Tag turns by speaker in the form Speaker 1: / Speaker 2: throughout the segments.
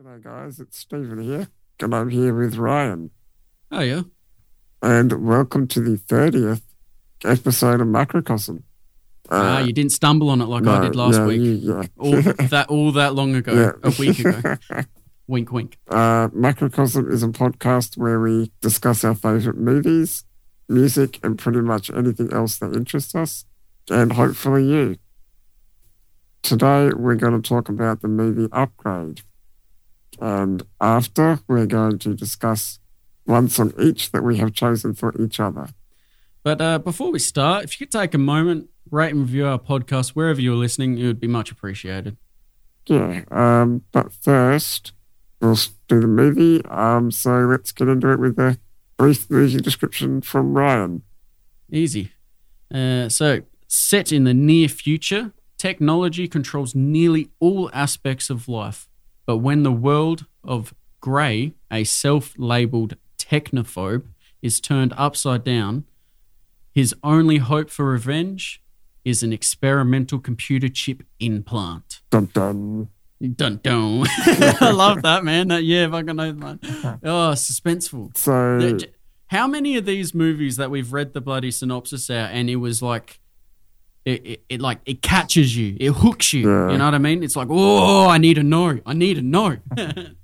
Speaker 1: G'day guys, it's Stephen here, and I'm here with Ryan,
Speaker 2: Oh yeah.
Speaker 1: and welcome to the thirtieth episode of Macrocosm.
Speaker 2: ah, you didn't stumble on it like I
Speaker 1: Uh, no,
Speaker 2: did last
Speaker 1: yeah,
Speaker 2: week.
Speaker 1: you- yeah.
Speaker 2: All that all that long ago.
Speaker 1: Yeah.
Speaker 2: A week ago. wink wink.
Speaker 1: Uh, Macrocosm is a podcast where we discuss our favorite movies, music, and pretty much anything else that interests us, and hopefully you. Today, we're going to talk about the movie Upgrade. And after, we're going to discuss one song each that we have chosen for each other.
Speaker 2: But uh, before we start, if you could take a moment, rate and review our podcast wherever you're listening, it would be much appreciated.
Speaker 1: Yeah, um, but first, we'll s- do the movie. Um, so let's get into it with a brief movie description from Ryan.
Speaker 2: Easy. Uh, so, set in the near future, technology controls nearly all aspects of life. But when the world of Grey, a self labeled technophobe, is turned upside down, his only hope for revenge is an experimental computer chip implant.
Speaker 1: Dun dun.
Speaker 2: Dun dun. I love that, man. That, yeah, fucking know that. Oh, suspenseful. Yeah,
Speaker 1: So
Speaker 2: j- How many of these movies that we've read the bloody synopsis out and it was like, it, it, it like it catches you, it hooks you.
Speaker 1: Yeah.
Speaker 2: You know what I mean? It's like, oh, I need to know, I need to know.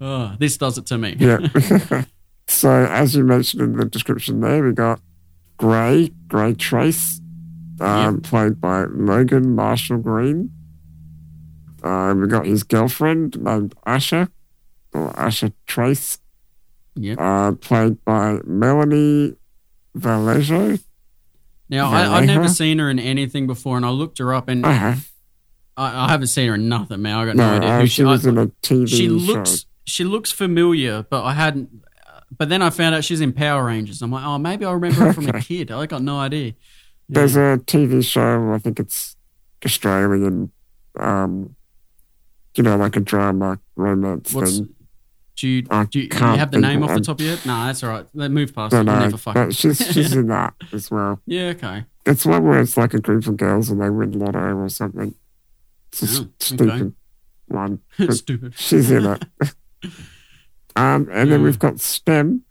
Speaker 2: oh, this does it to me.
Speaker 1: yeah. so as you mentioned in the description there, we got Gray, Gray Trace, um, played by Logan Marshall Green. Um, we got his girlfriend named Asha, or Asha Trace,
Speaker 2: Yep.
Speaker 1: uh, played by Melanie Vallejo.
Speaker 2: Now I,
Speaker 1: Vallejo?
Speaker 2: I've never seen her in anything before, and I looked her up, and
Speaker 1: I
Speaker 2: I,
Speaker 1: have
Speaker 2: I haven't seen her in nothing, man. I got Uh-huh. no,
Speaker 1: Uh-huh. no,
Speaker 2: idea
Speaker 1: uh,
Speaker 2: who
Speaker 1: she,
Speaker 2: she.
Speaker 1: was
Speaker 2: I,
Speaker 1: in a TV
Speaker 2: she looks,
Speaker 1: show.
Speaker 2: she looks familiar, but I hadn't. But then I found out she's in Power Rangers. I'm like, oh, maybe I remember her from a kid. I got no idea. Yeah.
Speaker 1: There's a TV show, I think it's Australian, um, you know, like a drama romance
Speaker 2: What's
Speaker 1: thing.
Speaker 2: do you,
Speaker 1: I
Speaker 2: do you, do you
Speaker 1: can't
Speaker 2: have the name
Speaker 1: think of
Speaker 2: off the
Speaker 1: it.
Speaker 2: top of your head? Nah, that's all right. Let move past it.
Speaker 1: Don't
Speaker 2: We'll
Speaker 1: know,
Speaker 2: never fuck
Speaker 1: but
Speaker 2: it.
Speaker 1: she's she's in that as well.
Speaker 2: Yeah, okay.
Speaker 1: It's one where it's like a group of girls and they win lotto or something. It's a s-
Speaker 2: Oh, okay.
Speaker 1: stupid one. But
Speaker 2: Stupid.
Speaker 1: she's in it. um, and then
Speaker 2: Yeah.
Speaker 1: we've got STEM.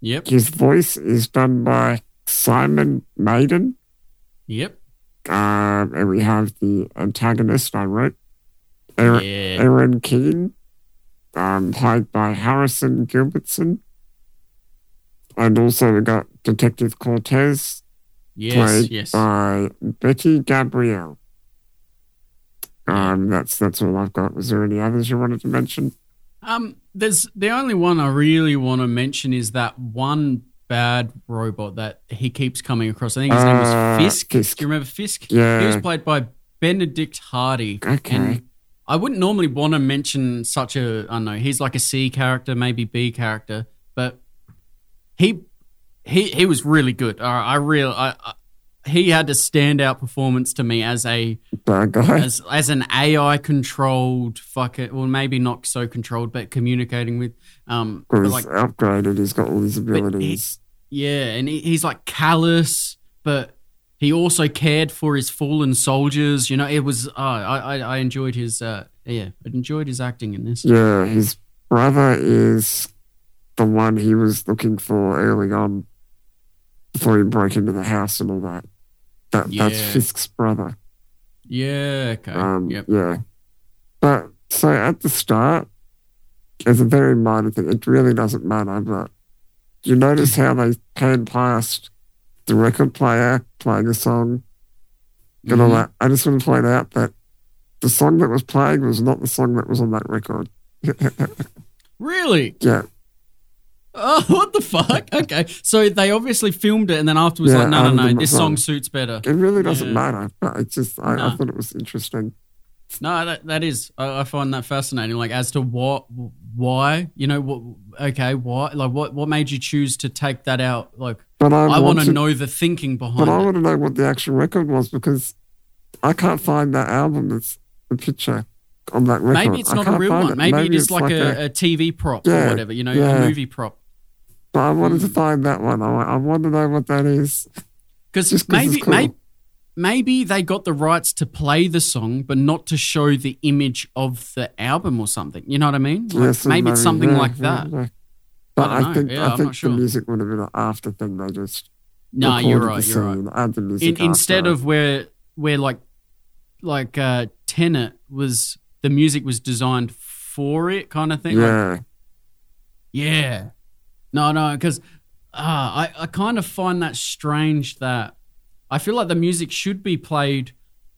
Speaker 2: Yep.
Speaker 1: His voice is done by Simon Maiden.
Speaker 2: Yep.
Speaker 1: Um, and we have the antagonist I wrote, Aaron,
Speaker 2: Yeah.
Speaker 1: Aaron Keane, um, played by Harrison Gilbertson. And also we got Detective Cortez,
Speaker 2: Yes.
Speaker 1: played
Speaker 2: Yes.
Speaker 1: by Betty Gabrielle. Um, that's that's all I've got. Was there any others you wanted to mention?
Speaker 2: Um, there's the only one I really want to mention is that one bad robot that he keeps coming across. I think his name
Speaker 1: Uh,
Speaker 2: was Fisk.
Speaker 1: Fisk.
Speaker 2: Do you remember Fisk? He was
Speaker 1: Yeah.
Speaker 2: played by Benedict Hardy.
Speaker 1: Okay.
Speaker 2: And I wouldn't normally want to mention such a, I don't know, he's like a C character, maybe B character, but he he he was really good. I, I real I, I he had a standout performance to me as a
Speaker 1: Bad guy.
Speaker 2: as as an AI controlled fucker, well maybe not so controlled, but communicating with um but
Speaker 1: Because
Speaker 2: like
Speaker 1: upgraded, he's got all these
Speaker 2: he-
Speaker 1: abilities.
Speaker 2: yeah, and he, he's like callous, but he also cared for his fallen soldiers. You know, it was uh, I, I I enjoyed his uh yeah, I enjoyed his acting in this.
Speaker 1: Yeah, his brother is the one he was looking for early on before he broke into the house and all that. that That's
Speaker 2: Yeah.
Speaker 1: Fisk's brother.
Speaker 2: Yeah, okay,
Speaker 1: Um,
Speaker 2: yep,
Speaker 1: Yeah. But so at the start, it's a very minor thing. It really doesn't matter, but you notice how they pan past the record player playing a song and all
Speaker 2: Mhm.
Speaker 1: that. I just want to point out that the song that was playing was not the song that was on that record.
Speaker 2: really?
Speaker 1: Yeah.
Speaker 2: Oh, what the fuck? Okay, so they obviously filmed it, and then afterwards,
Speaker 1: Yeah,
Speaker 2: like, no,
Speaker 1: added
Speaker 2: no,
Speaker 1: them
Speaker 2: no, this
Speaker 1: up.
Speaker 2: song suits better.
Speaker 1: It really doesn't
Speaker 2: Yeah.
Speaker 1: matter, but it just I, I
Speaker 2: No.
Speaker 1: thought it was interesting.
Speaker 2: No, that that is. I, I find that fascinating. Like as to what, why, you know, what? Okay, why? Like what? What made you choose to take that out? Like
Speaker 1: But I,
Speaker 2: I want to
Speaker 1: know,
Speaker 2: know the thinking behind
Speaker 1: Um, but I
Speaker 2: it.
Speaker 1: want to know what the actual record was because I can't find that album. That's the picture on that record.
Speaker 2: Maybe it's
Speaker 1: I
Speaker 2: not a
Speaker 1: can't
Speaker 2: real
Speaker 1: find
Speaker 2: one.
Speaker 1: it.
Speaker 2: Maybe, it is
Speaker 1: it's
Speaker 2: like, a, a, TV prop
Speaker 1: Yeah,
Speaker 2: or whatever, you know,
Speaker 1: yeah.
Speaker 2: a movie prop.
Speaker 1: But I wanted to
Speaker 2: Hmm.
Speaker 1: find that one. I, wa- I want to know what that is.
Speaker 2: Because
Speaker 1: Just 'cause it's
Speaker 2: maybe,
Speaker 1: cool.
Speaker 2: maybe, maybe they got the rights to play the song, but not to show the image of the album or something. You know what I mean? Like,
Speaker 1: Yes,
Speaker 2: maybe it's something
Speaker 1: yeah,
Speaker 2: like
Speaker 1: yeah,
Speaker 2: that.
Speaker 1: yeah. But
Speaker 2: I don't
Speaker 1: I,
Speaker 2: know.
Speaker 1: think
Speaker 2: Yeah, I'm
Speaker 1: I
Speaker 2: not
Speaker 1: think the
Speaker 2: sure.
Speaker 1: music would have been an after thing. They just
Speaker 2: No,
Speaker 1: recorded
Speaker 2: you're
Speaker 1: the
Speaker 2: right. You're right.
Speaker 1: scene, Add the music
Speaker 2: In, instead
Speaker 1: after.
Speaker 2: of where where like like uh Tenet was the music was designed for it kind of thing. like,
Speaker 1: yeah,
Speaker 2: Yeah. No, no, because uh, I, I kind of find that strange that I feel like the music should be played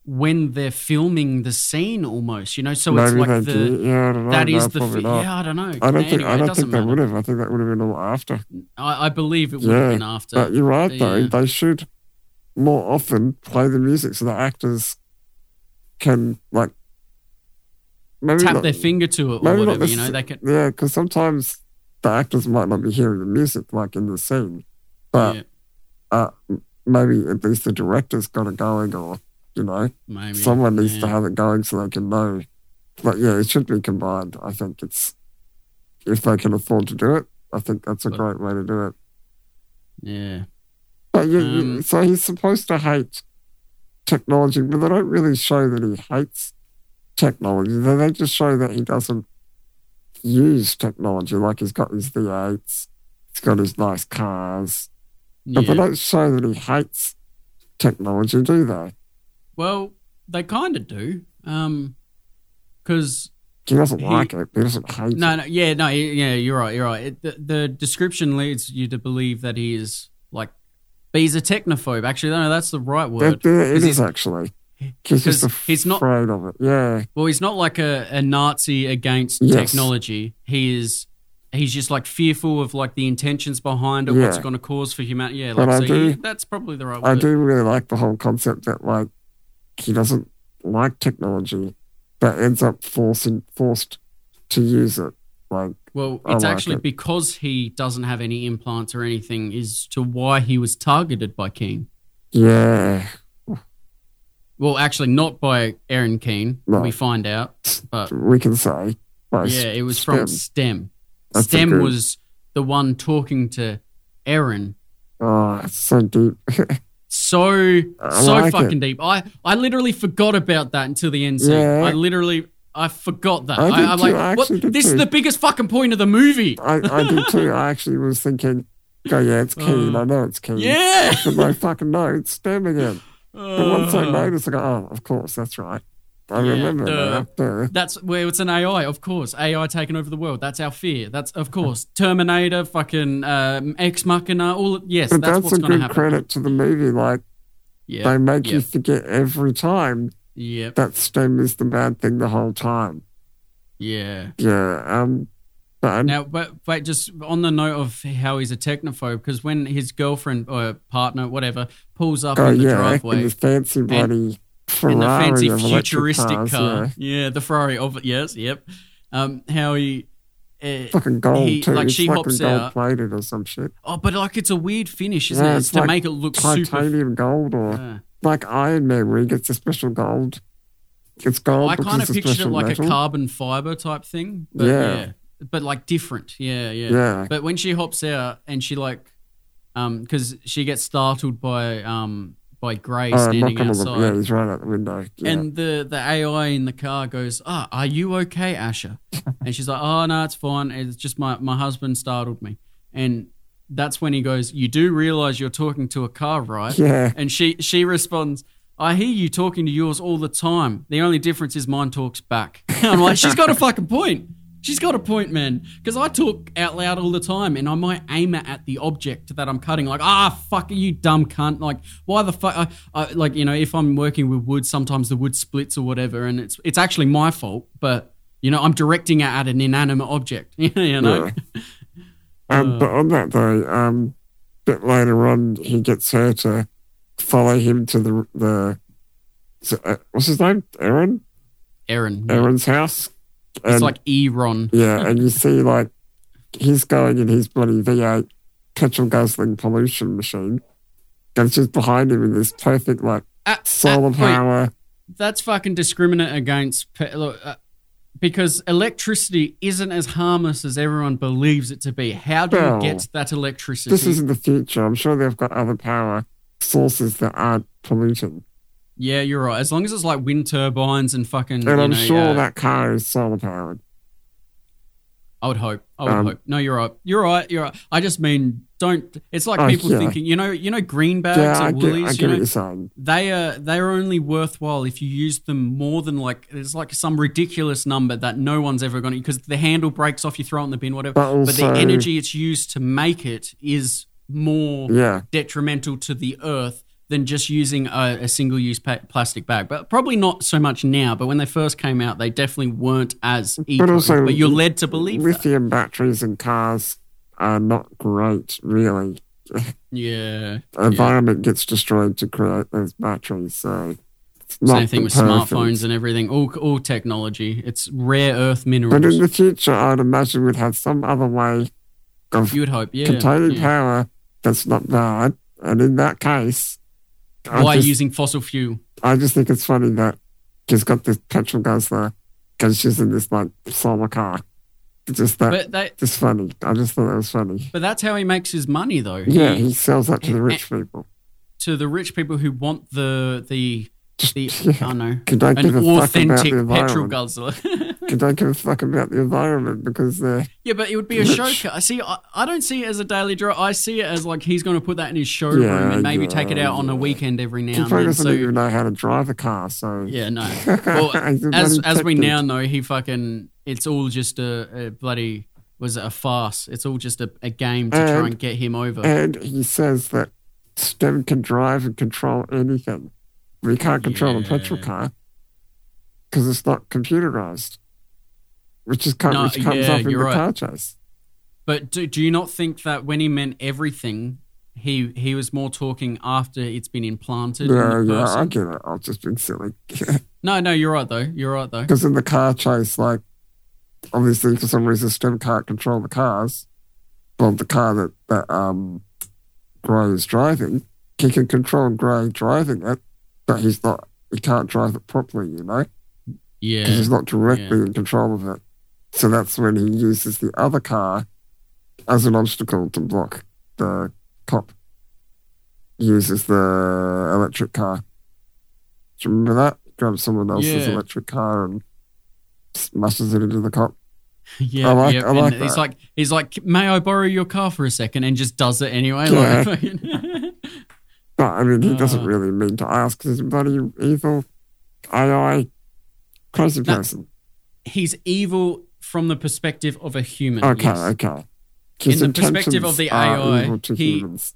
Speaker 2: when they're filming the scene almost, you know? So it's
Speaker 1: maybe
Speaker 2: like
Speaker 1: they
Speaker 2: the.
Speaker 1: did. Yeah, I don't know.
Speaker 2: that
Speaker 1: no,
Speaker 2: is the.
Speaker 1: probably
Speaker 2: Fi-
Speaker 1: not.
Speaker 2: yeah, I don't know.
Speaker 1: I don't think
Speaker 2: anyway,
Speaker 1: I
Speaker 2: it
Speaker 1: don't
Speaker 2: doesn't
Speaker 1: think they
Speaker 2: matter.
Speaker 1: would have. I think that would have been all after.
Speaker 2: I, I believe it would have
Speaker 1: Yeah,
Speaker 2: been after.
Speaker 1: But you're right though.
Speaker 2: yeah.
Speaker 1: They should more often play the music so the actors can like maybe
Speaker 2: tap
Speaker 1: not-
Speaker 2: their finger to it or
Speaker 1: maybe not
Speaker 2: whatever, you know?
Speaker 1: necessar-
Speaker 2: They can.
Speaker 1: Yeah, because sometimes the actors might not be hearing the music like in the scene, but
Speaker 2: yeah,
Speaker 1: maybe at least the director's got it going, or you know,
Speaker 2: maybe.
Speaker 1: someone needs to
Speaker 2: Yeah.
Speaker 1: have it going so they can know. But yeah, it should be combined. I think it's if they can afford to do it, I think that's a
Speaker 2: But-
Speaker 1: great way to do it.
Speaker 2: Yeah.
Speaker 1: But you, you-
Speaker 2: Um,
Speaker 1: so he's supposed to hate technology, but they don't really show that he hates technology. They, they just show that he doesn't use technology. Like he's got his V8s, he's got his nice cars, but they
Speaker 2: Yeah.
Speaker 1: don't show that he hates technology, do they?
Speaker 2: Well, they kind of do. Um, because
Speaker 1: He doesn't
Speaker 2: He-
Speaker 1: like it, but he doesn't hate
Speaker 2: No,
Speaker 1: it.
Speaker 2: no, yeah, no, yeah, you're right, you're right. It, the, the description leads you to believe that he is like, but he's a technophobe. Actually, no, that's the right
Speaker 1: That, that,
Speaker 2: word.
Speaker 1: it is
Speaker 2: 'Cause he's-
Speaker 1: actually. He's just
Speaker 2: 'cause he's not-
Speaker 1: afraid of it. Yeah,
Speaker 2: Well, he's not like a, a Nazi against
Speaker 1: Yes.
Speaker 2: technology. He is, he's just like fearful of like the intentions behind it, what's
Speaker 1: Yeah.
Speaker 2: going to cause for humanity. Yeah,
Speaker 1: But
Speaker 2: like,
Speaker 1: I
Speaker 2: so he-
Speaker 1: do-
Speaker 2: that's probably the right
Speaker 1: I
Speaker 2: word.
Speaker 1: do really like the whole concept that like he doesn't like technology, but ends up forcing forced to use it. Like
Speaker 2: Well,
Speaker 1: I
Speaker 2: it's
Speaker 1: like
Speaker 2: actually
Speaker 1: it.
Speaker 2: because he doesn't have any implants or anything is to why he was targeted by King.
Speaker 1: yeah,
Speaker 2: Well, actually, not by Aaron Keane.
Speaker 1: Right.
Speaker 2: We find out, but
Speaker 1: we can say. like,
Speaker 2: Yeah, it was from
Speaker 1: STEM.
Speaker 2: STEM.
Speaker 1: That's a
Speaker 2: STEM
Speaker 1: good-
Speaker 2: was the one talking to Aaron.
Speaker 1: Oh, it's so deep.
Speaker 2: So
Speaker 1: I
Speaker 2: so
Speaker 1: like
Speaker 2: fucking deep. I I literally forgot about that until the end scene.
Speaker 1: Yeah.
Speaker 2: I literally I forgot that.
Speaker 1: I did
Speaker 2: I, am
Speaker 1: too.
Speaker 2: like,
Speaker 1: I
Speaker 2: what?
Speaker 1: actually did
Speaker 2: This is
Speaker 1: too.
Speaker 2: the biggest fucking point of the movie.
Speaker 1: I, I did too. I actually was thinking, go yeah, it's Keen. I know it's Keen.
Speaker 2: Oh. Yeah.
Speaker 1: But I fucking know it's STEM again. But once I
Speaker 2: Uh,
Speaker 1: noticed, I go, oh, of course, that's right. I
Speaker 2: Yeah,
Speaker 1: remember
Speaker 2: duh.
Speaker 1: that. Duh.
Speaker 2: That's where it's an AI, of course. AI taking over the world. That's our fear. That's of course Terminator, fucking um, Ex Machina. All yes,
Speaker 1: But
Speaker 2: that's,
Speaker 1: that's,
Speaker 2: what's
Speaker 1: a
Speaker 2: going to
Speaker 1: good
Speaker 2: happen.
Speaker 1: credit to the movie. Like,
Speaker 2: Yeah.
Speaker 1: they make
Speaker 2: yeah.
Speaker 1: you forget every time
Speaker 2: Yep.
Speaker 1: that STEM is the bad thing the whole time.
Speaker 2: Yeah.
Speaker 1: Yeah. Um, but I'm-
Speaker 2: Now, but but just on the note of how he's a technophobe, because when his girlfriend or partner, whatever, pulls up
Speaker 1: oh,
Speaker 2: in the
Speaker 1: yeah,
Speaker 2: driveway
Speaker 1: in this fancy bloody Ferrari
Speaker 2: in the fancy
Speaker 1: of electric
Speaker 2: futuristic
Speaker 1: cars,
Speaker 2: car,
Speaker 1: yeah.
Speaker 2: yeah. the Ferrari of yes, yep. Um, how he, uh,
Speaker 1: Fucking gold
Speaker 2: He-
Speaker 1: too.
Speaker 2: like,
Speaker 1: it's
Speaker 2: she
Speaker 1: fucking
Speaker 2: hops
Speaker 1: gold
Speaker 2: out.
Speaker 1: plated or some shit.
Speaker 2: oh, but like it's a weird finish, isn't
Speaker 1: Yeah,
Speaker 2: it? It's,
Speaker 1: it's
Speaker 2: to
Speaker 1: like
Speaker 2: make it look super.
Speaker 1: Titanium gold or
Speaker 2: Uh,
Speaker 1: like Iron Man where he gets a special gold. It's gold.
Speaker 2: Oh, I
Speaker 1: because
Speaker 2: kind
Speaker 1: it's
Speaker 2: of
Speaker 1: a
Speaker 2: pictured it
Speaker 1: special
Speaker 2: like
Speaker 1: metal.
Speaker 2: a carbon fiber type thing, but yeah.
Speaker 1: Yeah.
Speaker 2: but like different, yeah, yeah.
Speaker 1: Yeah.
Speaker 2: But when she hops out and she like, um, because she gets startled by um by Gray
Speaker 1: Uh,
Speaker 2: standing
Speaker 1: knocking on
Speaker 2: outside.
Speaker 1: the, yeah, he's right out the window. Yeah.
Speaker 2: And the, the AI in the car goes, Ah, are you okay, Asher? and she's like, Oh, no, it's fine. It's just my, my husband startled me. And that's when he goes, You do realize you're talking to a car, right?
Speaker 1: yeah.
Speaker 2: And she, she responds, I hear you talking to yours all the time. The only difference is mine talks back. I'm like, She's got a fucking point. She's got a point, man. Because I talk out loud all the time and I might aim it at the object that I'm cutting. Like, ah, fuck, you dumb cunt. Like, why the fuck? I, I, like, you know, if I'm working with wood, sometimes the wood splits or whatever. And it's, it's actually my fault, but, you know, I'm directing it at an inanimate object, you know?
Speaker 1: Um, but on that though, um, bit later on, he gets her to follow him to the the so, uh, what's his name, Aaron,
Speaker 2: Aaron.
Speaker 1: Aaron's house. And,
Speaker 2: It's like Eron.
Speaker 1: yeah, and you see like he's going in his bloody V8 petrol guzzling pollution machine, and she's behind him in this perfect like
Speaker 2: Ah,
Speaker 1: solar
Speaker 2: ah, wait.
Speaker 1: power.
Speaker 2: that's fucking discriminate against pe- look, uh, because electricity isn't as harmless as everyone believes it to be. How do
Speaker 1: Well,
Speaker 2: you get that electricity?
Speaker 1: This isn't the future. I'm sure they've got other power sources that aren't polluting.
Speaker 2: Yeah, you're right. As long as it's like wind turbines and fucking.
Speaker 1: And
Speaker 2: you
Speaker 1: I'm
Speaker 2: know,
Speaker 1: sure
Speaker 2: uh,
Speaker 1: that car is solar powered.
Speaker 2: I would hope. I would
Speaker 1: Um,
Speaker 2: hope. No, you're right. You're right. You're right. I just mean don't. It's like
Speaker 1: Oh,
Speaker 2: people
Speaker 1: yeah.
Speaker 2: thinking. You know. You know. Green bags
Speaker 1: Yeah, I
Speaker 2: and
Speaker 1: get, I
Speaker 2: woolies.
Speaker 1: get
Speaker 2: You
Speaker 1: what
Speaker 2: know.
Speaker 1: you're saying.
Speaker 2: They are. They are only worthwhile if you use them more than like. It's like some ridiculous number that no one's ever going to because the handle breaks off. You throw it in the bin. Whatever.
Speaker 1: But also,
Speaker 2: but the energy it's used to make it is more
Speaker 1: yeah,
Speaker 2: detrimental to the earth than just using a, a single use pa- plastic bag. But probably not so much now, but when they first came out, they definitely weren't as eco. But,
Speaker 1: also-
Speaker 2: you're led to believe that.
Speaker 1: lithium batteries in cars are not great, really.
Speaker 2: Yeah.
Speaker 1: The environment gets destroyed to create those batteries, so it's not
Speaker 2: Same thing with
Speaker 1: perfect.
Speaker 2: smartphones and everything, all, all technology. It's rare earth minerals.
Speaker 1: But in the future, I'd imagine we'd have some other way of
Speaker 2: you would hope, yeah. Hmm.
Speaker 1: containing
Speaker 2: yeah.
Speaker 1: power that's not bad. And in that case,
Speaker 2: Why
Speaker 1: I just,
Speaker 2: using fossil fuel?
Speaker 1: I just think it's funny that she's got this petrol gas there because she's in this like solar car. It's just that,
Speaker 2: But that,
Speaker 1: just funny. I just thought that was funny.
Speaker 2: but that's how he makes his money, though.
Speaker 1: Yeah,
Speaker 2: He-
Speaker 1: he sells that to the rich people.
Speaker 2: to the rich people who want the the
Speaker 1: Just,
Speaker 2: the I
Speaker 1: yeah.
Speaker 2: don't know
Speaker 1: Could I give
Speaker 2: an
Speaker 1: a fuck about the
Speaker 2: authentic petrol
Speaker 1: environment?
Speaker 2: guzzler.
Speaker 1: Could I give a fuck about the environment because uh, they're
Speaker 2: Yeah, but it would be a
Speaker 1: Rich.
Speaker 2: showcase. I see. I, I don't see it as a daily draw. I see it as like he's going to put that in his showroom
Speaker 1: Yeah,
Speaker 2: and maybe
Speaker 1: yeah,
Speaker 2: take it out on a
Speaker 1: yeah.
Speaker 2: weekend every
Speaker 1: he
Speaker 2: now and
Speaker 1: probably
Speaker 2: then.
Speaker 1: doesn't
Speaker 2: So
Speaker 1: even know how to drive a car. So
Speaker 2: yeah, no. Well,
Speaker 1: He's a
Speaker 2: as
Speaker 1: bloody
Speaker 2: as we
Speaker 1: tech
Speaker 2: now know, he fucking it's all just a, a bloody was it a farce. It's all just a, a game to try
Speaker 1: And-
Speaker 2: and get him over.
Speaker 1: And he says that STEM can drive and control anything. We can't control a petrol
Speaker 2: Yeah.
Speaker 1: car because it's not computerized, which is kind
Speaker 2: No,
Speaker 1: which comes
Speaker 2: yeah,
Speaker 1: up in the
Speaker 2: you're right.
Speaker 1: car chase.
Speaker 2: but do, do you not think that when he meant everything, he he was more talking after it's been implanted?
Speaker 1: Yeah,
Speaker 2: in the
Speaker 1: yeah, I
Speaker 2: person?
Speaker 1: get it. I've just been silly
Speaker 2: No, no, you're right though. You're right though.
Speaker 1: because in the car chase, like obviously for some reason STEM can't control the cars. Well, the car that that um Gray is driving, he can control Gray driving it, but he's not. He can't drive it properly, you know. because
Speaker 2: Yeah.
Speaker 1: he's not directly in control of it. So that's when he uses the other car as an obstacle to block the cop. He uses the electric car. Do you remember that? Grabs someone else's
Speaker 2: Yeah.
Speaker 1: electric car and smashes it into the cop.
Speaker 2: Yeah,
Speaker 1: I like-
Speaker 2: yep.
Speaker 1: I like
Speaker 2: and he's
Speaker 1: that.
Speaker 2: like, he's like, may I borrow your car for a second? And just does it anyway.
Speaker 1: Yeah.
Speaker 2: Like,
Speaker 1: But I mean, he doesn't
Speaker 2: Uh.
Speaker 1: really mean to ask. He's a bloody evil, AI, crazy
Speaker 2: No,
Speaker 1: person.
Speaker 2: he's evil from the perspective of a human.
Speaker 1: Okay,
Speaker 2: Mm, yes.
Speaker 1: okay. His
Speaker 2: In the perspective
Speaker 1: intentions
Speaker 2: of the
Speaker 1: are
Speaker 2: AI,
Speaker 1: evil to
Speaker 2: he-
Speaker 1: humans.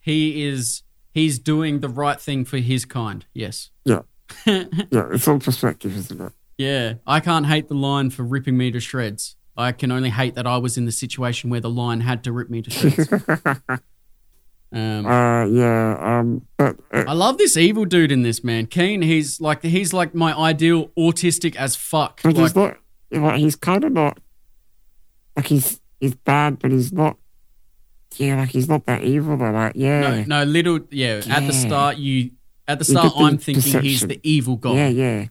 Speaker 2: he is he's doing the right thing for his kind. Yes.
Speaker 1: Yeah.
Speaker 2: Yeah.
Speaker 1: Yeah, it's all perspective, isn't it?
Speaker 2: I can't hate the lion for ripping me to shreds. I can only hate that I was in the situation where the lion had to rip me to shreds. Um,
Speaker 1: Uh, yeah. Um, but uh,
Speaker 2: I love this evil dude in this man, Keen. He's like he's like my ideal autistic as fuck.
Speaker 1: but
Speaker 2: Like,
Speaker 1: he's not. Like, he's kind of not. Like he's he's bad, but he's not. Yeah, like he's not that evil. But like,
Speaker 2: No,
Speaker 1: yeah,
Speaker 2: no, little. Yeah, at
Speaker 1: Yeah.
Speaker 2: the start, you at the
Speaker 1: You
Speaker 2: start,
Speaker 1: get the
Speaker 2: I'm thinking he's
Speaker 1: perception.
Speaker 2: the evil god.
Speaker 1: yeah, yeah,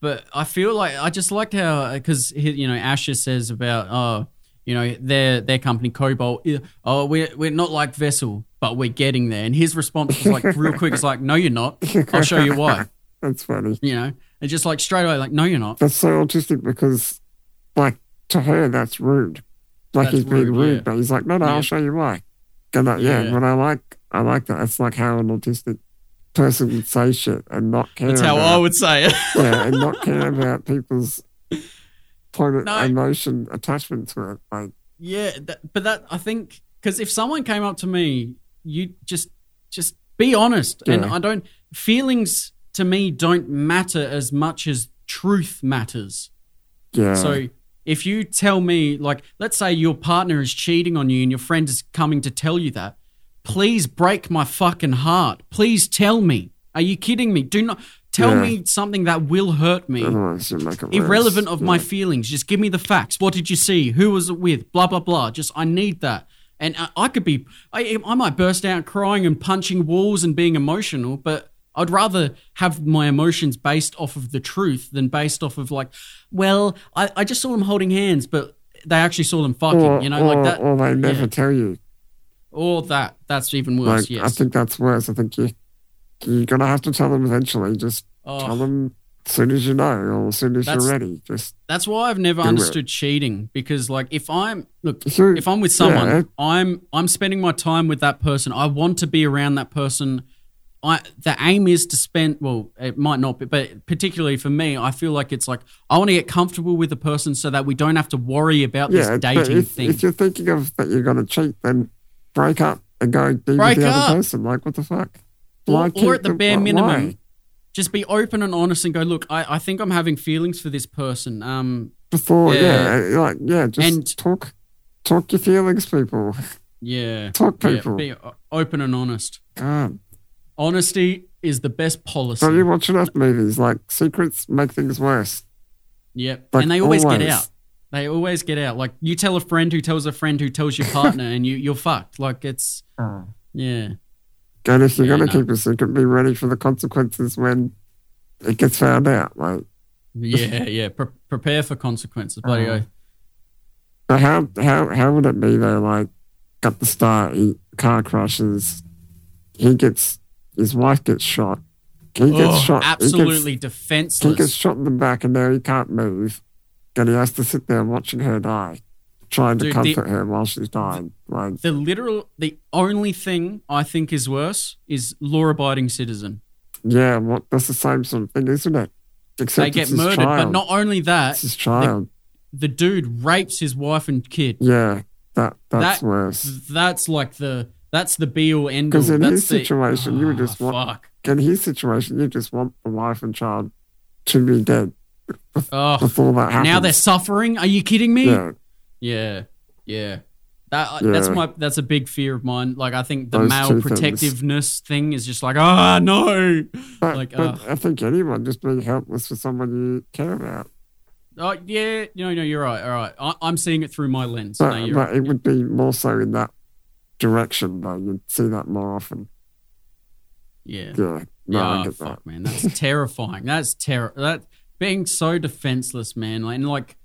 Speaker 2: But I feel like I just liked how because you know Asher says about oh you know their their company Cobalt eh, oh we're we're not like Vessel but we're getting there and his response was like real quick it's like no you're not I'll show you why
Speaker 1: that's funny.
Speaker 2: you know and just like straight away like no you're not
Speaker 1: That's so autistic because, like, to her that's rude. Like
Speaker 2: That's
Speaker 1: he's being
Speaker 2: rude,
Speaker 1: rude,
Speaker 2: yeah.
Speaker 1: but he's like, no, no,
Speaker 2: Yeah.
Speaker 1: I'll show you why. And like, yeah,
Speaker 2: Yeah.
Speaker 1: but I like I like that. That's like how an autistic person would say shit and not care.
Speaker 2: that's how
Speaker 1: about
Speaker 2: I
Speaker 1: it.
Speaker 2: would say it
Speaker 1: yeah, and not care about people's point of
Speaker 2: No.
Speaker 1: emotion attachment to it. Like,
Speaker 2: Yeah, that, but that I think because if someone came up to me, you just just be honest, and
Speaker 1: Yeah.
Speaker 2: I don't feelings to me don't matter as much as truth matters.
Speaker 1: yeah,
Speaker 2: So if you tell me, like, let's say your partner is cheating on you, and your friend is coming to tell you that, please break my fucking heart. Please tell me. Are you kidding me? Do not tell
Speaker 1: Yeah. Uh-huh.
Speaker 2: me something that will hurt me
Speaker 1: otherwise you make it worse.
Speaker 2: irrelevant of
Speaker 1: Yeah.
Speaker 2: my feelings. Just give me the facts. What did you see? Who was it with? Blah blah blah. Just I need that. And I, I could be, I, I might burst out crying and punching walls and being emotional, but I'd rather have my emotions based off of the truth than based off of like, well, I, I just saw them holding hands, but they actually saw them fucking,
Speaker 1: or,
Speaker 2: you know,
Speaker 1: or,
Speaker 2: like that.
Speaker 1: or they never
Speaker 2: yeah.
Speaker 1: tell you.
Speaker 2: Or that. That's even worse.
Speaker 1: Like, I
Speaker 2: yes.
Speaker 1: think that's worse. I think you You're going to have to tell them eventually. Just tell
Speaker 2: Oh,
Speaker 1: them as soon as you know or as soon as
Speaker 2: That's-
Speaker 1: you're ready. Just
Speaker 2: that's why I've never
Speaker 1: Do it.
Speaker 2: understood cheating because, like, if I'm look,
Speaker 1: if you
Speaker 2: if I'm with someone,
Speaker 1: Yeah.
Speaker 2: I'm I'm spending my time with that person. I want to be around that person. I the aim is to spend. Well, it might not, be, but particularly for me, I feel like it's like I want to get comfortable with the person so that we don't have to worry about
Speaker 1: yeah,
Speaker 2: this
Speaker 1: but
Speaker 2: dating
Speaker 1: if,
Speaker 2: thing.
Speaker 1: if you're thinking of that you're going to cheat, then break up and go be
Speaker 2: Break
Speaker 1: with the
Speaker 2: up.
Speaker 1: other person. Like, what the fuck?
Speaker 2: or,
Speaker 1: Why
Speaker 2: or at
Speaker 1: keep
Speaker 2: the
Speaker 1: them-
Speaker 2: bare
Speaker 1: why-
Speaker 2: minimum,
Speaker 1: why?
Speaker 2: just be open and honest and go. Look, I, I think I'm having feelings for this person. Um,
Speaker 1: Before,
Speaker 2: Yeah.
Speaker 1: yeah. like, yeah, just
Speaker 2: And-
Speaker 1: talk, talk your feelings, people.
Speaker 2: yeah,
Speaker 1: Talk,
Speaker 2: Yeah,
Speaker 1: people.
Speaker 2: be o- open and honest.
Speaker 1: God.
Speaker 2: Honesty is the best
Speaker 1: Don't you
Speaker 2: policy.
Speaker 1: watch enough movies? Like, secrets make things worse.
Speaker 2: Yep,
Speaker 1: Like,
Speaker 2: and they always, get
Speaker 1: always.
Speaker 2: out. They always get out. Like you tell a friend who tells a friend who tells your partner, and you you're fucked. Like it's yeah.
Speaker 1: And if you're
Speaker 2: Yeah,
Speaker 1: going to
Speaker 2: no.
Speaker 1: keep a secret, be ready for the consequences when it gets found out. Like,
Speaker 2: Yeah, yeah. Pre- prepare for consequences. Bloody
Speaker 1: Oh.
Speaker 2: oath.
Speaker 1: but how how how would it be though? Like, at the start, he, car crashes. He gets his wife gets shot. He gets
Speaker 2: Oh,
Speaker 1: shot. he gets-
Speaker 2: absolutely
Speaker 1: He gets,
Speaker 2: defenseless.
Speaker 1: shot in the back, and now he can't move. Then he has to sit there watching her die, trying to
Speaker 2: Dude, the-
Speaker 1: comfort her while she's dying. Like,
Speaker 2: The literal, the only thing I think is worse is law-abiding citizen.
Speaker 1: yeah, what? That's the same sort of thing, isn't it? Except
Speaker 2: they get
Speaker 1: it's his
Speaker 2: murdered,
Speaker 1: child.
Speaker 2: but not only
Speaker 1: it's
Speaker 2: that,
Speaker 1: his child.
Speaker 2: the dude rapes his wife and kid.
Speaker 1: yeah, that that's
Speaker 2: That-
Speaker 1: worse.
Speaker 2: That's like the that's the be all end all.
Speaker 1: Because in
Speaker 2: That's
Speaker 1: his
Speaker 2: the-
Speaker 1: situation, you would
Speaker 2: Ah,
Speaker 1: just want-
Speaker 2: fuck.
Speaker 1: in his situation, you just want the wife and child to be dead
Speaker 2: Oh,
Speaker 1: before that happens.
Speaker 2: now they're suffering. Are you kidding me?
Speaker 1: yeah,
Speaker 2: Yeah, yeah. That I that's
Speaker 1: Yeah.
Speaker 2: my that's a big fear of mine. Like I think the
Speaker 1: Those
Speaker 2: male
Speaker 1: two things.
Speaker 2: protectiveness thing is just like ah no.
Speaker 1: but,
Speaker 2: Like,
Speaker 1: but I think anyone just being helpless for someone you care about.
Speaker 2: Oh yeah, no no you're right. All right, I, I'm seeing it through my lens.
Speaker 1: But,
Speaker 2: no, you're
Speaker 1: but
Speaker 2: right.
Speaker 1: it would be more so in that direction, though. You'd see that more often.
Speaker 2: Yeah.
Speaker 1: Yeah, no,
Speaker 2: yeah.
Speaker 1: I
Speaker 2: oh,
Speaker 1: get that.
Speaker 2: fuck, man, that's terrifying. That's terror. That being so defenseless, man. Like, and like,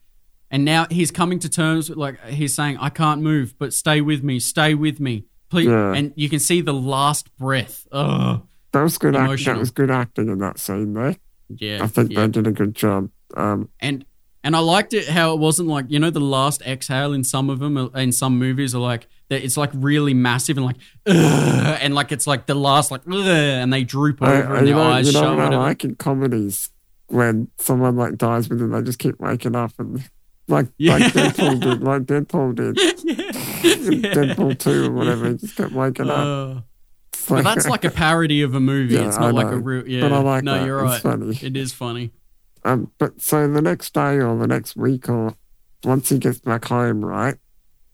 Speaker 2: and now he's coming to terms with like he's saying I can't move, but stay with me, stay with me, please.
Speaker 1: Yeah.
Speaker 2: And you can see the last breath. Oh
Speaker 1: That was good. Act-
Speaker 2: Emotional.
Speaker 1: that was good acting in that scene there.
Speaker 2: yeah.
Speaker 1: I think
Speaker 2: yeah.
Speaker 1: they did a good job. Um,
Speaker 2: and and I liked it how it wasn't like you know the last exhale in some of them uh, in some movies are like that it's like really massive and like "Ugh," and like it's like the last like "Ugh," and they droop over
Speaker 1: I- I-
Speaker 2: and
Speaker 1: you
Speaker 2: their
Speaker 1: know,
Speaker 2: eyes
Speaker 1: you know
Speaker 2: shut.
Speaker 1: what I
Speaker 2: whatever.
Speaker 1: like in comedies when someone like dies, but then they just keep waking up and like
Speaker 2: Yeah.
Speaker 1: like Deadpool did, like Deadpool did,
Speaker 2: yeah.
Speaker 1: Deadpool two or whatever. He just kept waking up.
Speaker 2: Uh, but that's like a parody of a movie.
Speaker 1: Yeah,
Speaker 2: it's not
Speaker 1: I
Speaker 2: like a
Speaker 1: know.
Speaker 2: real. Yeah,
Speaker 1: But I like
Speaker 2: no,
Speaker 1: that.
Speaker 2: you're
Speaker 1: It's
Speaker 2: right.
Speaker 1: funny.
Speaker 2: It is funny.
Speaker 1: Um, but so the next day or the next week or once he gets back home, right?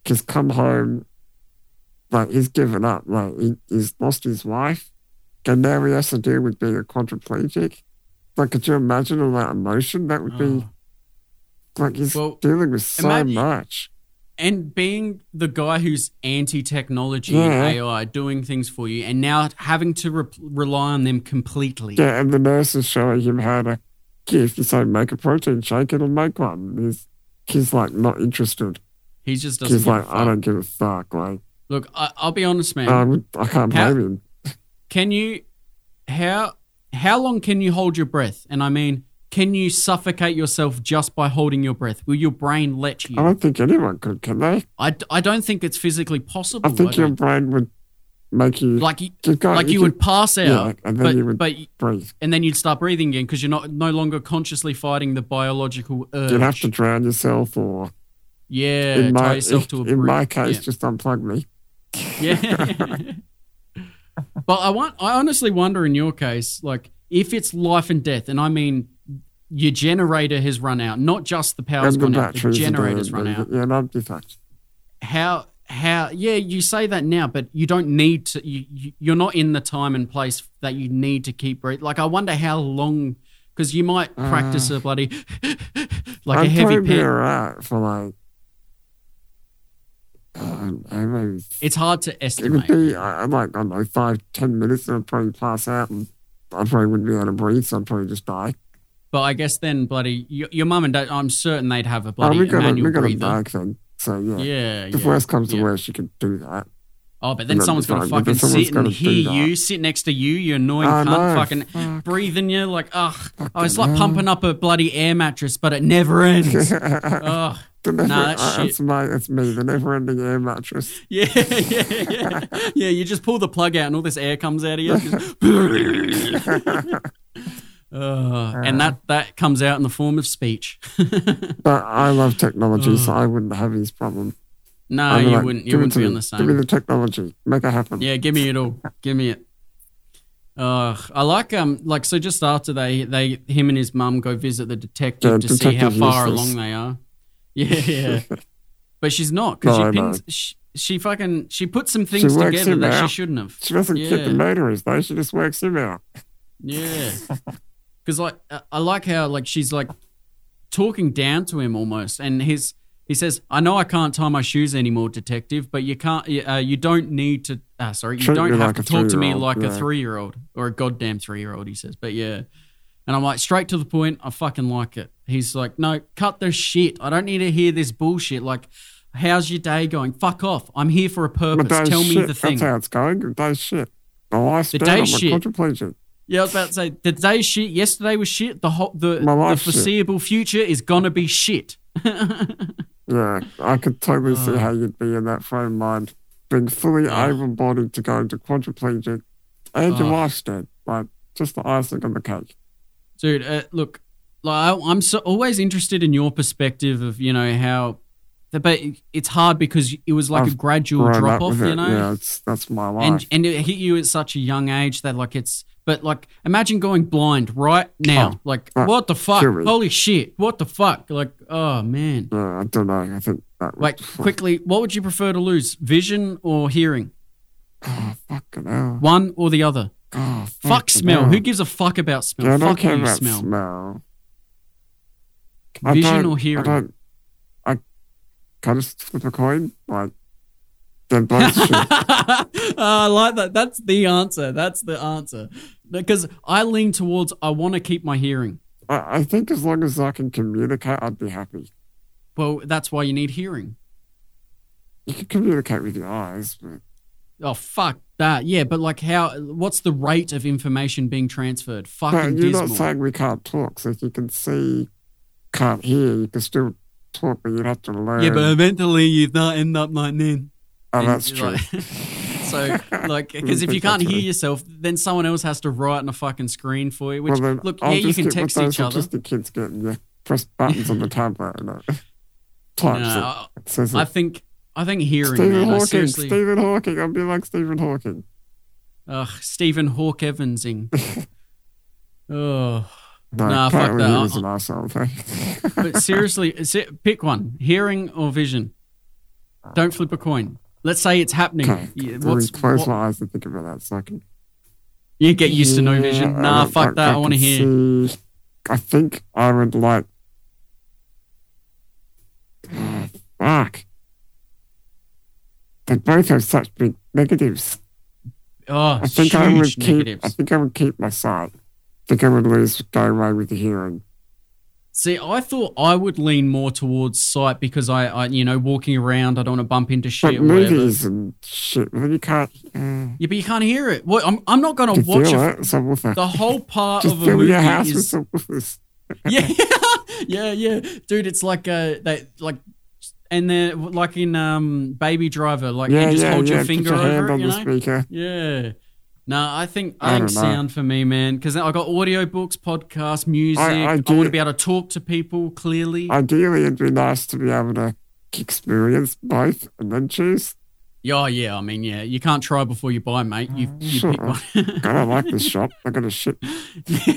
Speaker 1: Just come home, like he's given up. Like he, he's lost his wife, and now he has to deal with being a quadriplegic. Like, could you imagine all that emotion? That would be.
Speaker 2: Oh.
Speaker 1: Like he's
Speaker 2: Well,
Speaker 1: dealing with so
Speaker 2: imagine-
Speaker 1: much.
Speaker 2: and being the guy who's anti-technology
Speaker 1: Yeah.
Speaker 2: and AI, doing things for you, and now having to re- rely on them completely.
Speaker 1: Yeah, and the nurse is showing him how to. yeah, If you say make a protein shake, it'll make one. He's, he's like not interested.
Speaker 2: He just doesn't.
Speaker 1: He's
Speaker 2: give a
Speaker 1: like, I
Speaker 2: fuck.
Speaker 1: don't Um, give a fuck. Like,
Speaker 2: Look, I, I'll be honest, man.
Speaker 1: I, would- I can't
Speaker 2: How-
Speaker 1: blame him.
Speaker 2: can you how how long can you hold your breath? And I mean, can you suffocate yourself just by holding your breath? Will your brain let
Speaker 1: I
Speaker 2: you?
Speaker 1: don't think anyone could, can they?
Speaker 2: I, d- I don't think it's physically
Speaker 1: I
Speaker 2: possible.
Speaker 1: think your
Speaker 2: don't-
Speaker 1: brain would make you
Speaker 2: like you,
Speaker 1: keep going.
Speaker 2: like you would pass out,
Speaker 1: yeah, and then
Speaker 2: but
Speaker 1: you would
Speaker 2: but y-
Speaker 1: breathe.
Speaker 2: and then you'd start breathing again because you're not no longer consciously fighting the biological urge.
Speaker 1: You'd have to drown yourself, or
Speaker 2: uh, yeah,
Speaker 1: in
Speaker 2: tie
Speaker 1: my
Speaker 2: yourself to a
Speaker 1: in my
Speaker 2: brick.
Speaker 1: case,
Speaker 2: Yeah.
Speaker 1: just unplug me.
Speaker 2: Yeah. but I want I honestly wonder in your case, like if it's life and death, and I mean your generator has run out, not just the power's
Speaker 1: and the
Speaker 2: gone out, the
Speaker 1: batteries are
Speaker 2: generator's
Speaker 1: down,
Speaker 2: run
Speaker 1: and-
Speaker 2: out.
Speaker 1: Yeah, and I'd be fucked.
Speaker 2: How how yeah, you say that now, but you don't need to you, you you're not in the time and place that you need to keep breathing. Like I wonder how long because you might
Speaker 1: Uh.
Speaker 2: practice a bloody like
Speaker 1: I'd
Speaker 2: a heavy
Speaker 1: probably be
Speaker 2: pen.
Speaker 1: alright for like. Um, I mean,
Speaker 2: It's hard to
Speaker 1: it would
Speaker 2: estimate.
Speaker 1: be I, I'm like I don't know five ten minutes and I'd probably pass out and I probably wouldn't be able to breathe, so I'd probably just die.
Speaker 2: But I guess then, bloody, your, your mum and dad, I'm certain they'd have a
Speaker 1: Oh,
Speaker 2: bloody
Speaker 1: we got a,
Speaker 2: manual
Speaker 1: we got a
Speaker 2: breather.
Speaker 1: bag thing, so yeah.
Speaker 2: Yeah,
Speaker 1: If
Speaker 2: yeah.
Speaker 1: worst comes
Speaker 2: yeah.
Speaker 1: to worst, you could do that.
Speaker 2: Oh, but
Speaker 1: And
Speaker 2: then
Speaker 1: then
Speaker 2: someone's got to
Speaker 1: design, but then
Speaker 2: fucking
Speaker 1: someone's
Speaker 2: sit and
Speaker 1: gotta do
Speaker 2: hear
Speaker 1: that.
Speaker 2: you, sit next to you, you annoying
Speaker 1: I
Speaker 2: cunt,
Speaker 1: know.
Speaker 2: fucking
Speaker 1: Fuck.
Speaker 2: breathing you like, ugh. Oh,
Speaker 1: Fucking
Speaker 2: it's like
Speaker 1: hell.
Speaker 2: pumping up a bloody air mattress, but it never ends. Ugh.
Speaker 1: The never,
Speaker 2: Nah, that's
Speaker 1: uh,
Speaker 2: shit.
Speaker 1: It's, my, it's me, the never ending air mattress.
Speaker 2: Yeah, yeah, yeah. Yeah, you just pull the plug out and all this air comes out of you. Just- Ugh.
Speaker 1: Uh.
Speaker 2: and that, that comes out in the form of speech.
Speaker 1: But I love technology, so I wouldn't have his problem.
Speaker 2: no,
Speaker 1: I'd be
Speaker 2: you
Speaker 1: like,
Speaker 2: wouldn't. You
Speaker 1: "Give it
Speaker 2: wouldn't
Speaker 1: to
Speaker 2: be
Speaker 1: me.
Speaker 2: on the
Speaker 1: Give me
Speaker 2: same.
Speaker 1: the technology. Make it happen.
Speaker 2: Yeah, give me it all. Give me it. Ugh. I like um like so just after they they him and his mum go visit the detective
Speaker 1: The
Speaker 2: to see how
Speaker 1: detective's
Speaker 2: far
Speaker 1: useless.
Speaker 2: along they are. Yeah, yeah. but she's not because
Speaker 1: No, I
Speaker 2: she
Speaker 1: know.
Speaker 2: pins she, she fucking she put some things
Speaker 1: works
Speaker 2: together
Speaker 1: him
Speaker 2: that she
Speaker 1: out.
Speaker 2: shouldn't have.
Speaker 1: She doesn't kid the
Speaker 2: Yeah.
Speaker 1: murderers, though. She just works him out.
Speaker 2: Yeah. Because like I- I like how like she's like talking down to him almost, and his he says, "I know I can't tie my shoes anymore, detective, but you can't. you- Uh, you don't need to. Uh, sorry, you
Speaker 1: Treat
Speaker 2: don't
Speaker 1: me
Speaker 2: have
Speaker 1: like
Speaker 2: to
Speaker 1: a
Speaker 2: talk to me
Speaker 1: three-year-old,
Speaker 2: like a
Speaker 1: yeah.
Speaker 2: three-year-old or a goddamn three-year-old." He says, "But yeah." And I'm like, straight to the point. I fucking like it. He's like, no, cut the shit. I don't need to hear this bullshit. Like, how's your day going? Fuck off. I'm here for a
Speaker 1: But
Speaker 2: purpose.
Speaker 1: day's
Speaker 2: Tell
Speaker 1: shit.
Speaker 2: me the thing.
Speaker 1: That's how it's going. The day's shit. My life's
Speaker 2: The
Speaker 1: bad. I'm a
Speaker 2: day's shit.
Speaker 1: quadriplegic.
Speaker 2: Yeah, I was about to say today's shit. Yesterday was shit. The whole the,
Speaker 1: My
Speaker 2: the
Speaker 1: life's shit.
Speaker 2: foreseeable future is gonna be shit.
Speaker 1: Yeah, I could totally see
Speaker 2: Oh.
Speaker 1: how you'd be in that frame of mind. Being fully
Speaker 2: Oh.
Speaker 1: able-bodied to go into quadriplegic and your
Speaker 2: Oh.
Speaker 1: life's dead. Like, just the icing on the cake.
Speaker 2: Dude, uh, look, like I, I'm so always interested in your perspective of you know how, but it's hard because it was like a
Speaker 1: I've
Speaker 2: gradual
Speaker 1: Growing
Speaker 2: drop
Speaker 1: up
Speaker 2: off,
Speaker 1: with
Speaker 2: you
Speaker 1: it,
Speaker 2: know.
Speaker 1: Yeah, it's, that's my life.
Speaker 2: and and it hit you at such a young age that like it's but like imagine going blind right now like
Speaker 1: right.
Speaker 2: what the fuck
Speaker 1: Kill me.
Speaker 2: holy shit what the fuck like oh man
Speaker 1: yeah, I don't know. I think that would...
Speaker 2: like quickly what would you prefer to lose vision or hearing
Speaker 1: Oh, fucking hell.
Speaker 2: one or the other
Speaker 1: Oh,
Speaker 2: Fuck
Speaker 1: fucking
Speaker 2: smell.
Speaker 1: hell.
Speaker 2: Who gives a fuck about smell?
Speaker 1: Yeah, I don't
Speaker 2: fuck
Speaker 1: care
Speaker 2: you,
Speaker 1: about
Speaker 2: smell.
Speaker 1: smell.
Speaker 2: Vision
Speaker 1: don't-
Speaker 2: or
Speaker 1: I
Speaker 2: hearing?
Speaker 1: don't. I kind of flip a coin. Like, they're both shit.
Speaker 2: Oh, I like that. That's the answer. That's the answer. Because I lean towards I want to keep my hearing.
Speaker 1: I, I think as long as I can communicate, I'd be happy.
Speaker 2: Well, that's why you need hearing.
Speaker 1: You can communicate with your eyes, but
Speaker 2: Oh fuck that. Yeah, but like how? What's the rate of information being transferred?
Speaker 1: but
Speaker 2: Fucking
Speaker 1: you're
Speaker 2: dismal.
Speaker 1: not saying we can't talk. So if you can see, can't hear, you can still talk, but you'd have to learn.
Speaker 2: yeah, but eventually you not end up like then.
Speaker 1: oh,
Speaker 2: And
Speaker 1: that's
Speaker 2: you're
Speaker 1: true.
Speaker 2: like- so, like, because if you
Speaker 1: think
Speaker 2: can't
Speaker 1: that's
Speaker 2: hear
Speaker 1: right.
Speaker 2: yourself, then someone else has to write on a fucking screen for you. Which,
Speaker 1: well, then
Speaker 2: look,
Speaker 1: I'll
Speaker 2: yeah, you
Speaker 1: just
Speaker 2: can
Speaker 1: get
Speaker 2: text
Speaker 1: what those
Speaker 2: each other.
Speaker 1: autistic kids get and you press buttons on the tablet and it
Speaker 2: No,
Speaker 1: types it.
Speaker 2: I,
Speaker 1: Says
Speaker 2: I
Speaker 1: it.
Speaker 2: think I think hearing
Speaker 1: Stephen
Speaker 2: man, I
Speaker 1: Hawking.
Speaker 2: seriously,
Speaker 1: Stephen Hawking. I'll be like Stephen Hawking.
Speaker 2: ugh, Stephen Hawk Evansing.
Speaker 1: No,
Speaker 2: oh, Nah, fuck
Speaker 1: apparently
Speaker 2: that.
Speaker 1: he was an arsehole. though.
Speaker 2: but seriously, is it- pick one: hearing or vision. Don't flip a coin. Let's say it's happening.
Speaker 1: okay.
Speaker 2: Yeah,
Speaker 1: Let me
Speaker 2: what's,
Speaker 1: close
Speaker 2: what-
Speaker 1: my eyes and think about that so I can
Speaker 2: you get used to no vision.
Speaker 1: Yeah,
Speaker 2: Nah,
Speaker 1: I-
Speaker 2: fuck that. I, want to
Speaker 1: can
Speaker 2: hear.
Speaker 1: see- I think I would like. Ah, fuck. They both have such big negatives.
Speaker 2: Oh,
Speaker 1: I think I would
Speaker 2: huge
Speaker 1: keep. I
Speaker 2: negatives.
Speaker 1: think I would keep my sight. I think I would lose going away with the hearing.
Speaker 2: See, I thought I would lean more towards sight because I, I you know, walking around, I don't want to bump into
Speaker 1: But
Speaker 2: shit or whatever.
Speaker 1: movies and shit, well, you can't. Uh,
Speaker 2: Yeah, but you can't hear it. What? I'm, I'm not going to
Speaker 1: you
Speaker 2: watch
Speaker 1: feel
Speaker 2: a,
Speaker 1: it, subwoofer.
Speaker 2: the whole part
Speaker 1: Just
Speaker 2: of a
Speaker 1: fill
Speaker 2: movie
Speaker 1: your house with
Speaker 2: is
Speaker 1: subwoofers.
Speaker 2: yeah, yeah, yeah, dude. It's like uh, they like, and they're like in um, Baby Driver, like
Speaker 1: Yeah,
Speaker 2: you just
Speaker 1: yeah,
Speaker 2: hold
Speaker 1: yeah.
Speaker 2: your finger
Speaker 1: Put your hand
Speaker 2: over it,
Speaker 1: on
Speaker 2: you
Speaker 1: the
Speaker 2: know?
Speaker 1: speaker.
Speaker 2: Yeah. No, I think
Speaker 1: I
Speaker 2: I, think
Speaker 1: don't know.
Speaker 2: sound for me, man, because I got audiobooks, podcasts, music. I,
Speaker 1: I
Speaker 2: want to
Speaker 1: do-
Speaker 2: be able to talk to people clearly.
Speaker 1: Ideally, it'd be nice to be able to experience both and then choose.
Speaker 2: Yeah, oh, yeah. I mean, yeah, you can't try before you buy, mate. You you
Speaker 1: Sure.
Speaker 2: pick one.
Speaker 1: God, I like this shop. I got a shit, shit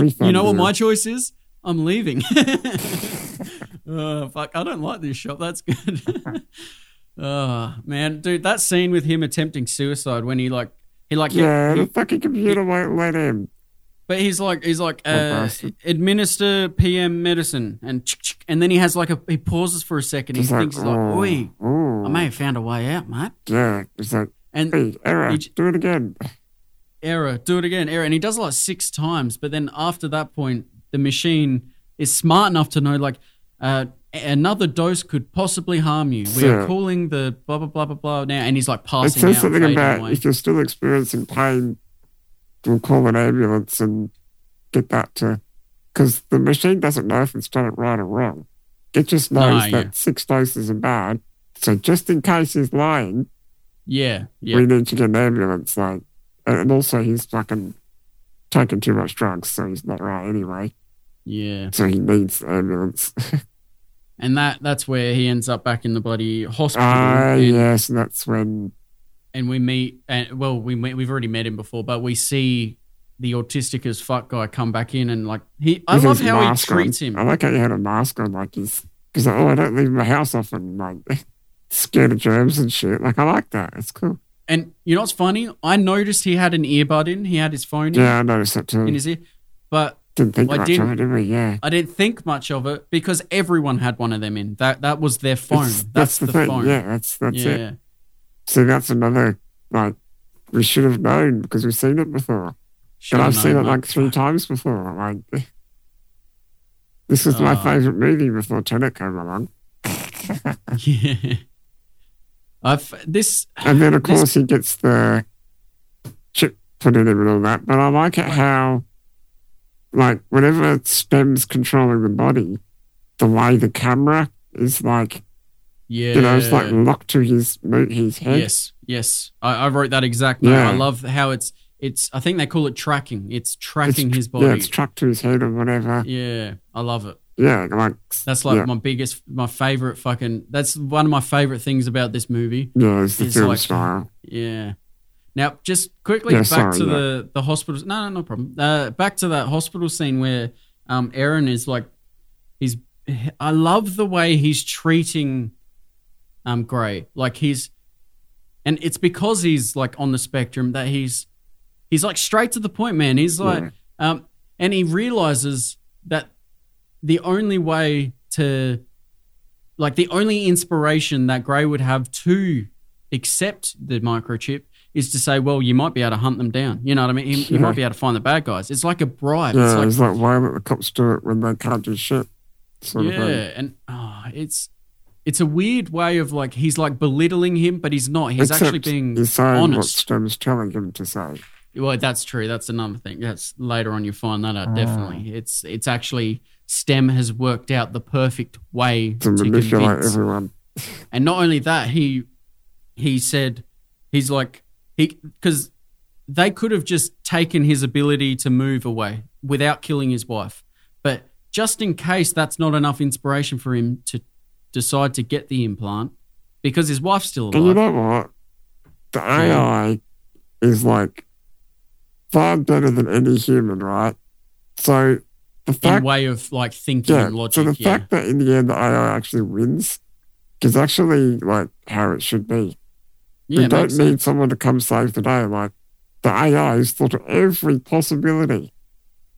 Speaker 1: refund.
Speaker 2: you know what
Speaker 1: here.
Speaker 2: my choice is? I'm leaving. oh, fuck, I don't like this shop. That's good. oh, man, dude, that scene with him attempting suicide when he like he like
Speaker 1: Yeah, the fucking computer won't let him.
Speaker 2: but he's like he's like uh,
Speaker 1: bastard.
Speaker 2: administer PM medicine and and then he has like a he pauses for a second. He
Speaker 1: He's
Speaker 2: thinks
Speaker 1: like,
Speaker 2: like,
Speaker 1: oh,
Speaker 2: oi,
Speaker 1: oh.
Speaker 2: I may have found a way out, mate.
Speaker 1: Yeah, it's like,
Speaker 2: And
Speaker 1: hey, error,
Speaker 2: He j-
Speaker 1: do it again.
Speaker 2: error, do it again, error. And he does it like six times. But then after that point, the machine is smart enough to know, like, uh, another dose could possibly harm you. We
Speaker 1: Yeah.
Speaker 2: are calling the blah blah blah blah blah now, and he's like
Speaker 1: Hmm. It
Speaker 2: passing
Speaker 1: says
Speaker 2: out, eh?
Speaker 1: something
Speaker 2: fading
Speaker 1: about
Speaker 2: away.
Speaker 1: if you're still experiencing pain, we'll call an ambulance and get that to. Because the machine doesn't know if it's done it right or wrong. It just
Speaker 2: No,
Speaker 1: knows
Speaker 2: yeah.
Speaker 1: that six doses are bad. So just in case he's lying,
Speaker 2: yeah, yeah,
Speaker 1: we need to get an ambulance. Like, and and also he's fucking taking too much drugs, so he's not right anyway.
Speaker 2: yeah.
Speaker 1: So he needs the ambulance.
Speaker 2: And that that's where he ends up back in the bloody hospital.
Speaker 1: Ah,
Speaker 2: and,
Speaker 1: yes, and that's when
Speaker 2: and we meet, and well, we met, we've already met him before, but we see the autistic as fuck guy come back in, and like he, I
Speaker 1: with
Speaker 2: love
Speaker 1: his
Speaker 2: how he
Speaker 1: mask on.
Speaker 2: treats him.
Speaker 1: I like how he had a mask on, like he's because oh, I don't leave my house often, like scared of germs and shit. Like I like that. It's cool.
Speaker 2: And you know what's funny? I noticed he had an earbud in. He had his phone in-
Speaker 1: Yeah, I noticed that too.
Speaker 2: in his ear, but
Speaker 1: didn't think
Speaker 2: I
Speaker 1: much
Speaker 2: didn't-
Speaker 1: of it, did we? Yeah.
Speaker 2: I didn't think much of it because everyone had one of them in. That that was their phone.
Speaker 1: It's-
Speaker 2: That's, the,
Speaker 1: thing.
Speaker 2: phone.
Speaker 1: Yeah, that's that's
Speaker 2: yeah.
Speaker 1: it. So that's another like we should have known because we've seen it before.
Speaker 2: Should've
Speaker 1: And I've seen
Speaker 2: known,
Speaker 1: it
Speaker 2: mate.
Speaker 1: like three times before. Like this was my
Speaker 2: Ah.
Speaker 1: favorite movie before Tenet came along.
Speaker 2: Yeah. I've this
Speaker 1: And then, of
Speaker 2: This-
Speaker 1: course, he gets the chip put in him and all that. But I like it how, like, whenever STEM's controlling the body, the way the camera is like,
Speaker 2: yeah.
Speaker 1: you know, it's like locked to his mo- his head.
Speaker 2: yes, yes. I, I wrote that exact note.
Speaker 1: Yeah.
Speaker 2: I love how it's it's I think they call it tracking. It's tracking
Speaker 1: It's-
Speaker 2: his body.
Speaker 1: Yeah, it's trapped to his head or whatever.
Speaker 2: yeah, I love it.
Speaker 1: Yeah, like
Speaker 2: That's like
Speaker 1: yeah,
Speaker 2: my biggest my favorite fucking that's one of my favorite things about this movie.
Speaker 1: yeah, it's the
Speaker 2: it's
Speaker 1: film
Speaker 2: like-
Speaker 1: style.
Speaker 2: Yeah. Now, just quickly
Speaker 1: Yeah,
Speaker 2: back
Speaker 1: sorry,
Speaker 2: to
Speaker 1: yeah.
Speaker 2: the the hospital. No, no, no problem. Uh, back to that hospital scene where um, Aaron is like, he's. I love the way he's treating, um, Gray. Like he's, and it's because he's like on the spectrum that he's, he's like straight to the point, man. He's like,
Speaker 1: Yeah.
Speaker 2: um, and he realizes that the only way to, like, the only inspiration that Gray would have to accept the microchip is to say, well, you might be able to hunt them down. You know what I mean? You, you might be able to find the bad guys. It's like a bribe.
Speaker 1: Yeah,
Speaker 2: it's like,
Speaker 1: it's like why let the cops do it when they can't do shit? Sort
Speaker 2: yeah,
Speaker 1: of thing.
Speaker 2: and oh, it's it's a weird way of like he's like belittling him, but he's not. He's actually
Speaker 1: Except
Speaker 2: being
Speaker 1: he's saying what
Speaker 2: honest.
Speaker 1: STEM's telling him to say.
Speaker 2: Well, that's true. That's another thing. That's later on you find that
Speaker 1: Ah.
Speaker 2: out. Definitely, it's it's actually STEM has worked out the perfect way
Speaker 1: To
Speaker 2: to,
Speaker 1: manipulate
Speaker 2: convince.
Speaker 1: everyone.
Speaker 2: And not only that, he he said he's like he because they could have just taken his ability to move away without killing his wife, but just in case that's not enough inspiration for him to decide to get the implant because his wife's still
Speaker 1: But you
Speaker 2: alive.
Speaker 1: know what? The AI is like far better than any human, right? So the
Speaker 2: In
Speaker 1: fact,
Speaker 2: way of like thinking
Speaker 1: yeah,
Speaker 2: and logic,
Speaker 1: so the
Speaker 2: yeah.
Speaker 1: fact that in the end the AI actually wins is actually like how it should be.
Speaker 2: yeah,
Speaker 1: we
Speaker 2: it
Speaker 1: don't
Speaker 2: makes
Speaker 1: need someone to come save the day. Like the AI has thought of every possibility.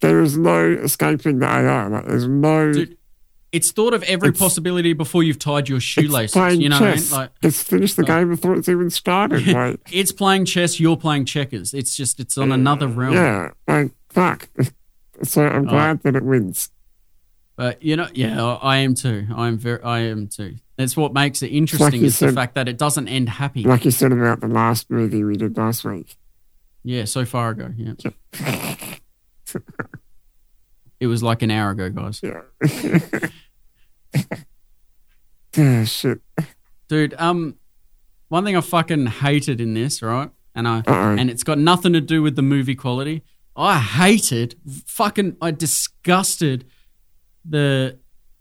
Speaker 1: There is no escaping the AI. Like there's no.
Speaker 2: Dude, it's thought of every
Speaker 1: It's-
Speaker 2: possibility before you've tied your
Speaker 1: it's
Speaker 2: shoelaces.
Speaker 1: playing
Speaker 2: You know what I mean?
Speaker 1: chess.
Speaker 2: Like
Speaker 1: it's finished the
Speaker 2: like-
Speaker 1: game before it's even started. Like
Speaker 2: it's playing chess, you're playing checkers. It's just it's on
Speaker 1: Uh,
Speaker 2: another realm.
Speaker 1: Yeah, like fuck. So I'm
Speaker 2: Oh.
Speaker 1: glad that it wins.
Speaker 2: But you know, yeah, I I am too. I am very, I am too. That's what makes it
Speaker 1: Like
Speaker 2: interesting
Speaker 1: you
Speaker 2: is the
Speaker 1: said-
Speaker 2: fact that it doesn't end happy.
Speaker 1: Like you said about the last movie we did last week.
Speaker 2: yeah, so far ago. Yeah, it was like an hour ago, guys.
Speaker 1: yeah. Ah, shit.
Speaker 2: Dude, um, one thing I fucking hated in this, right? And I
Speaker 1: Uh oh.
Speaker 2: and it's got nothing to do with the movie quality. I hated, fucking, I disgusted the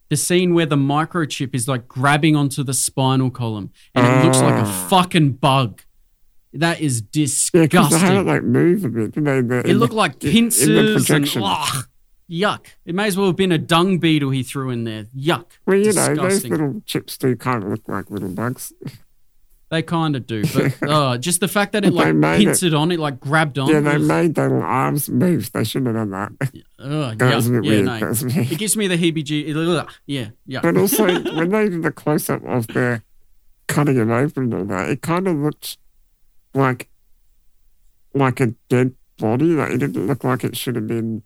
Speaker 2: the scene where the microchip is like grabbing onto the spinal column and it looks like a
Speaker 1: Ah.
Speaker 2: fucking bug. That is
Speaker 1: Yeah, because they had it
Speaker 2: disgusting.
Speaker 1: like move a bit, didn't they?
Speaker 2: It looked like
Speaker 1: in- in the
Speaker 2: pincers and
Speaker 1: projection.
Speaker 2: ugh, yuck. It may as well have been a dung beetle he threw in there. Yuck.
Speaker 1: Well, you know, those
Speaker 2: disgusting.
Speaker 1: little chips do kind of look like little bugs.
Speaker 2: they kind of do, but uh, just the fact that it
Speaker 1: They
Speaker 2: like
Speaker 1: made it.
Speaker 2: pincered on it, like grabbed on.
Speaker 1: yeah, they
Speaker 2: ugh,
Speaker 1: made their little arms move. They shouldn't have done that.
Speaker 2: ugh,
Speaker 1: That was a
Speaker 2: yuck.
Speaker 1: bit
Speaker 2: yeah,
Speaker 1: weird.
Speaker 2: no,
Speaker 1: That was weird.
Speaker 2: It gives me the heebie-jeebies. Yeah, yeah.
Speaker 1: But also, when they did the close up of the cutting him open and that, it kind of looked like like a dead body. Like it didn't look like it should have been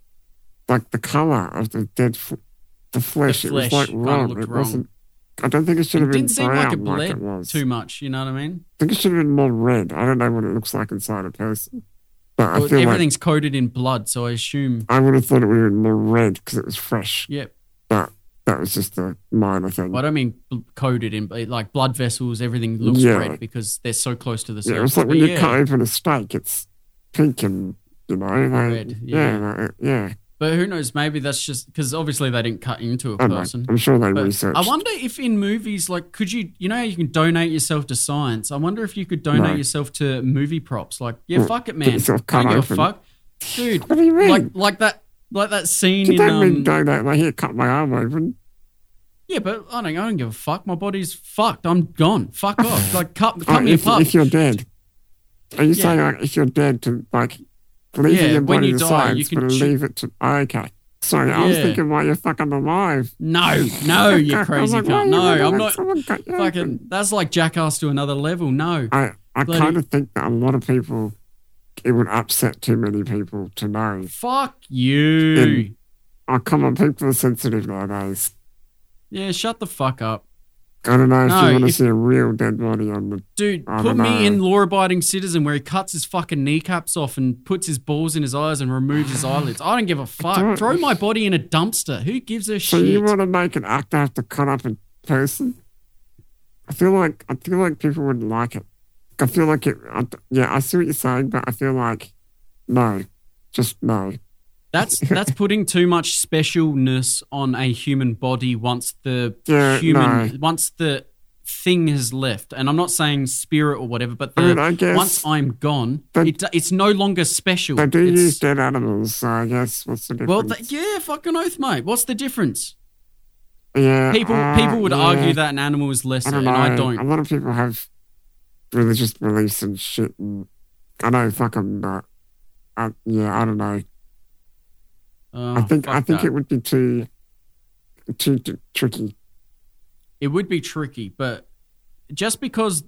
Speaker 1: like the color of the dead, f- the flesh. It was like
Speaker 2: flesh kinda
Speaker 1: wrong.
Speaker 2: looked
Speaker 1: It
Speaker 2: wrong.
Speaker 1: wasn't. I don't think it should
Speaker 2: It
Speaker 1: have been
Speaker 2: didn't seem
Speaker 1: brown
Speaker 2: like
Speaker 1: like
Speaker 2: it
Speaker 1: it,
Speaker 2: bled
Speaker 1: was.
Speaker 2: too much. You know what I mean?
Speaker 1: I think it should have been more red. I don't know what it looks like inside a person, but I
Speaker 2: Well,
Speaker 1: feel like
Speaker 2: everything's coated in blood, so I assume.
Speaker 1: I would have thought it would have been more red because it was fresh.
Speaker 2: Yep.
Speaker 1: That was just a minor thing.
Speaker 2: Well, I don't mean bl- coated in but, like blood vessels. Everything looks
Speaker 1: Yeah.
Speaker 2: red because they're so close to the surface.
Speaker 1: yeah, it's like
Speaker 2: But
Speaker 1: when you
Speaker 2: yeah.
Speaker 1: cut open a steak, it's pink and you know, like,
Speaker 2: Red,
Speaker 1: yeah,
Speaker 2: yeah.
Speaker 1: like, yeah.
Speaker 2: But who knows? Maybe that's just because obviously they didn't cut into a
Speaker 1: I don't know.
Speaker 2: person.
Speaker 1: I'm sure they
Speaker 2: But
Speaker 1: researched.
Speaker 2: I wonder if in movies, like, could you, you know, how you can donate yourself to science. I wonder if you could donate
Speaker 1: No.
Speaker 2: yourself to movie props. Like, yeah,
Speaker 1: Well,
Speaker 2: fuck it, man.
Speaker 1: yourself
Speaker 2: I
Speaker 1: cut
Speaker 2: don't give a
Speaker 1: open.
Speaker 2: fuck, dude.
Speaker 1: what do you mean?
Speaker 2: like, like that, like that scene
Speaker 1: you
Speaker 2: in.
Speaker 1: don't mean
Speaker 2: Um,
Speaker 1: donate my hair, cut my arm open.
Speaker 2: yeah, but I don't, I don't give a fuck. My body's fucked. I'm gone. Fuck off. Like, cut,
Speaker 1: Oh,
Speaker 2: cut me
Speaker 1: if,
Speaker 2: apart.
Speaker 1: if you're dead. Are you
Speaker 2: Yeah.
Speaker 1: saying like if you're dead to like leaving
Speaker 2: Yeah,
Speaker 1: your
Speaker 2: when
Speaker 1: body
Speaker 2: you
Speaker 1: to
Speaker 2: die,
Speaker 1: science,
Speaker 2: you can
Speaker 1: but
Speaker 2: ch-
Speaker 1: leave it to oh, okay. Sorry, I was
Speaker 2: Yeah.
Speaker 1: thinking why you're fucking alive.
Speaker 2: no, no, you
Speaker 1: I was
Speaker 2: crazy
Speaker 1: like, why
Speaker 2: cunt.
Speaker 1: you
Speaker 2: No,
Speaker 1: living
Speaker 2: I'm
Speaker 1: when
Speaker 2: not
Speaker 1: someone cut you open?
Speaker 2: fucking. That's like jackass to another level. No.
Speaker 1: I I
Speaker 2: bloody-
Speaker 1: kind of think that a lot of people it would upset too many people to know.
Speaker 2: Fuck you.
Speaker 1: Oh come on, people are sensitive nowadays.
Speaker 2: Yeah, shut the fuck up.
Speaker 1: I don't know if
Speaker 2: No,
Speaker 1: you want to
Speaker 2: if-
Speaker 1: see a real dead body on the
Speaker 2: Dude,
Speaker 1: I
Speaker 2: put
Speaker 1: don't know.
Speaker 2: me in law abiding citizen where he cuts his fucking kneecaps off and puts his balls in his eyes and removes his eyelids. I don't give a fuck.
Speaker 1: don't-
Speaker 2: Throw my body in a dumpster. Who gives a
Speaker 1: So
Speaker 2: shit?
Speaker 1: you want to make an actor have to cut up a person? I feel like I feel like people wouldn't like it. I feel like it. I, yeah, I see what you're saying, but I feel like no, just no.
Speaker 2: that's that's putting too much specialness on a human body once the
Speaker 1: Yeah,
Speaker 2: human once the thing has left. And I'm not saying spirit or whatever, but the,
Speaker 1: I mean, I guess
Speaker 2: once I'm gone,
Speaker 1: But-
Speaker 2: it, it's no longer special.
Speaker 1: they do
Speaker 2: It's-
Speaker 1: use dead animals, so I guess what's the difference?
Speaker 2: well, th- yeah, fucking oath, mate. What's the difference?
Speaker 1: yeah,
Speaker 2: People
Speaker 1: uh,
Speaker 2: people would
Speaker 1: yeah,
Speaker 2: argue that an animal is lesser,
Speaker 1: I don't
Speaker 2: and
Speaker 1: know.
Speaker 2: I don't.
Speaker 1: A lot of people have religious beliefs and shit. And I know, fucking, uh, uh, yeah, I don't know.
Speaker 2: Oh,
Speaker 1: I think
Speaker 2: fuck
Speaker 1: I think
Speaker 2: that.
Speaker 1: it would be too too, too tricky.
Speaker 2: it would be tricky, but just because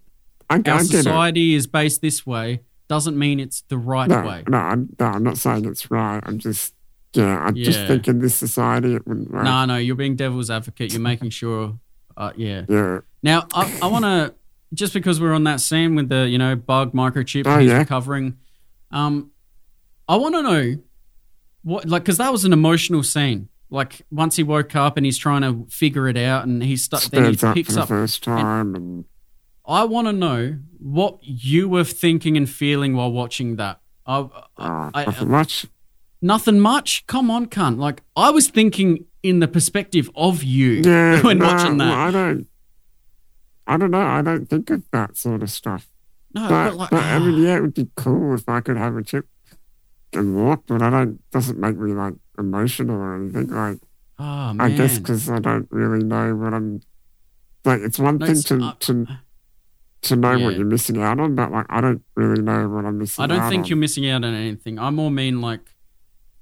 Speaker 1: I, I get
Speaker 2: our
Speaker 1: it.
Speaker 2: society is based this way doesn't mean it's the right
Speaker 1: No,
Speaker 2: way.
Speaker 1: no, I'm, no, I'm not saying it's right. I'm just, yeah, I'm just
Speaker 2: Yeah.
Speaker 1: thinking this society it wouldn't work.
Speaker 2: No, no, you're being devil's advocate. You're making sure. Uh, yeah.
Speaker 1: Yeah,
Speaker 2: Now, I, I want to just because we're on that scene with the you know bug microchip
Speaker 1: Oh,
Speaker 2: and he's
Speaker 1: yeah.
Speaker 2: recovering. Um, I want to know what like because that was an emotional scene. Like once he woke up and he's trying to figure it out, and he stu- then
Speaker 1: stands
Speaker 2: he
Speaker 1: up for
Speaker 2: picks
Speaker 1: the
Speaker 2: up
Speaker 1: first time, and
Speaker 2: I want to know what you were thinking and feeling while watching that. I, I,
Speaker 1: uh,
Speaker 2: I-
Speaker 1: nothing much.
Speaker 2: nothing much. Come on, cunt. Like I was thinking in the perspective of you
Speaker 1: Yeah,
Speaker 2: when
Speaker 1: no,
Speaker 2: watching
Speaker 1: well,
Speaker 2: that.
Speaker 1: I don't, I don't know. I don't think of that sort of stuff.
Speaker 2: No,
Speaker 1: But,
Speaker 2: but like,
Speaker 1: but I mean, yeah, it would be cool if I could have a chip and walk, but I don't. Doesn't make me like emotional or anything. Like
Speaker 2: ah,
Speaker 1: I
Speaker 2: man.
Speaker 1: guess because I don't really know what I'm. Like it's one
Speaker 2: No,
Speaker 1: thing
Speaker 2: it's-
Speaker 1: to
Speaker 2: I-
Speaker 1: to to know what
Speaker 2: Yeah.
Speaker 1: you're missing out on, but like I don't really know what I'm missing.
Speaker 2: I don't
Speaker 1: out
Speaker 2: think
Speaker 1: on.
Speaker 2: you're missing out on anything. I more mean like,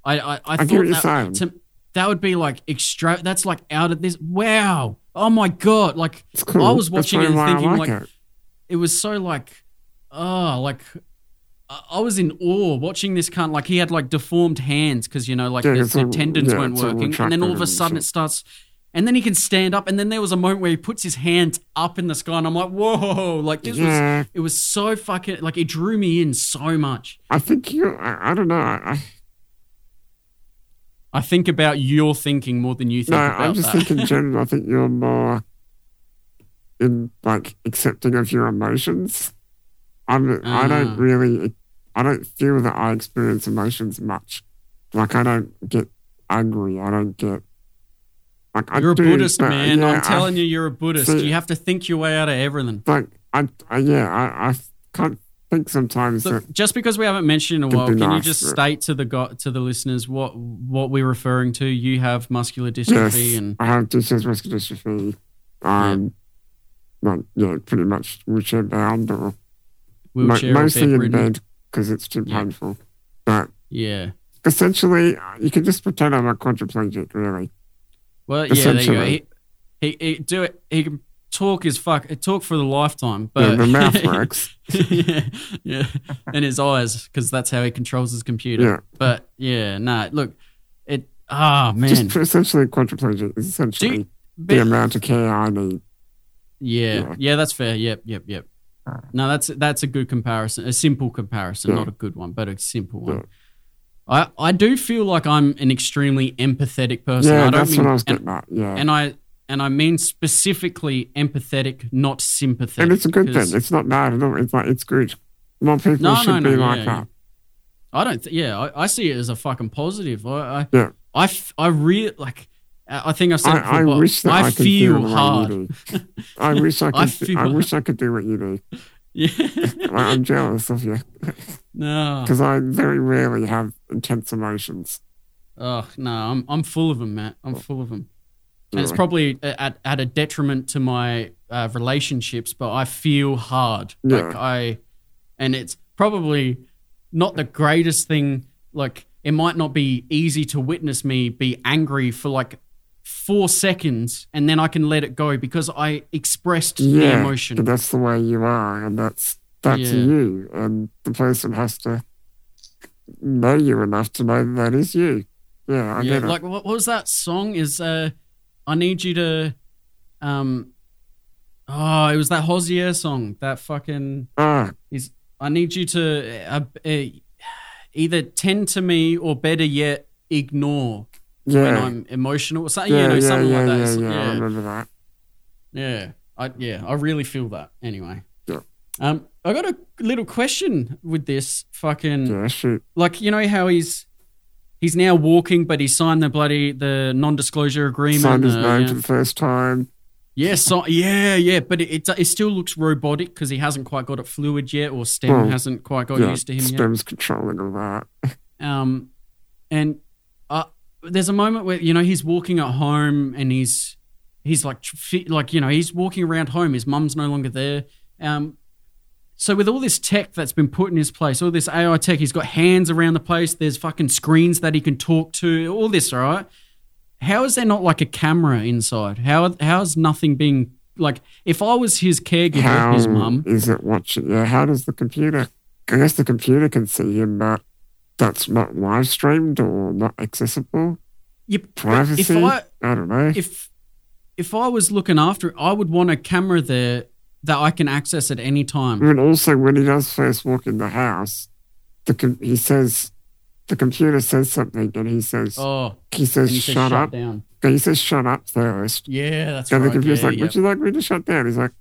Speaker 2: I, I, I,
Speaker 1: I get
Speaker 2: thought
Speaker 1: what you're
Speaker 2: that,
Speaker 1: saying.
Speaker 2: to, that would be like extra. That's like out of this. Wow. Oh my god. Like
Speaker 1: It's cool.
Speaker 2: I was
Speaker 1: That's
Speaker 2: watching it
Speaker 1: probably
Speaker 2: and
Speaker 1: why I
Speaker 2: thinking, like,
Speaker 1: it.
Speaker 2: it was so like oh like I I was in awe watching this cunt. Like he had like deformed hands because you know like
Speaker 1: Yeah,
Speaker 2: the,
Speaker 1: it's
Speaker 2: the
Speaker 1: all-
Speaker 2: tendons
Speaker 1: yeah,
Speaker 2: weren't
Speaker 1: it's all
Speaker 2: working, and then all of a
Speaker 1: retracted
Speaker 2: sudden it
Speaker 1: and
Speaker 2: starts, and then he can stand up, and then there was a moment where he puts his hands up in the sky, and I'm like, whoa! Like this was
Speaker 1: yeah,
Speaker 2: it was so fucking like it drew me in so much.
Speaker 1: I think you. I, I don't know. I, I,
Speaker 2: I think about your thinking more than you think
Speaker 1: no,
Speaker 2: about
Speaker 1: I'm just
Speaker 2: that.
Speaker 1: thinking general. I think you're more in like accepting of your emotions. I'm. I
Speaker 2: Ah.
Speaker 1: don't really. I don't feel that I experience emotions much. Like I don't get angry. I don't get. Like I
Speaker 2: you're a
Speaker 1: do,
Speaker 2: Buddhist
Speaker 1: but,
Speaker 2: man.
Speaker 1: yeah,
Speaker 2: I'm
Speaker 1: I
Speaker 2: telling you, you're a Buddhist.
Speaker 1: See-
Speaker 2: you have to think your way out of everything.
Speaker 1: like I, I yeah, I, I can't think sometimes
Speaker 2: Look,
Speaker 1: that
Speaker 2: just because we haven't mentioned in a
Speaker 1: Could
Speaker 2: while,
Speaker 1: be
Speaker 2: can you
Speaker 1: nice,
Speaker 2: just
Speaker 1: but-
Speaker 2: state to the go- to the listeners what what we're referring to? You have muscular
Speaker 1: yes,
Speaker 2: dystrophy, and
Speaker 1: I have Duchenne's muscular dystrophy. Um, like yeah, pretty much wheelchair bound or mo-
Speaker 2: wheelchair or
Speaker 1: mostly in uh,
Speaker 2: bedridden.
Speaker 1: bed because it's too
Speaker 2: Yeah.
Speaker 1: painful. But
Speaker 2: Yeah.
Speaker 1: essentially, you can just pretend I'm a quadriplegic, really.
Speaker 2: Well, yeah. There you go. He,
Speaker 1: Essentially.
Speaker 2: he, he do it. He can talk his fuck talk for the lifetime,
Speaker 1: Yeah,
Speaker 2: but
Speaker 1: the mouth works.
Speaker 2: yeah, yeah, and his eyes because that's how he controls his computer.
Speaker 1: Yeah.
Speaker 2: But yeah, nah. Look, it. Ah, man.
Speaker 1: Just essentially quadriplegic is essentially
Speaker 2: but-
Speaker 1: the amount of care I need.
Speaker 2: Yeah. yeah,
Speaker 1: Yeah.
Speaker 2: that's fair. Yep, yep, yep. No, that's that's a good comparison, a simple comparison,
Speaker 1: Yeah.
Speaker 2: not a good one, but a simple one.
Speaker 1: Yeah.
Speaker 2: I I do feel like I'm an extremely empathetic person. I
Speaker 1: yeah,
Speaker 2: don't
Speaker 1: that's
Speaker 2: mean,
Speaker 1: what I was
Speaker 2: and,
Speaker 1: getting at. Yeah, and,
Speaker 2: and I and I mean specifically empathetic, not sympathetic.
Speaker 1: it's a good
Speaker 2: 'cause
Speaker 1: thing. It's not bad at all. It's like it's good. More people
Speaker 2: No, no,
Speaker 1: should
Speaker 2: no,
Speaker 1: be
Speaker 2: yeah,
Speaker 1: like
Speaker 2: yeah.
Speaker 1: that.
Speaker 2: I don't. Th- yeah, I, I see it as a fucking positive. I I
Speaker 1: Yeah.
Speaker 2: I, f- I really like. I I think I said. it
Speaker 1: I, I
Speaker 2: before, but
Speaker 1: wish that I, could
Speaker 2: feel
Speaker 1: do what
Speaker 2: hard.
Speaker 1: You do. I wish I could.
Speaker 2: I
Speaker 1: I,
Speaker 2: feel-
Speaker 1: wish I could do what you do.
Speaker 2: Yeah.
Speaker 1: Like, I'm jealous of you
Speaker 2: no.
Speaker 1: because I very rarely have intense emotions.
Speaker 2: Oh no, I'm I'm full of them, Matt. I'm full of them, and it's
Speaker 1: Really.
Speaker 2: probably a- at at a detriment to my uh, relationships. But I feel hard, like
Speaker 1: Yeah.
Speaker 2: I, and it's probably not the greatest thing. Like it might not be easy to witness me be angry for like four seconds, and then I can let it go because I expressed the
Speaker 1: Yeah, but
Speaker 2: emotion.
Speaker 1: that's the way you are, and that's that's
Speaker 2: Mm. Yeah.
Speaker 1: you. And the person has to know you enough to know that is you. Yeah, I
Speaker 2: yeah,
Speaker 1: get it.
Speaker 2: like what, what was that song? Is uh, I need you to, um, oh, it was that Hozier song. That fucking
Speaker 1: ah,
Speaker 2: I need you to uh, uh, either tend to me or better yet ignore when
Speaker 1: yeah.
Speaker 2: I'm emotional or something.
Speaker 1: Yeah,
Speaker 2: you know,
Speaker 1: yeah,
Speaker 2: something
Speaker 1: yeah,
Speaker 2: like that.
Speaker 1: yeah,
Speaker 2: It's-
Speaker 1: yeah, I
Speaker 2: yeah.
Speaker 1: remember that.
Speaker 2: Yeah, I yeah, I really feel that. Anyway,
Speaker 1: Yeah.
Speaker 2: um, I got a little question with this fucking
Speaker 1: Yeah, shoot.
Speaker 2: like you know how he's he's now walking, but he signed the bloody the non-disclosure agreement.
Speaker 1: Signed his
Speaker 2: uh,
Speaker 1: name
Speaker 2: yeah.
Speaker 1: for the first time.
Speaker 2: Yeah, so, yeah, yeah, but it, it it still looks robotic because he hasn't quite got it fluid yet, or STEM
Speaker 1: Well,
Speaker 2: hasn't quite got
Speaker 1: Hmm. yeah,
Speaker 2: used to him yet.
Speaker 1: Stem's controlling all that.
Speaker 2: Um, and uh, there's a moment where you know he's walking at home and he's he's like tr- fi- like you know he's walking around home. His mum's no longer there. Um, so with all this tech that's been put in his place, all this AI tech, he's got hands around the place. There's fucking screens that he can talk to. All this, all right. How is there not like a camera inside? How how's nothing being like? If I was his caregiver,
Speaker 1: How
Speaker 2: his mum,
Speaker 1: is it watching? Yeah, how does the computer? I guess the computer can see him, but that's not live streamed or not accessible.
Speaker 2: you, if
Speaker 1: Privacy.
Speaker 2: I
Speaker 1: I don't know.
Speaker 2: if if I was looking after it, I would want a camera there that I can access at any time.
Speaker 1: And also, when he does first walk in the house, the com- he says, the computer says something, and he says,
Speaker 2: Oh,
Speaker 1: he
Speaker 2: and
Speaker 1: says,
Speaker 2: he
Speaker 1: shut,
Speaker 2: says shut
Speaker 1: up.
Speaker 2: down.
Speaker 1: He says, shut up first.
Speaker 2: Yeah, that's
Speaker 1: and the
Speaker 2: right.
Speaker 1: computer's
Speaker 2: yeah,
Speaker 1: like,
Speaker 2: yeah.
Speaker 1: would you like me to shut down? He's like,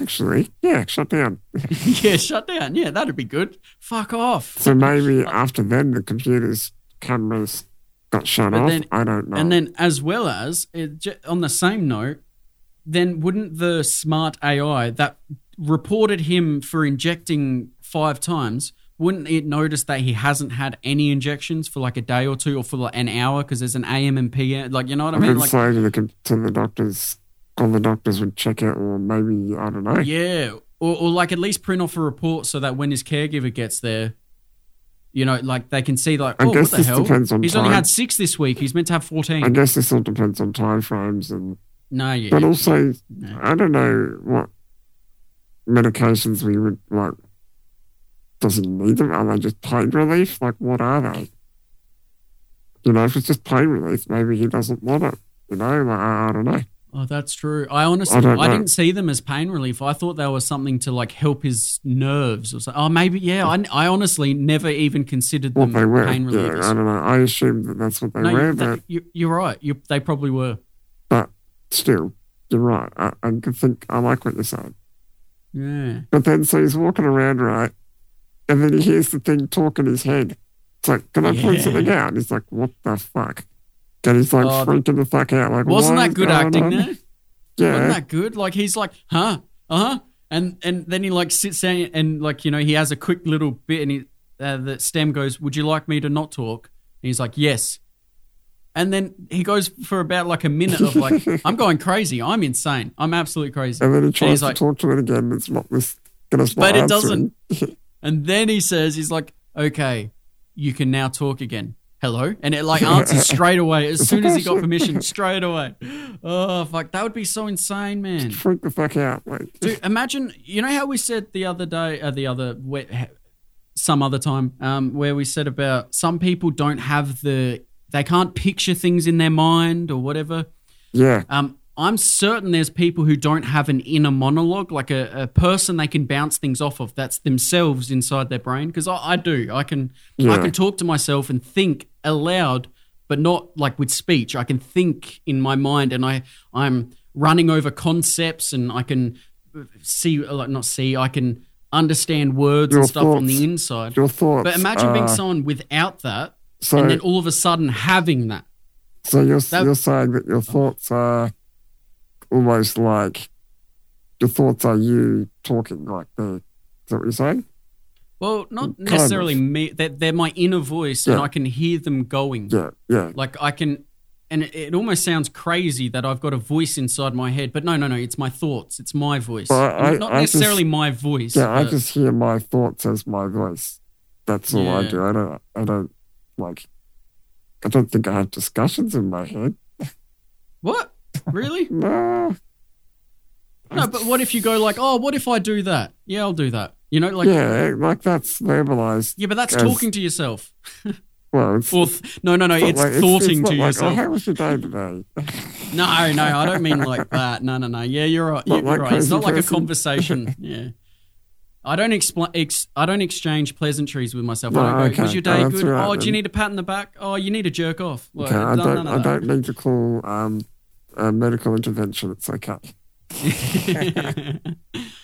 Speaker 1: actually, yeah, shut down.
Speaker 2: yeah, shut down. Yeah, that'd be good. Fuck off.
Speaker 1: So maybe after then, the computer's cameras got shut
Speaker 2: But
Speaker 1: off.
Speaker 2: then-
Speaker 1: I don't know.
Speaker 2: And then, as well as it, ju- on the same note, then wouldn't the smart AI that reported him for injecting five times? Wouldn't it notice that he hasn't had any injections for like a day or two, or for like an hour? Because there's an AM and PM. Like, you know what I
Speaker 1: I've
Speaker 2: mean?
Speaker 1: been
Speaker 2: Like,
Speaker 1: saying to the, com- to the doctors, all the doctors would check it, or maybe, I don't know.
Speaker 2: Yeah, or, or like at least print off a report so that when his caregiver gets there, you know, like they can see like,
Speaker 1: I
Speaker 2: oh,
Speaker 1: guess
Speaker 2: what the
Speaker 1: this
Speaker 2: hell?
Speaker 1: depends on
Speaker 2: He's only
Speaker 1: time.
Speaker 2: had six this week. He's meant to have
Speaker 1: I
Speaker 2: fourteen.
Speaker 1: guess this all depends on time frames and
Speaker 2: No, yeah,
Speaker 1: But also,
Speaker 2: No.
Speaker 1: I don't
Speaker 2: Mm.
Speaker 1: know what medications we would like. Does he need them? Are they just pain relief? Like, what are they? You know, if it's just pain relief, maybe he doesn't want it. You know, like, I I don't know.
Speaker 2: oh, that's true. I honestly,
Speaker 1: I
Speaker 2: I,
Speaker 1: don't know.
Speaker 2: didn't see them as pain relief. I thought they were something to like help his nerves or something. Oh, maybe yeah. I, I honestly never even considered
Speaker 1: What
Speaker 2: them
Speaker 1: they wear.
Speaker 2: Mm, pain
Speaker 1: Yeah,
Speaker 2: relievers.
Speaker 1: I don't know. I assume that that's what they
Speaker 2: no,
Speaker 1: wear,
Speaker 2: you,
Speaker 1: but
Speaker 2: that, you, you're right. You, they probably were.
Speaker 1: still, you're right. I, I could think, I like what you're saying.
Speaker 2: Yeah.
Speaker 1: But then, so he's walking around, right? And then he hears the thing talk in his head. It's like, can I
Speaker 2: Yeah.
Speaker 1: point something out? And he's like, what the fuck? And he's like
Speaker 2: Oh,
Speaker 1: freaking the fuck out. Like,
Speaker 2: Wasn't
Speaker 1: "What
Speaker 2: that
Speaker 1: is
Speaker 2: good
Speaker 1: going
Speaker 2: acting
Speaker 1: on?"
Speaker 2: there? Wasn't
Speaker 1: Yeah.
Speaker 2: that good? Like he's like, huh, uh huh, and and then he like sits down and like you know he has a quick little bit and he uh, the stem goes, would you like me to not talk? And he's like, yes. And then he goes for about like a minute of like, I'm going crazy, I'm insane, I'm absolutely crazy,
Speaker 1: And then he tries to
Speaker 2: like-
Speaker 1: talk to it again. and It's not this. Gonna stop
Speaker 2: but it
Speaker 1: answering.
Speaker 2: doesn't. And then he says, he's like, okay, you can now talk again. Hello, and it like answers straight away as soon as he got permission, straight away. Oh fuck, that would be so insane, man.
Speaker 1: Freak the fuck out. Like,
Speaker 2: Dude, imagine you know how we said the other day, uh, the other we- he- some other time, um, where we said about some people don't have the, they can't picture things in their mind or whatever.
Speaker 1: yeah.
Speaker 2: Um, I'm certain there's people who don't have an inner monologue, like a, a person they can bounce things off of. That's themselves inside their brain. Because I, I do. I can I
Speaker 1: Yeah.
Speaker 2: can talk to myself and think aloud, but not like with speech. I can think in my mind, and I I'm running over concepts, and I can see like not see. I can understand words
Speaker 1: Your
Speaker 2: and stuff on
Speaker 1: thoughts.
Speaker 2: the inside.
Speaker 1: Your thoughts. Ah.
Speaker 2: But imagine being
Speaker 1: are-
Speaker 2: someone without that,
Speaker 1: so.
Speaker 2: and then all of a sudden having that.
Speaker 1: so you're
Speaker 2: that- Oh.
Speaker 1: you're saying that your thoughts are almost like your thoughts are you talking like the. Is that what you're saying?
Speaker 2: Well, not
Speaker 1: of.
Speaker 2: necessarily me. They're, they're my inner voice, and
Speaker 1: Yeah.
Speaker 2: I can hear them going.
Speaker 1: Yeah, yeah,
Speaker 2: Like I can, and it, it almost sounds crazy that I've got a voice inside my head. But no, no, no. It's my thoughts. It's my voice.
Speaker 1: Well, I-
Speaker 2: not
Speaker 1: I just-
Speaker 2: necessarily my voice.
Speaker 1: yeah. I
Speaker 2: but-
Speaker 1: just hear my thoughts as my voice. That's all I
Speaker 2: Yeah.
Speaker 1: do. I don't. I don't like. I don't think I have discussions in my head.
Speaker 2: what really?
Speaker 1: No.
Speaker 2: No, but what if you go like, oh, what if I do that? Yeah, I'll do that. You know, like
Speaker 1: yeah, like that's verbalized.
Speaker 2: yeah, but that's
Speaker 1: Yes.
Speaker 2: talking to yourself.
Speaker 1: Well, it's,
Speaker 2: Or th- no, no, no.
Speaker 1: not
Speaker 2: It's
Speaker 1: like-
Speaker 2: thoughting
Speaker 1: it's
Speaker 2: to
Speaker 1: not like,
Speaker 2: yourself.
Speaker 1: Oh, how was your day today?
Speaker 2: No, no, I don't mean like that. No, no, no. Yeah, you're right.
Speaker 1: Not
Speaker 2: You're
Speaker 1: like
Speaker 2: right. It's not
Speaker 1: crazy
Speaker 2: like a
Speaker 1: person.
Speaker 2: conversation. Yeah. I don't expl- ex- I don't exchange pleasantries with myself.
Speaker 1: No,
Speaker 2: I don't go,
Speaker 1: okay.
Speaker 2: was your
Speaker 1: No,
Speaker 2: day
Speaker 1: that's
Speaker 2: good?
Speaker 1: all right
Speaker 2: oh, do
Speaker 1: then.
Speaker 2: you need a pat in the back? Oh, you need a jerk off. Like,
Speaker 1: okay, I
Speaker 2: none-
Speaker 1: don't.
Speaker 2: none
Speaker 1: I
Speaker 2: of
Speaker 1: don't need to call um, a medical intervention. It's okay.
Speaker 2: that.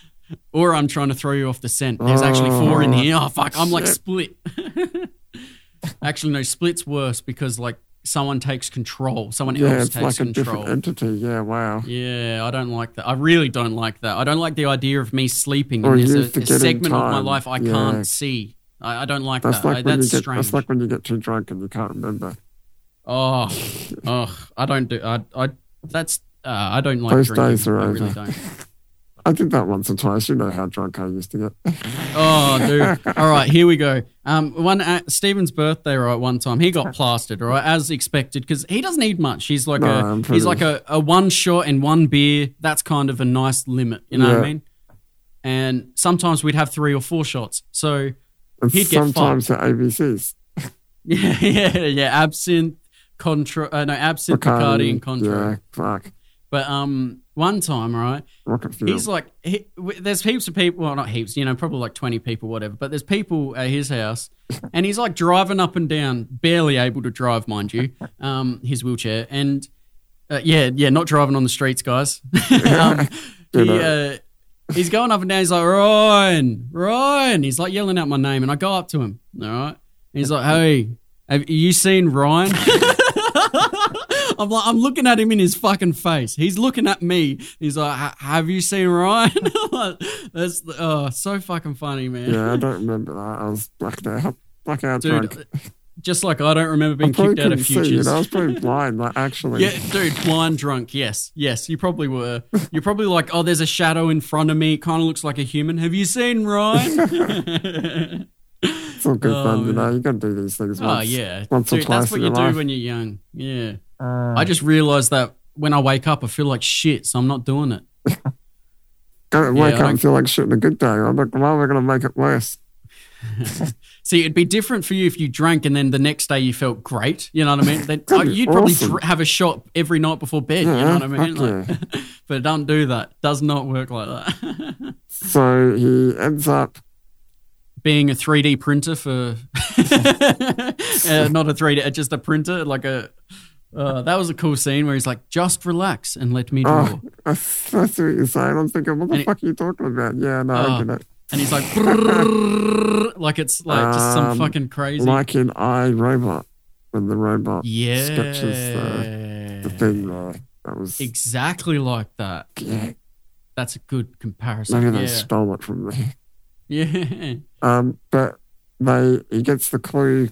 Speaker 2: or I'm trying to throw you off the scent. There's actually four in
Speaker 1: Oh,
Speaker 2: here. Oh, fuck. I'm like
Speaker 1: shit.
Speaker 2: split. actually, no, split's worse because like someone takes control. Someone
Speaker 1: Yeah,
Speaker 2: else
Speaker 1: it's
Speaker 2: takes
Speaker 1: like a
Speaker 2: control.
Speaker 1: different entity. Yeah, wow.
Speaker 2: Yeah, I don't like that. I really don't like that. I don't like the idea of me sleeping.
Speaker 1: Or
Speaker 2: and there's
Speaker 1: you
Speaker 2: a, a
Speaker 1: forgetting
Speaker 2: segment of my
Speaker 1: time.
Speaker 2: life I
Speaker 1: Yeah.
Speaker 2: can't see. I, I don't like
Speaker 1: That's
Speaker 2: that.
Speaker 1: like
Speaker 2: I,
Speaker 1: when
Speaker 2: that's
Speaker 1: you get.
Speaker 2: strange.
Speaker 1: That's like when you get too drunk and you can't remember.
Speaker 2: oh, oh, I don't do. I, I that's. Uh, I don't like
Speaker 1: Those
Speaker 2: drinking.
Speaker 1: days are
Speaker 2: I really
Speaker 1: over.
Speaker 2: don't.
Speaker 1: I did that once or twice. You know how drunk I used to get.
Speaker 2: Oh, dude. All right, here we go. Um, one uh, Stephen's birthday, right? One time he got plastered, right, as expected, because he doesn't need much. He's like
Speaker 1: No,
Speaker 2: a
Speaker 1: I'm pretty-
Speaker 2: he's like a, a one shot and one beer. That's kind of a nice limit, you know what I
Speaker 1: Yeah.
Speaker 2: mean? And sometimes we'd have three or four shots. So
Speaker 1: And
Speaker 2: He'd get
Speaker 1: sometimes at ABCs.
Speaker 2: yeah, yeah, yeah. Absinthe, contra, uh, no, absinthe, Bacardi, and contra.
Speaker 1: Yeah, fuck.
Speaker 2: But um, one time, right,
Speaker 1: Rocket fuel.
Speaker 2: He's like, he, w- there's heaps of people, well, not heaps, you know, probably like 20 people, whatever, but there's people at his house and he's like driving up and down, barely able to drive, mind you, um, his wheelchair. And uh, yeah, yeah, not driving on the streets, guys. um,
Speaker 1: You
Speaker 2: he,
Speaker 1: know.
Speaker 2: uh, he's going up and down. He's like, Ryan, Ryan. He's like yelling out my name and I go up to him, all right? And he's like, hey, have you seen Ryan? I'm like, I'm looking at him in his fucking face. He's looking at me. He's like, "Ha- "Have you seen Ryan?" I'm like, That's oh, so fucking funny, man.
Speaker 1: yeah, I don't remember that. I was blacked out. Blackout drunk.
Speaker 2: dude. Just like I don't remember being
Speaker 1: I probably
Speaker 2: kicked out of
Speaker 1: couldn't see, you
Speaker 2: futures.
Speaker 1: know, I was probably blind, like actually.
Speaker 2: Yeah, dude, blind drunk. Yes, yes, you probably were. You're probably like, oh, there's a shadow in front of me. It kind of looks like a human. Have you seen Ryan?
Speaker 1: It's all good
Speaker 2: Oh,
Speaker 1: fun, you
Speaker 2: man.
Speaker 1: know. You gotta do these things
Speaker 2: oh
Speaker 1: once.
Speaker 2: yeah,
Speaker 1: once or
Speaker 2: dude,
Speaker 1: twice
Speaker 2: that's what
Speaker 1: in
Speaker 2: you
Speaker 1: your
Speaker 2: do
Speaker 1: life.
Speaker 2: when you're young. Yeah. I just realized that when I wake up, I feel like shit, so I'm not doing it.
Speaker 1: Gotta wake up
Speaker 2: Yeah, I-
Speaker 1: and feel like shit on a good day. I'm like, why am I gonna make it worse?
Speaker 2: See, it'd be different for you if you drank and then the next day you felt great. You know what I mean? Then, oh,
Speaker 1: That'd be
Speaker 2: you'd probably
Speaker 1: awesome.
Speaker 2: dr- have a shot every night before bed. you know
Speaker 1: Yeah,
Speaker 2: what I mean?
Speaker 1: fuck
Speaker 2: Like, but don't do that. Does not work like that.
Speaker 1: So he ends up
Speaker 2: Being a 3D printer for uh, not a 3D, uh, just a printer, like a. Uh, that was a cool scene where he's like, "Just relax and let me draw,"
Speaker 1: Oh, that's, that's what you're saying. I'm thinking, what the
Speaker 2: And it-
Speaker 1: fuck are you talking about? Yeah, no,
Speaker 2: Oh,
Speaker 1: I get it.
Speaker 2: and he's like, "Brrrr," like it's like just some
Speaker 1: Um,
Speaker 2: fucking crazy.
Speaker 1: Like in I Robot, when the robot
Speaker 2: yeah,
Speaker 1: sketches the, the thing there. That was
Speaker 2: exactly like that.
Speaker 1: yeah.
Speaker 2: That's a good comparison.
Speaker 1: Maybe they
Speaker 2: yeah.
Speaker 1: stole it from me.
Speaker 2: yeah.
Speaker 1: Um, but they he gets the clue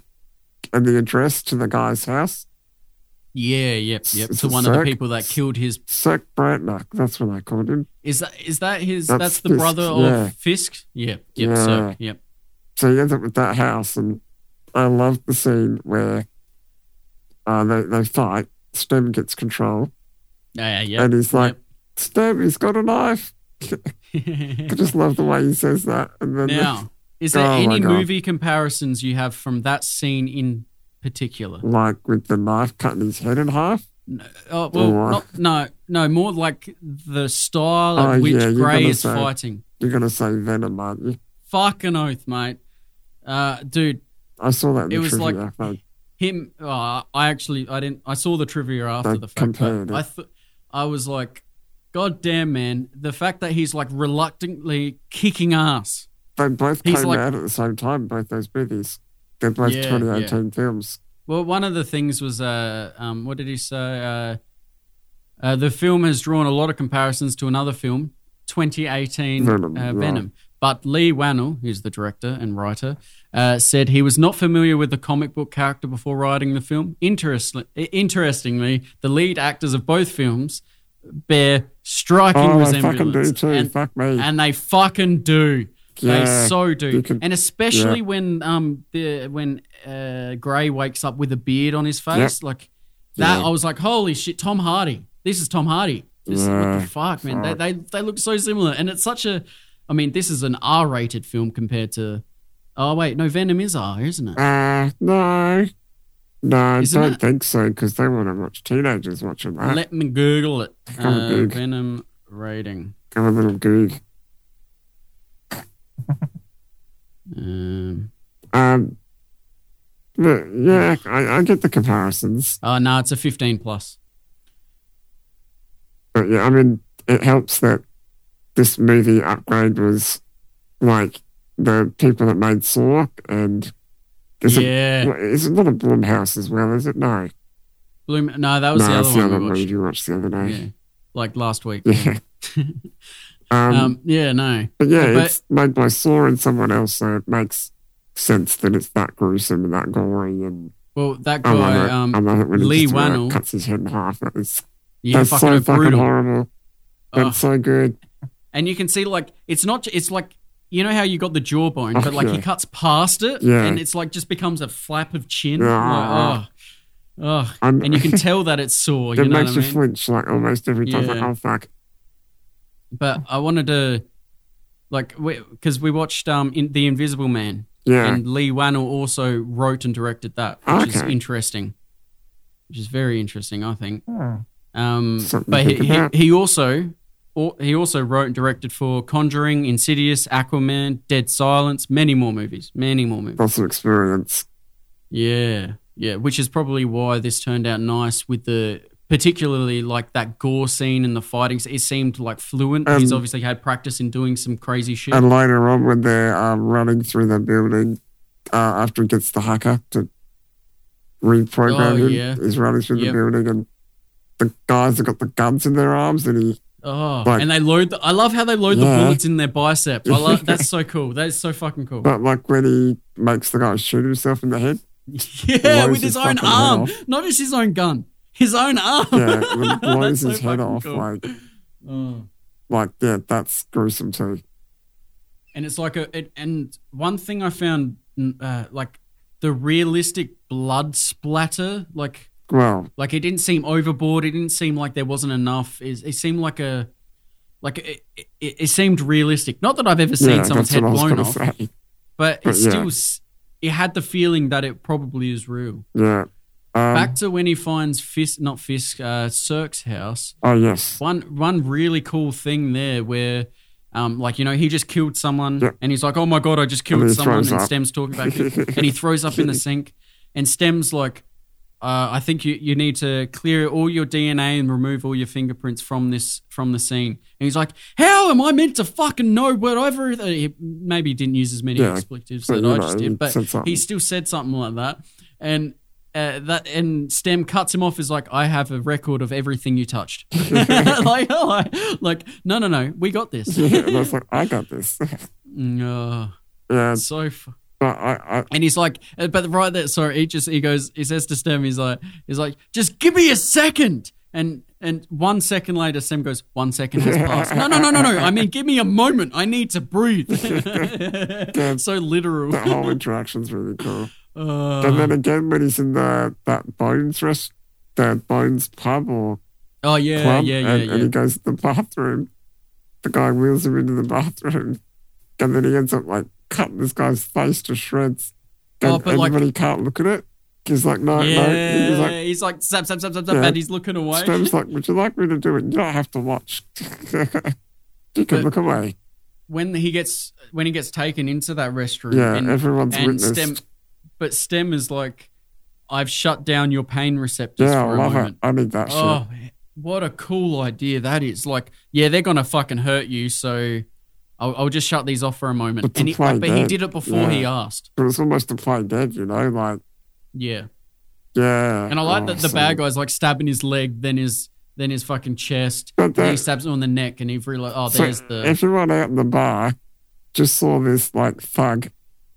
Speaker 1: and the address to the guy's house.
Speaker 2: Yeah, yep, yep.
Speaker 1: It's
Speaker 2: To
Speaker 1: a
Speaker 2: one of the
Speaker 1: circ-
Speaker 2: people that killed his
Speaker 1: Sec Brantner, that's what I called him.
Speaker 2: is that is that his that's,
Speaker 1: That's
Speaker 2: the
Speaker 1: Fisk,
Speaker 2: brother
Speaker 1: yeah.
Speaker 2: of Fisk? Yep, yep,
Speaker 1: Yeah.
Speaker 2: circ, yep.
Speaker 1: So he ends up with that house, and I love the scene where uh, they they fight. Stem gets control,
Speaker 2: Yeah, yeah.
Speaker 1: and he's like, "Stem, he's got a knife." I
Speaker 2: yep.
Speaker 1: just love the way he says that. And then
Speaker 2: now, is there
Speaker 1: Oh my
Speaker 2: any
Speaker 1: God.
Speaker 2: movie comparisons you have from that scene in particular?
Speaker 1: Mm, like with the knife cutting his head in half.
Speaker 2: Oh, well,
Speaker 1: Or-
Speaker 2: not, no, no, more like the style
Speaker 1: Oh,
Speaker 2: at which
Speaker 1: yeah, you're
Speaker 2: Gray
Speaker 1: gonna
Speaker 2: is
Speaker 1: say-
Speaker 2: fighting.
Speaker 1: You're going to say Venom, aren't you?
Speaker 2: Fucking oath, mate. Uh, dude,
Speaker 1: I saw that in
Speaker 2: It
Speaker 1: the
Speaker 2: was
Speaker 1: trivia.
Speaker 2: like-
Speaker 1: but
Speaker 2: him. Uh, I actually, I didn't. I saw the trivia after
Speaker 1: They
Speaker 2: the fact.
Speaker 1: compared
Speaker 2: But
Speaker 1: it.
Speaker 2: I, th- I was like, God damn, man! The fact that he's like reluctantly kicking ass.
Speaker 1: they both
Speaker 2: He's
Speaker 1: came
Speaker 2: like-
Speaker 1: out at the same time, both those movies. They're both
Speaker 2: Yeah,
Speaker 1: 2018 films.
Speaker 2: Well, one of the things was, uh, um, what did he say? Uh, uh, the film has drawn a lot of comparisons to another film, 2018
Speaker 1: Venom,
Speaker 2: uh,
Speaker 1: right.
Speaker 2: Venom. But Lee Wannell, who's the director and writer, uh, said he was not familiar with the comic book character before writing the film. Interest- interestingly, the lead actors of both films bear striking
Speaker 1: Oh, I fucking do
Speaker 2: resemblance,
Speaker 1: too.
Speaker 2: and,
Speaker 1: Fuck me.
Speaker 2: and they fucking do. They
Speaker 1: yeah.
Speaker 2: so do,
Speaker 1: you can-
Speaker 2: and especially when um the when uh, Gray wakes up with a beard on his face, like that.
Speaker 1: Yeah.
Speaker 2: I was like, holy shit, Tom Hardy. This is Tom Hardy. This is what
Speaker 1: Yeah,
Speaker 2: the fuck, man. They, they they look so similar, and it's such a. I mean, this is an R-rated film compared to. Oh wait, no, Venom is R, isn't it?
Speaker 1: uh, no. No, I
Speaker 2: Isn't
Speaker 1: don't
Speaker 2: it-
Speaker 1: think so because they want to watch teenagers watching that.
Speaker 2: Let me Google it.
Speaker 1: Come on,
Speaker 2: Uh,
Speaker 1: Goog.
Speaker 2: Venom rating.
Speaker 1: Have a little goog.
Speaker 2: Um,
Speaker 1: Um, but yeah, I, I get the comparisons.
Speaker 2: oh no, it's a fifteen plus.
Speaker 1: But yeah, I mean, it helps that this movie upgrade was like the people that made Saw and is it
Speaker 2: yeah,
Speaker 1: well, is it not a Blumhouse as well? Is it no?
Speaker 2: Bloom. No, that was
Speaker 1: no,
Speaker 2: the
Speaker 1: that's the
Speaker 2: other one
Speaker 1: other
Speaker 2: we watched.
Speaker 1: movie you watched the other
Speaker 2: Yeah,
Speaker 1: day.
Speaker 2: like last week.
Speaker 1: Yeah. um,
Speaker 2: Um, yeah, no.
Speaker 1: but yeah,
Speaker 2: but-
Speaker 1: it's made by Saw and someone else, so it makes sense that it's that gruesome and that gory and
Speaker 2: Well, that
Speaker 1: I love
Speaker 2: guy,
Speaker 1: it.
Speaker 2: um,
Speaker 1: I love it when
Speaker 2: Lee
Speaker 1: he just, uh,
Speaker 2: Wannell-
Speaker 1: cuts his head in half. That is
Speaker 2: yeah,
Speaker 1: That's
Speaker 2: fucking
Speaker 1: so fucking
Speaker 2: brutal.
Speaker 1: horrible. That's
Speaker 2: Ugh.
Speaker 1: so good.
Speaker 2: and you can see like it's not. It's like you know how you got the jawbone, but like he
Speaker 1: Okay.
Speaker 2: cuts past it,
Speaker 1: Yeah.
Speaker 2: and it's like just becomes a flap of chin.
Speaker 1: Ah.
Speaker 2: Like, oh, oh.
Speaker 1: I'm,
Speaker 2: and you can tell that it's sore.
Speaker 1: it
Speaker 2: You know what
Speaker 1: makes you
Speaker 2: I mean?
Speaker 1: flinch like almost every time. Like,
Speaker 2: Yeah.
Speaker 1: oh fuck.
Speaker 2: But I wanted to, like, because we, watched um in, the Invisible Man,
Speaker 1: Yeah.
Speaker 2: and Lee Wannell also wrote and directed that, which is
Speaker 1: Okay.
Speaker 2: interesting, which is very interesting, I think.
Speaker 3: Hmm.
Speaker 2: Um,
Speaker 1: Something
Speaker 2: but
Speaker 1: to
Speaker 2: he,
Speaker 1: think
Speaker 2: he,
Speaker 1: about.
Speaker 2: he also or, he also wrote and directed for Conjuring, Insidious, Aquaman, Dead Silence, many more movies, many more movies.
Speaker 1: Lots of experience.
Speaker 2: Yeah, yeah, which is probably why this turned out nice with the particularly like that gore scene and the fighting. It seemed like fluent. He's
Speaker 1: Um,
Speaker 2: obviously had practice in doing some crazy shit.
Speaker 1: And later on, when they're um, running through the building uh, after he gets the hacker to reprogram
Speaker 2: Oh,
Speaker 1: him,
Speaker 2: yeah.
Speaker 1: he's running through
Speaker 2: Yep.
Speaker 1: the building and the guys have got the guns in their arms and he
Speaker 2: oh,
Speaker 1: like-
Speaker 2: and they load. The, I love how they load
Speaker 1: Yeah.
Speaker 2: the bullets in their bicep. I love that's so cool. That is so fucking cool.
Speaker 1: but like when he makes the guy shoot himself in the head
Speaker 2: Yeah,
Speaker 1: blows
Speaker 2: with his
Speaker 1: his
Speaker 2: own
Speaker 1: fucking head
Speaker 2: arm,
Speaker 1: off.
Speaker 2: not just his own gun, his own arm.
Speaker 1: yeah when he blows
Speaker 2: That's
Speaker 1: his
Speaker 2: so
Speaker 1: head
Speaker 2: fucking
Speaker 1: off
Speaker 2: cool.
Speaker 1: like
Speaker 2: Oh.
Speaker 1: like yeah that's gruesome too
Speaker 2: And it's like a it, and one thing I found mm, uh, like the realistic blood splatter, like
Speaker 1: well
Speaker 2: like it didn't seem overboard. It didn't seem like there wasn't enough. It, it seemed like a like it, it, it seemed realistic. Not that I've ever seen
Speaker 1: yeah
Speaker 2: someone's
Speaker 1: that's
Speaker 2: head
Speaker 1: what I was
Speaker 2: blown
Speaker 1: gonna
Speaker 2: off,
Speaker 1: say
Speaker 2: but it
Speaker 1: But yeah.
Speaker 2: still s it had the feeling that it probably is real.
Speaker 1: yeah um,
Speaker 2: Back to when he finds Fisk, not Fisk, uh, Cirque's house.
Speaker 1: oh yes
Speaker 2: one one really cool thing there where um, like you know he just killed someone
Speaker 1: Yeah.
Speaker 2: and he's like oh my god i just killed
Speaker 1: And he
Speaker 2: someone
Speaker 1: throws
Speaker 2: and
Speaker 1: up.
Speaker 2: stem's talking back to him. and he throws up in the sink and stem's like uh, i think you, you need to clear all your dna and remove all your fingerprints from this from the scene and he's like how am i meant to fucking know whatever he maybe he didn't use as many
Speaker 1: Yeah,
Speaker 2: expletives
Speaker 1: but
Speaker 2: that
Speaker 1: you
Speaker 2: i
Speaker 1: know,
Speaker 2: just
Speaker 1: he
Speaker 2: did but
Speaker 1: said something.
Speaker 2: he still said something like that and uh, that and Stem cuts him off is like I have a record of everything you touched. like, like, like, no, no, no, we got this.
Speaker 1: yeah, and I was like, I got this.
Speaker 2: No,
Speaker 1: yeah,
Speaker 2: so, f-
Speaker 1: but I,
Speaker 2: and he's like, uh, but right there, sorry, he just he goes, he says to Stem, he's like, he's like, just give me a second, and and one second later, Stem goes, one second has passed. no, no, no, no, no, I mean, give me a moment, I need to breathe. so
Speaker 1: I
Speaker 2: literal.
Speaker 1: that whole interaction's really cool. and
Speaker 2: Uh,
Speaker 1: then again, when he's in the that Bones rest, the Bones pub or
Speaker 2: oh yeah,
Speaker 1: club,
Speaker 2: yeah, yeah,
Speaker 1: and,
Speaker 2: yeah.
Speaker 1: and he goes to the bathroom, the guy wheels him into the bathroom, and then he ends up like cutting this guy's face to shreds. And
Speaker 2: Oh, but, like-
Speaker 1: everybody can't look at it. He's like, no, no.
Speaker 2: yeah,
Speaker 1: He's like,
Speaker 2: he's like zap, zap, zap, zap, zap,
Speaker 1: Yeah.
Speaker 2: and he's looking away.
Speaker 1: Spam's like, would you like me to do it? You don't have to watch. you can
Speaker 2: But-
Speaker 1: look away.
Speaker 2: when he gets when he gets taken into that restroom,
Speaker 1: Yeah,
Speaker 2: and,
Speaker 1: everyone's
Speaker 2: and
Speaker 1: witnessed.
Speaker 2: Stem, but Stem is like, I've shut down your pain receptors
Speaker 1: yeah,
Speaker 2: for
Speaker 1: I
Speaker 2: a
Speaker 1: love it.
Speaker 2: moment.
Speaker 1: I need that
Speaker 2: Oh, what a cool idea that is! Like, yeah, they're gonna fucking hurt you, so I'll, I'll just shut these off for a moment.
Speaker 1: But to
Speaker 2: and he,
Speaker 1: play
Speaker 2: but he
Speaker 1: dead,
Speaker 2: did it before he asked.
Speaker 1: shit. It was almost a play dead, you know? Like,
Speaker 2: Yeah,
Speaker 1: yeah.
Speaker 2: and I like
Speaker 1: oh,
Speaker 2: that the
Speaker 1: so-
Speaker 2: bad guy's like stabbing his leg, then his then his fucking chest,
Speaker 1: But
Speaker 2: then he
Speaker 1: that,
Speaker 2: stabs him on the neck, and he realized, oh,
Speaker 1: so
Speaker 2: there's the
Speaker 1: everyone out in the bar just saw this, like, thug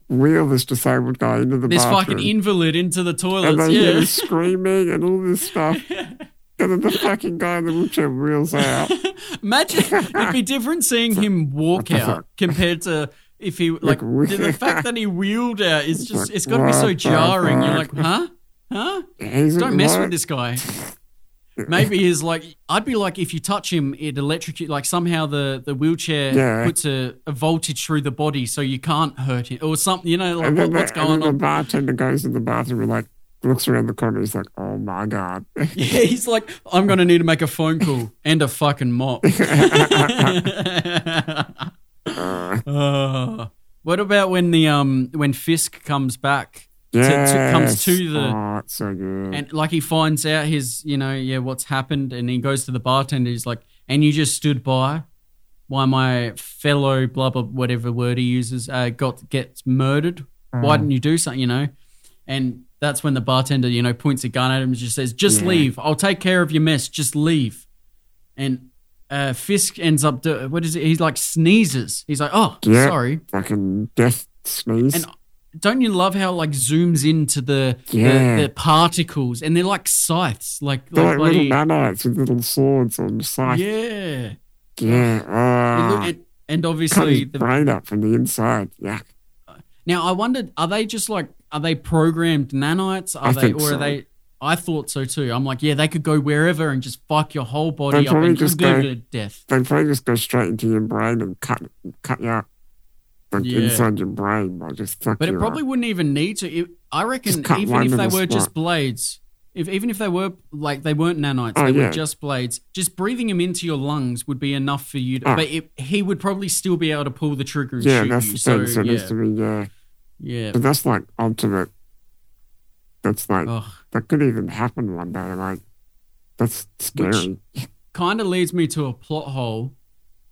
Speaker 1: wheel this disabled guy into the
Speaker 2: this
Speaker 1: bathroom.
Speaker 2: fucking invalid into the
Speaker 1: and
Speaker 2: toilets.
Speaker 1: they hear him
Speaker 2: Yeah.
Speaker 1: screaming and all this stuff. and then the fucking guy in the wheelchair reels out.
Speaker 2: Imagine it'd be different seeing him walk
Speaker 1: the
Speaker 2: out
Speaker 1: fuck?
Speaker 2: compared to if he like
Speaker 1: we-
Speaker 2: the fact that he wheeled out is just
Speaker 1: like,
Speaker 2: it's got to be so
Speaker 1: what the
Speaker 2: jarring. You're like,
Speaker 1: fuck?
Speaker 2: huh, huh?
Speaker 1: He's
Speaker 2: Don't mess
Speaker 1: like-
Speaker 2: with this guy. Maybe he's like, I'd be like, if you touch him, it electrocute. Like somehow the the wheelchair
Speaker 1: Yeah.
Speaker 2: puts a, a voltage through the body, so you can't hurt him or something. You know, like
Speaker 1: And
Speaker 2: what,
Speaker 1: then, the,
Speaker 2: what's going
Speaker 1: and then
Speaker 2: on?
Speaker 1: the bartender goes in the bathroom and like looks around the corner. He's like, "Oh my god!"
Speaker 2: Yeah, he's like, I'm gonna need to make a phone call and a fucking mop.
Speaker 1: Uh,
Speaker 2: Oh. what about when the um when Fisk comes back
Speaker 1: yes.
Speaker 2: comes to the-
Speaker 1: Oh, it's so good.
Speaker 2: and like he finds out his you know yeah what's happened and he goes to the bartender he's like and you just stood by why my fellow blah blah whatever word he uses uh, got gets murdered
Speaker 1: Oh, Mm.
Speaker 2: why didn't you do something you know and that's when the bartender you know points a gun at him and just says just
Speaker 1: Yeah.
Speaker 2: leave I'll take care of your mess just leave and uh, Fisk ends up do- what is it he's like sneezes he's like oh
Speaker 1: Yeah.
Speaker 2: sorry
Speaker 1: fucking death sneeze.
Speaker 2: And- don't you love how like zooms into the
Speaker 1: Yeah.
Speaker 2: the, the particles and they're like scythes, like,
Speaker 1: They're like
Speaker 2: like bloody,
Speaker 1: little nanites with little swords on the side. Yeah.
Speaker 2: yeah. It
Speaker 1: yeah.
Speaker 2: look-
Speaker 1: Oh,
Speaker 2: it- and
Speaker 1: cut his
Speaker 2: obviously, the,
Speaker 1: brain up from the inside. Yeah.
Speaker 2: now I wondered, are they just like are they programmed nanites? Are
Speaker 1: I
Speaker 2: they
Speaker 1: think
Speaker 2: or
Speaker 1: so.
Speaker 2: are they? I thought so too. I'm like, yeah, they could go wherever and just fuck your whole body
Speaker 1: They'd
Speaker 2: up
Speaker 1: probably
Speaker 2: and
Speaker 1: just
Speaker 2: just go
Speaker 1: go-
Speaker 2: to death.
Speaker 1: They probably just go straight into your brain and cut cut you up, like
Speaker 2: Yeah.
Speaker 1: inside your brain. Like just fuck
Speaker 2: But
Speaker 1: you
Speaker 2: it
Speaker 1: up.
Speaker 2: probably wouldn't even need to. It, I reckon
Speaker 1: Just cut
Speaker 2: even
Speaker 1: one
Speaker 2: if
Speaker 1: with
Speaker 2: they
Speaker 1: a
Speaker 2: were just
Speaker 1: snipe.
Speaker 2: blades, if even if they were like they weren't nanites,
Speaker 1: Oh,
Speaker 2: they
Speaker 1: yeah.
Speaker 2: were just blades. Just breathing them into your lungs would be enough for you. To,
Speaker 1: Ah.
Speaker 2: But it, he would probably still be able to pull the trigger and
Speaker 1: yeah.
Speaker 2: shoot
Speaker 1: That's
Speaker 2: you.
Speaker 1: the
Speaker 2: So
Speaker 1: thing. So it needs
Speaker 2: yeah,
Speaker 1: to be yeah.
Speaker 2: yeah.
Speaker 1: But that's like ultimate. That's like
Speaker 2: Ugh.
Speaker 1: that could even happen one day. Like, that's scary.
Speaker 2: kind of leads me to a plot hole,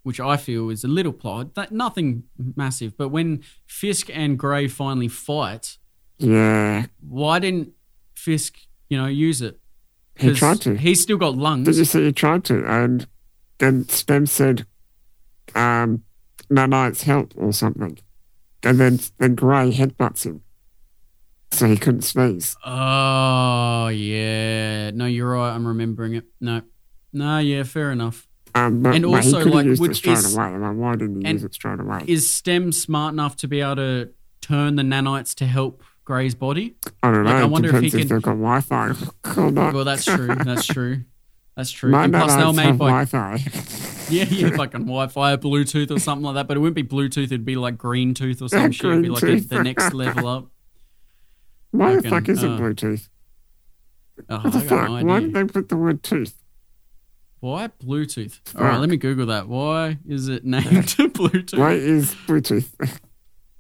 Speaker 2: which I feel is a little plot, that nothing massive. But when Fisk and Gray finally fight,
Speaker 1: yeah,
Speaker 2: why didn't Fisk, you know, use it?
Speaker 1: he
Speaker 2: 'Cause
Speaker 1: tried to.
Speaker 2: He's still got
Speaker 1: Did
Speaker 2: lungs.
Speaker 1: you see he tried to? And then Stem said, um, "No, no, it's help or something." And then then Gray headbutts him, so he couldn't sneeze.
Speaker 2: Oh yeah. No, you're right. I'm remembering it. No. No, yeah, fair enough.
Speaker 1: Um, but,
Speaker 2: And
Speaker 1: but he
Speaker 2: also,
Speaker 1: could have
Speaker 2: like,
Speaker 1: used
Speaker 2: would-
Speaker 1: it straight
Speaker 2: is-
Speaker 1: away. Like, why didn't he
Speaker 2: and-
Speaker 1: use it straight away?
Speaker 2: Is STEM smart enough to be able to turn the nanites to help Gray's body?
Speaker 1: I don't know.
Speaker 2: like, I
Speaker 1: it
Speaker 2: wonder if he
Speaker 1: depends if,
Speaker 2: can-
Speaker 1: they've got Wi-Fi or not.
Speaker 2: Well, that's true. That's true. That's true.
Speaker 1: Oh. My
Speaker 2: and plus, they were
Speaker 1: nanites
Speaker 2: made
Speaker 1: have
Speaker 2: by
Speaker 1: Wi-Fi.
Speaker 2: Yeah, yeah, fucking Wi-Fi, or Bluetooth, or something like that. But it wouldn't be Bluetooth; it'd be like Green Tooth or some shit. It'd be like a,
Speaker 1: Green
Speaker 2: the
Speaker 1: Tooth.
Speaker 2: next level up.
Speaker 1: Why the
Speaker 2: Fucking,
Speaker 1: fuck isn't
Speaker 2: uh,
Speaker 1: Bluetooth?
Speaker 2: Oh, I
Speaker 1: What the
Speaker 2: got
Speaker 1: fuck?
Speaker 2: no
Speaker 1: Why did
Speaker 2: idea.
Speaker 1: they put the word tooth?
Speaker 2: Why Bluetooth? All right,
Speaker 1: Fuck.
Speaker 2: let me Google that. Why is it named Bluetooth?
Speaker 1: Why is Bluetooth?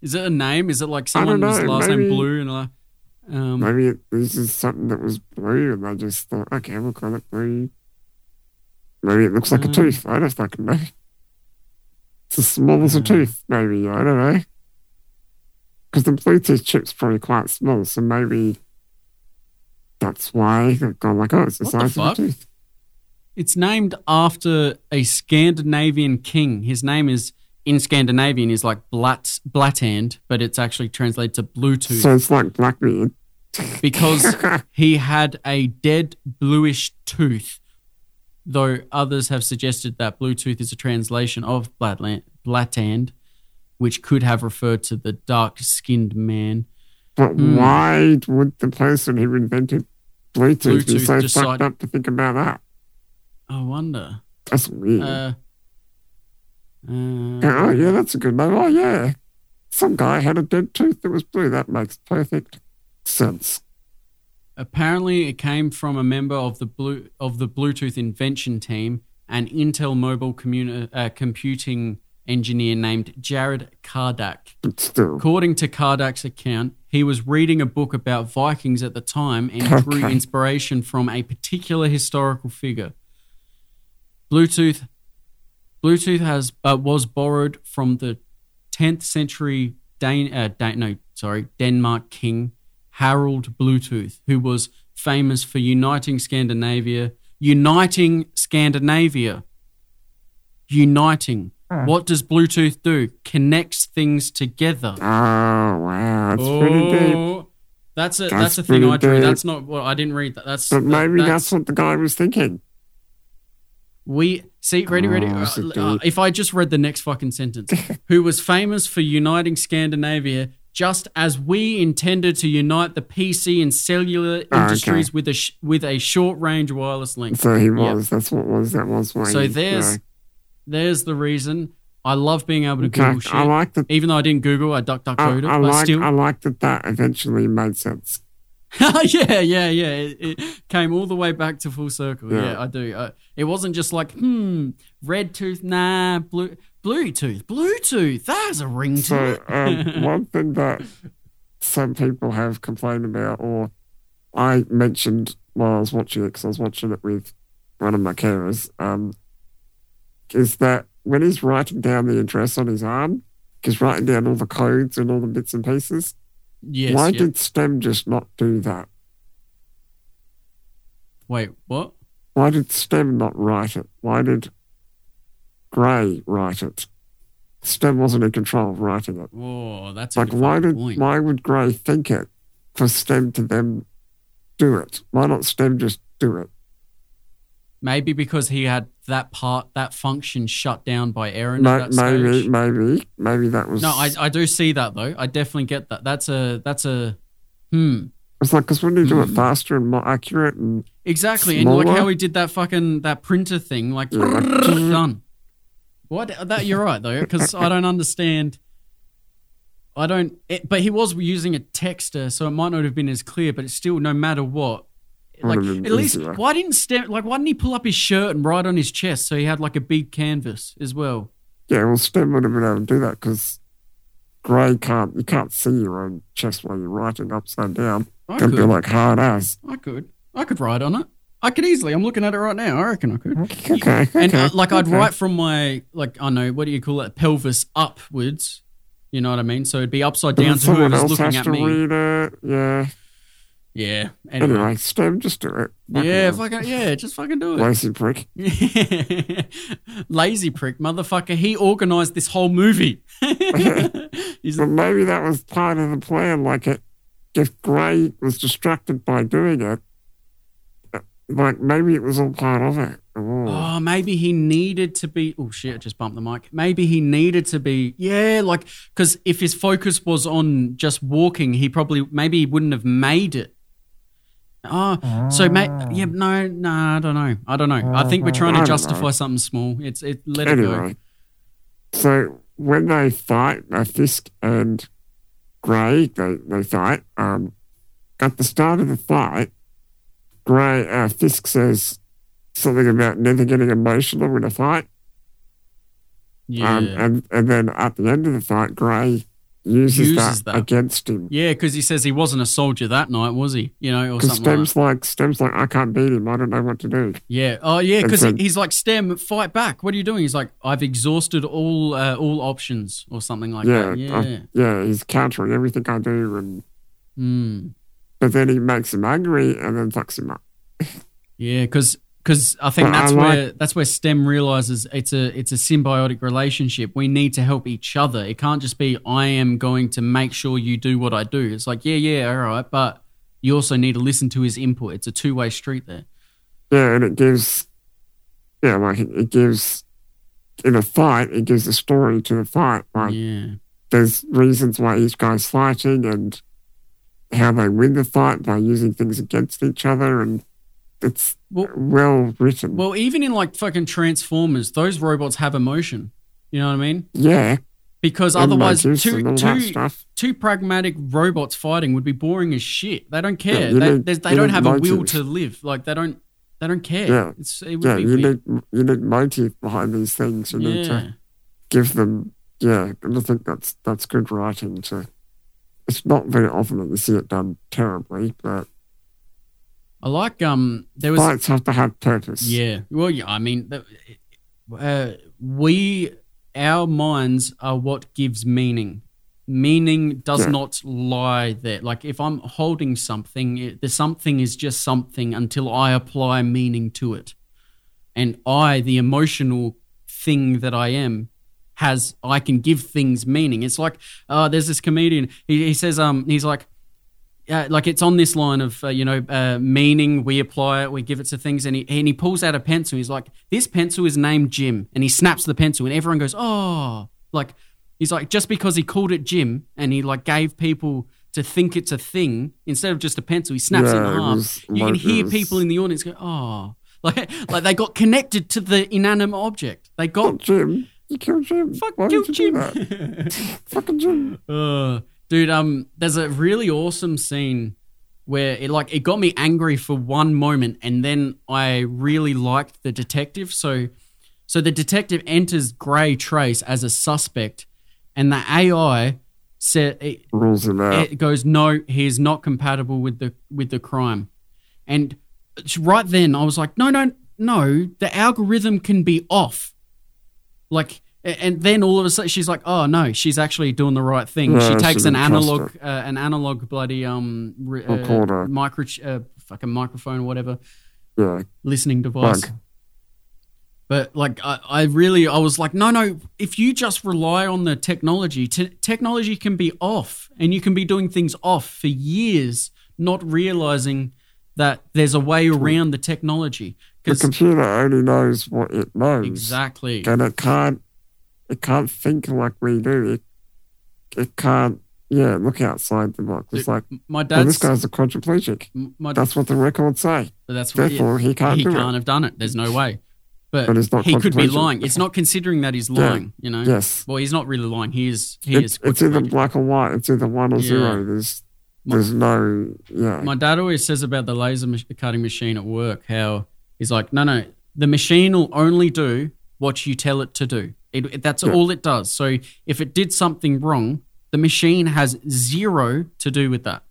Speaker 2: Is it a name? Is it like someone
Speaker 1: know,
Speaker 2: whose last name
Speaker 1: maybe-
Speaker 2: Blue and like, um,
Speaker 1: Maybe it, this is something that was blue, and I just thought, okay, we'll call it blue. Maybe it looks like
Speaker 2: Um,
Speaker 1: a tooth. I don't fucking know. It's as small as a
Speaker 2: Uh,
Speaker 1: tooth, maybe. I don't know. Because the Bluetooth chip's probably quite small, so maybe that's why they've gone like, oh, it's the
Speaker 2: What the
Speaker 1: size
Speaker 2: fuck?
Speaker 1: of a tooth.
Speaker 2: It's named after a Scandinavian king. His name is in Scandinavian is like Blat Blathand, but it's actually translated to Bluetooth.
Speaker 1: So it's like Blackbeard.
Speaker 2: because he had a dead bluish tooth, though others have suggested that Bluetooth is a translation of Blatland, Blatand, which could have referred to the dark skinned man.
Speaker 1: But
Speaker 2: Hmm.
Speaker 1: why would the person who invented Bluetooth, be
Speaker 2: Bluetooth
Speaker 1: so
Speaker 2: decide-
Speaker 1: fucked up to think about that?
Speaker 2: I wonder.
Speaker 1: That's weird.
Speaker 2: Uh, uh,
Speaker 1: Oh yeah, that's a good name. Oh yeah, some guy had a dead tooth that was blue. That makes perfect sense.
Speaker 2: Apparently, it came from a member of the blue of the Bluetooth invention team, an Intel mobile communi- uh, computing engineer named Jared Kardak.
Speaker 1: But still,
Speaker 2: According to Kardak's account, he was reading a book about Vikings at the time and drew
Speaker 1: Okay.
Speaker 2: inspiration from a particular historical figure. Bluetooth Bluetooth has uh, was borrowed from the 10th century Dan- uh, Dan- no, sorry, Denmark king Harald Bluetooth, who was famous for uniting Scandinavia, uniting Scandinavia. Uniting.
Speaker 1: Hmm.
Speaker 2: What does Bluetooth do? Connects things together.
Speaker 1: oh wow, it's pretty deep.
Speaker 2: Oh, That's a that's,
Speaker 1: That's
Speaker 2: a thing
Speaker 1: pretty
Speaker 2: I drew.
Speaker 1: deep.
Speaker 2: That's not what I didn't read that. That's
Speaker 1: But
Speaker 2: that-
Speaker 1: maybe that's, what the guy was thinking.
Speaker 2: we see ready ready.
Speaker 1: Oh,
Speaker 2: uh,
Speaker 1: that's a
Speaker 2: uh,
Speaker 1: deep-
Speaker 2: if I just read the next fucking sentence, who was famous for uniting Scandinavia, just as we intended to unite the PC and cellular
Speaker 1: Oh, okay.
Speaker 2: industries with a sh- with a short range wireless link.
Speaker 1: So he
Speaker 2: Yeah.
Speaker 1: was. That's what was. That was what.
Speaker 2: So
Speaker 1: he-
Speaker 2: there's there's the reason. I love being able to
Speaker 1: yeah. Okay,
Speaker 2: Google shit.
Speaker 1: I like that.
Speaker 2: Even though I didn't Google, I duck duck
Speaker 1: I,
Speaker 2: coded,
Speaker 1: I
Speaker 2: but
Speaker 1: like.
Speaker 2: still.
Speaker 1: I like that. That eventually made sense.
Speaker 2: yeah, yeah, yeah. It, it came all the way back to full circle. Yeah,
Speaker 1: Yeah.
Speaker 2: I do. Uh, it wasn't just like, hmm, red tooth, nah, blue, Bluetooth, Bluetooth. That's a ring to
Speaker 1: So
Speaker 2: it.
Speaker 1: um, one thing that some people have complained about, or I mentioned while I was watching it, because I was watching it with one of my carers, um, is that when he's writing down the address on his arm, he's writing down all the codes and all the bits and pieces.
Speaker 2: Yes.
Speaker 1: why
Speaker 2: yeah.
Speaker 1: did STEM just not do that?
Speaker 2: Wait, what?
Speaker 1: Why did STEM not write it? Why did Gray write it? STEM wasn't in control of writing it.
Speaker 2: Whoa,
Speaker 1: It's
Speaker 2: that's a
Speaker 1: like
Speaker 2: good
Speaker 1: why
Speaker 2: fucking
Speaker 1: did
Speaker 2: point.
Speaker 1: why would Gray think it for STEM to them do it? Why not STEM just do it?
Speaker 2: Maybe because he had that part, that function shut down by Aaron
Speaker 1: Ma-
Speaker 2: at that
Speaker 1: maybe,
Speaker 2: stage.
Speaker 1: maybe, maybe that was
Speaker 2: No, I, I do see that though. I definitely get that. That's a that's a hmm.
Speaker 1: It's like because wouldn't he do it
Speaker 2: Hmm.
Speaker 1: faster and more accurate? And
Speaker 2: Exactly, and like
Speaker 1: Smaller?
Speaker 2: how he did that fucking that printer thing, like
Speaker 1: Yeah, like-
Speaker 2: done. What that you're right though, because I don't understand. I don't, it, but he was using a texter, so it might not have been as clear, but it's still no matter what. Like
Speaker 1: Would've been
Speaker 2: at least
Speaker 1: easier.
Speaker 2: why didn't Stem, like why didn't he pull up his shirt and write on his chest so he had like a big canvas as well?
Speaker 1: yeah, well, STEM would have been able to do that because Gray can't. You can't see your own chest while you're writing upside down.
Speaker 2: I
Speaker 1: Can be
Speaker 2: could,
Speaker 1: like hard ass.
Speaker 2: I could, I could write on it. I could easily. I'm looking at it right now. I reckon I could.
Speaker 1: Okay, okay,
Speaker 2: and uh, like I'd
Speaker 1: okay.
Speaker 2: write from my like I don't know what do you call it pelvis upwards. You know what I mean? So it'd be upside
Speaker 1: But then
Speaker 2: down to
Speaker 1: someone
Speaker 2: whoever's
Speaker 1: else
Speaker 2: looking
Speaker 1: has
Speaker 2: at
Speaker 1: to
Speaker 2: me.
Speaker 1: read it. Yeah.
Speaker 2: Yeah.
Speaker 1: Anyway,
Speaker 2: Anyway.
Speaker 1: STEM just do it.
Speaker 2: Yeah,
Speaker 1: Fucking
Speaker 2: fucking yeah, just fucking do
Speaker 1: lazy prick.
Speaker 2: it. Lazy prick, motherfucker. He organised this whole movie. He's
Speaker 1: But maybe that was part of the plan. Like, it, if Gray was distracted by doing it, like maybe it was all part of it. Oh.
Speaker 2: Oh, maybe he needed to be. Oh shit! I just bumped the mic. Maybe he needed to be. Yeah, like because if his focus was on just walking, he probably maybe he wouldn't have made it. Oh, so
Speaker 1: Ah.
Speaker 2: ma- yeah, no, no, I don't know. I don't know. I think we're trying
Speaker 1: I
Speaker 2: to
Speaker 1: don't
Speaker 2: justify
Speaker 1: know.
Speaker 2: something small. It's it. Let it go.
Speaker 1: anyway, so when they fight, uh, Fisk and Gray, they, they fight. Um, at the start of the fight, Gray uh, Fisk says something about never getting emotional in a fight.
Speaker 2: Yeah,
Speaker 1: Um, and, and then at the end of the fight, Gray uses,
Speaker 2: Uses
Speaker 1: that,
Speaker 2: that.
Speaker 1: against him.
Speaker 2: yeah, because he says he wasn't a soldier that night, was he? You know, or
Speaker 1: Because
Speaker 2: something. Like that.
Speaker 1: Stem's like, Stem's like, I can't beat him. I don't know what to do.
Speaker 2: Yeah. Oh, yeah.
Speaker 1: And
Speaker 2: Because
Speaker 1: so-
Speaker 2: he's like, "Stem, fight back! What are you doing?" He's like, "I've exhausted all uh, all options," or something like
Speaker 1: yeah,
Speaker 2: that.
Speaker 1: I-
Speaker 2: Yeah.
Speaker 1: yeah, he's countering everything I do, and
Speaker 2: Hmm.
Speaker 1: but then he makes him angry and then fucks him up.
Speaker 2: Yeah, because I think
Speaker 1: But I
Speaker 2: that's
Speaker 1: like-
Speaker 2: where that's where STEM realizes it's a it's a symbiotic relationship. We need to help each other. It can't just be I am going to make sure you do what I do. It's like yeah, yeah, all right, but you also need to listen to his input. It's a two way street there.
Speaker 1: Yeah, and it gives, yeah, like it, it gives in a fight, it gives a story to the fight. Like
Speaker 2: Yeah,
Speaker 1: there's reasons why each guy's fighting and how they win the fight by using things against each other, and it's
Speaker 2: Well-
Speaker 1: well written.
Speaker 2: Well, even in like fucking Transformers, those robots have emotion. You know what I mean?
Speaker 1: yeah,
Speaker 2: Because
Speaker 1: and
Speaker 2: otherwise,
Speaker 1: Motus and
Speaker 2: two
Speaker 1: all that
Speaker 2: two
Speaker 1: stuff.
Speaker 2: two pragmatic robots fighting would be boring as shit. They don't care.
Speaker 1: you
Speaker 2: they
Speaker 1: need-
Speaker 2: there's- they
Speaker 1: you
Speaker 2: don't
Speaker 1: need
Speaker 2: have a will
Speaker 1: motive.
Speaker 2: to live. Like they don't they don't care.
Speaker 1: Yeah.
Speaker 2: It's it would
Speaker 1: Yeah,
Speaker 2: be
Speaker 1: you
Speaker 2: weird.
Speaker 1: need you need motive behind these things. You need
Speaker 2: yeah.
Speaker 1: to give them yeah, and I think that's that's good writing to it's not very often that you see it done terribly, but
Speaker 2: I like um there was
Speaker 1: fights have to have purpose.
Speaker 2: yeah. Well, yeah, I mean the, uh, we our minds are what gives meaning. Meaning does
Speaker 1: Yeah.
Speaker 2: not lie there. Like if I'm holding something, it, the something is just something until I apply meaning to it. and I, the emotional thing that I am, has I can give things meaning. It's like uh, there's this comedian. He, he says, um, he's like, uh, like it's on this line of uh, you know uh, meaning. We apply it, we give it to things, and he and he pulls out a pencil. He's like, this pencil is named Jim, and he snaps the pencil, and everyone goes, oh, like he's like just because he called it Jim, and he like gave people. To think it's a thing instead of just a pencil, he snaps it
Speaker 1: Yeah,
Speaker 2: in
Speaker 1: it
Speaker 2: half.
Speaker 1: was
Speaker 2: you can
Speaker 1: like- it
Speaker 2: hear
Speaker 1: was-
Speaker 2: people in the audience go, "Oh, like, like they got connected to the inanimate object. They
Speaker 1: Not
Speaker 2: got
Speaker 1: Jim. You killed Jim.
Speaker 2: fuck
Speaker 1: Why
Speaker 2: kill
Speaker 1: did you do
Speaker 2: Jim.
Speaker 1: that? Fucking Jim.
Speaker 2: Uh, dude, um, there's a really awesome scene where it like it got me angry for one moment, and then I really liked the detective. So, so the detective enters Gray Trace as a suspect, and the AI said it,
Speaker 1: Rules him out.
Speaker 2: it goes no he is not compatible with the with the crime and it's right then i was like no no no the algorithm can be off like a- and then all of a sudden she's like oh no she's actually doing the right thing she
Speaker 1: Yeah,
Speaker 2: takes
Speaker 1: she
Speaker 2: an
Speaker 1: didn't trust
Speaker 2: analog uh, an analog bloody um re- uh,
Speaker 1: Recorder.
Speaker 2: micro uh, fucking microphone or whatever
Speaker 1: yeah.
Speaker 2: listening device.
Speaker 1: Plug.
Speaker 2: But like I, I really I was like no no if you just rely on the technology te- technology can be off and you can be doing things off for years not realizing that there's a way around the technology
Speaker 1: The
Speaker 2: 'Cause-
Speaker 1: computer only knows what it knows.
Speaker 2: exactly
Speaker 1: And it can't it can't think like we do. It it can't yeah, look outside the box. It's like
Speaker 2: my
Speaker 1: well, this guy's
Speaker 2: dad's
Speaker 1: a quadriplegic.
Speaker 2: m- my
Speaker 1: That's what the records say.
Speaker 2: that's what
Speaker 1: Therefore he can't
Speaker 2: he
Speaker 1: do
Speaker 2: can't have done it there's no way but,
Speaker 1: But it's not
Speaker 2: he could be
Speaker 1: controversial.
Speaker 2: lying it's not considering that he's lying you know
Speaker 1: it. Yes.
Speaker 2: well he's not really lying he is he
Speaker 1: It,
Speaker 2: is
Speaker 1: it's either
Speaker 2: quadriplegic.
Speaker 1: black or white. It's either one or
Speaker 2: Yeah.
Speaker 1: zero. There's
Speaker 2: My-
Speaker 1: there's no yeah.
Speaker 2: My dad always says about the laser mach- cutting machine at work how he's like, no, no, the machine will only do what you tell it to do. It, it- that's
Speaker 1: Yeah.
Speaker 2: all it does. So if it did something wrong, the machine has zero to do with that.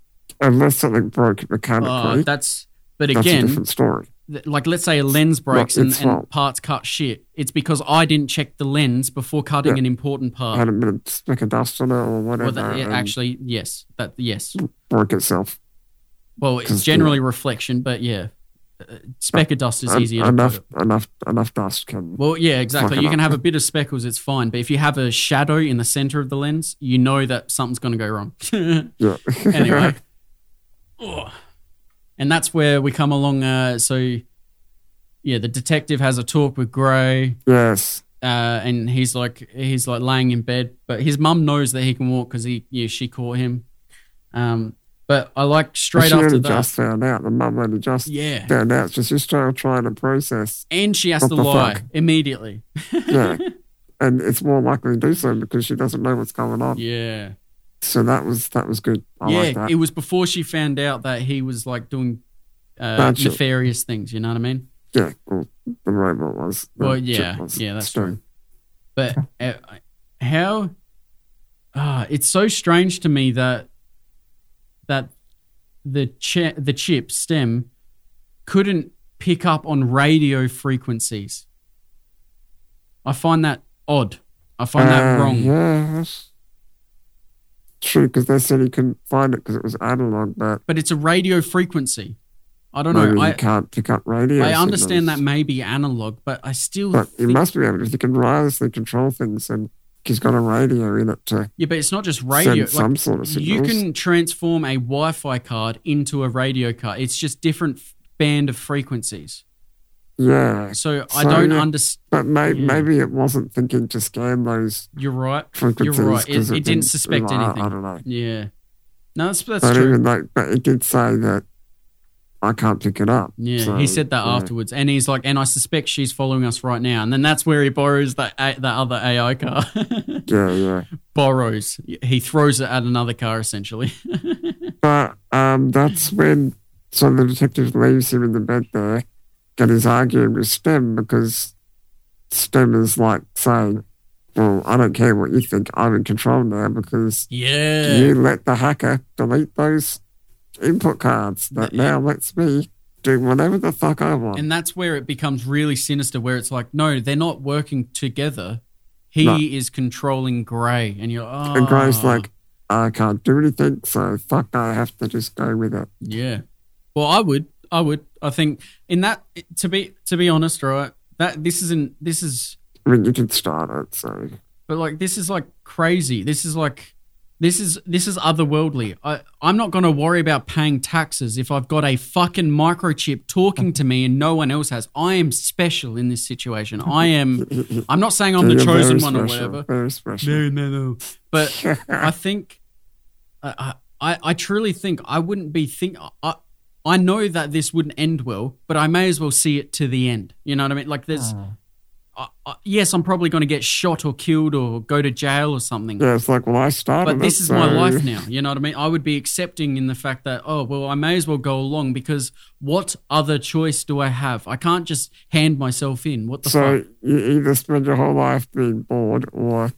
Speaker 1: Unless something broke
Speaker 2: Uh,
Speaker 1: mechanically.
Speaker 2: that's but
Speaker 1: that's a
Speaker 2: again,
Speaker 1: different story.
Speaker 2: th- like let's say a lens breaks
Speaker 1: Right,
Speaker 2: and,
Speaker 1: it's
Speaker 2: and
Speaker 1: fault.
Speaker 2: parts cut shit. It's because I didn't check the lens before cutting
Speaker 1: Yeah.
Speaker 2: an important
Speaker 1: I um,
Speaker 2: part.
Speaker 1: had a bit of speck of dust on it or whatever.
Speaker 2: Oh. Well, that, yeah,
Speaker 1: and
Speaker 2: actually, yes, that yes.
Speaker 1: Hmm. broke itself.
Speaker 2: Well, it's
Speaker 1: 'Cause-
Speaker 2: generally reflection, but yeah, uh, speck of dust is
Speaker 1: En-
Speaker 2: easier. to
Speaker 1: enough
Speaker 2: put
Speaker 1: enough enough dust can
Speaker 2: Well, yeah, exactly.
Speaker 1: Fucking
Speaker 2: You can
Speaker 1: up.
Speaker 2: have a bit of speckles, it's fine. But if you have a shadow in the center of the lens, you know that something's going to go wrong.
Speaker 1: yeah.
Speaker 2: anyway. Ugh. And that's where we come along. Uh, so, yeah, the detective has a talk with Gray,
Speaker 1: yes.
Speaker 2: uh, and he's like, he's like laying in bed, but his mum knows that he can walk because he, yeah, she caught him. Um, but I like
Speaker 1: But
Speaker 2: straight
Speaker 1: she
Speaker 2: after
Speaker 1: only
Speaker 2: that,
Speaker 1: just found out. The mum only just
Speaker 2: yeah,
Speaker 1: found out. She's just still trying to process.
Speaker 2: and she has
Speaker 1: What
Speaker 2: to
Speaker 1: the
Speaker 2: lie
Speaker 1: fuck?
Speaker 2: immediately.
Speaker 1: Yeah. and it's more likely to do so because she doesn't know what's going on.
Speaker 2: Yeah.
Speaker 1: So that was that was good. I
Speaker 2: yeah,
Speaker 1: like that.
Speaker 2: it was before she found out that he was like doing uh,
Speaker 1: Bad shit.
Speaker 2: nefarious things. You know what I mean?
Speaker 1: yeah. Well, the robot was. The
Speaker 2: Well,
Speaker 1: chip
Speaker 2: yeah,
Speaker 1: was
Speaker 2: yeah, that's
Speaker 1: stone.
Speaker 2: But uh, how? Uh, it's so strange to me that that the chi- the chip stem couldn't pick up on radio frequencies. I find that odd. I find that
Speaker 1: Uh,
Speaker 2: wrong.
Speaker 1: Yeah. that's True, because they said he couldn't find it because it was analog, but
Speaker 2: But it's a radio frequency. I don't
Speaker 1: maybe
Speaker 2: know.
Speaker 1: he
Speaker 2: I,
Speaker 1: can't pick up radio.
Speaker 2: I understand
Speaker 1: signals.
Speaker 2: that may be analog, but I still
Speaker 1: But he
Speaker 2: think-
Speaker 1: must be able to. He can wirelessly control things, and he's got a radio in it to
Speaker 2: Yeah, but it's not just radio.
Speaker 1: send
Speaker 2: Like,
Speaker 1: some sort of
Speaker 2: you
Speaker 1: signals.
Speaker 2: can transform a Wi-Fi card into a radio card. It's just different f- band of frequencies.
Speaker 1: yeah,
Speaker 2: So I
Speaker 1: So,
Speaker 2: don't
Speaker 1: yeah.
Speaker 2: understand.
Speaker 1: but may-
Speaker 2: Yeah.
Speaker 1: maybe it wasn't thinking to scan those
Speaker 2: You're right.
Speaker 1: frequencies.
Speaker 2: right. It-
Speaker 1: 'cause
Speaker 2: it didn't suspect
Speaker 1: I- I
Speaker 2: anything.
Speaker 1: don't know.
Speaker 2: Yeah. No, that's that's
Speaker 1: But
Speaker 2: true.
Speaker 1: even like, but it did say that I can't pick it up.
Speaker 2: Yeah,
Speaker 1: So,
Speaker 2: he said that
Speaker 1: yeah.
Speaker 2: afterwards, and he's like, and I suspect she's following us right now. And then that's where he borrows that a- that other AI car.
Speaker 1: Yeah, yeah.
Speaker 2: borrows. He throws it at another car essentially.
Speaker 1: But um, that's when so the detective leaves him in the bed there, and he's arguing with Stem because Stem is like saying, "Well, I don't care what you think. I'm in control now because
Speaker 2: yeah.
Speaker 1: you let the hacker delete those input cards that
Speaker 2: Yeah.
Speaker 1: now lets me do whatever the fuck I want."
Speaker 2: And that's where it becomes really sinister, where it's like, no, they're not working together. He
Speaker 1: No.
Speaker 2: is controlling Gray, and you're oh,
Speaker 1: and Gray's like, "I can't do anything, so fuck. I have to just go with it."
Speaker 2: yeah. Well, I would, I would, I think in that to be to be honest, right? That this isn't this is,
Speaker 1: I mean, you can start it, so
Speaker 2: but like this is like crazy. This is like this is this is otherworldly. I I'm not gonna worry about paying taxes if I've got a fucking microchip talking to me and no one else has. I am special in this situation. I am. I'm not saying I'm the
Speaker 1: You're very
Speaker 2: chosen one or
Speaker 1: special,
Speaker 2: whatever.
Speaker 1: Very special.
Speaker 2: No, no, no. But I think I, I, I truly think I wouldn't be think. I, I know that this wouldn't end well, but I may as well see it to the end. You know what I mean? Like
Speaker 1: Hmm.
Speaker 2: there's, I, I, yes, I'm probably going to get shot or killed or go to jail or something.
Speaker 1: Yeah, it's like, well, I started.
Speaker 2: But this
Speaker 1: it,
Speaker 2: is my
Speaker 1: so-
Speaker 2: life now. You know what I mean? I would be accepting in the fact that, oh, well, I may as well go along because what other choice do I have? I can't just hand myself in. What the fuck?
Speaker 1: So you either spend your whole life being bored, or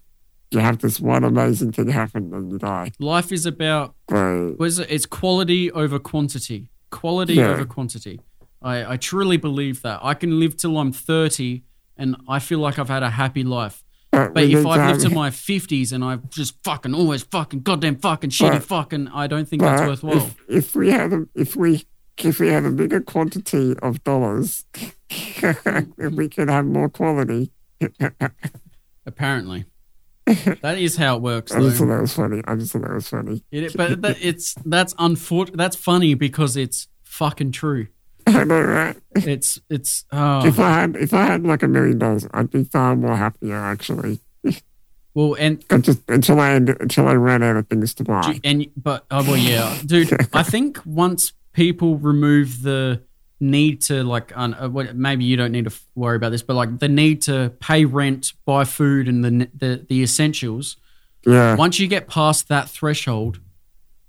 Speaker 1: you have this one amazing thing happen and you die.
Speaker 2: Life is about
Speaker 1: So
Speaker 2: was it, it's quality over quantity quality
Speaker 1: Yeah.
Speaker 2: over quantity I, I truly believe that i can live till i'm 30 and i feel like i've had a happy life
Speaker 1: but,
Speaker 2: but
Speaker 1: we
Speaker 2: if
Speaker 1: need
Speaker 2: i've lived
Speaker 1: have-
Speaker 2: to my 50s and i've just fucking always fucking goddamn fucking shitty
Speaker 1: But-
Speaker 2: fucking i don't think
Speaker 1: but
Speaker 2: that's worthwhile
Speaker 1: If, if we had a, if we if we had a bigger quantity of dollars, then we could have more quality.
Speaker 2: apparently that is how it works
Speaker 1: I just
Speaker 2: though
Speaker 1: thought that was funny. I just thought that was funny.
Speaker 2: it, but that, it's that's unfortunate that's funny because it's fucking true
Speaker 1: I know, right?
Speaker 2: it's it's oh.
Speaker 1: If I had if I had like a million dollars, I'd be far more happier actually.
Speaker 2: well and
Speaker 1: I just until I until I ran out of things to buy.
Speaker 2: Do- and but oh well, yeah, dude. I think once people remove the need to like, un, uh, what- maybe you don't need to f- worry about this, but like the need to pay rent, buy food, and the n- the, the essentials.
Speaker 1: Yeah.
Speaker 2: Once you get past that threshold,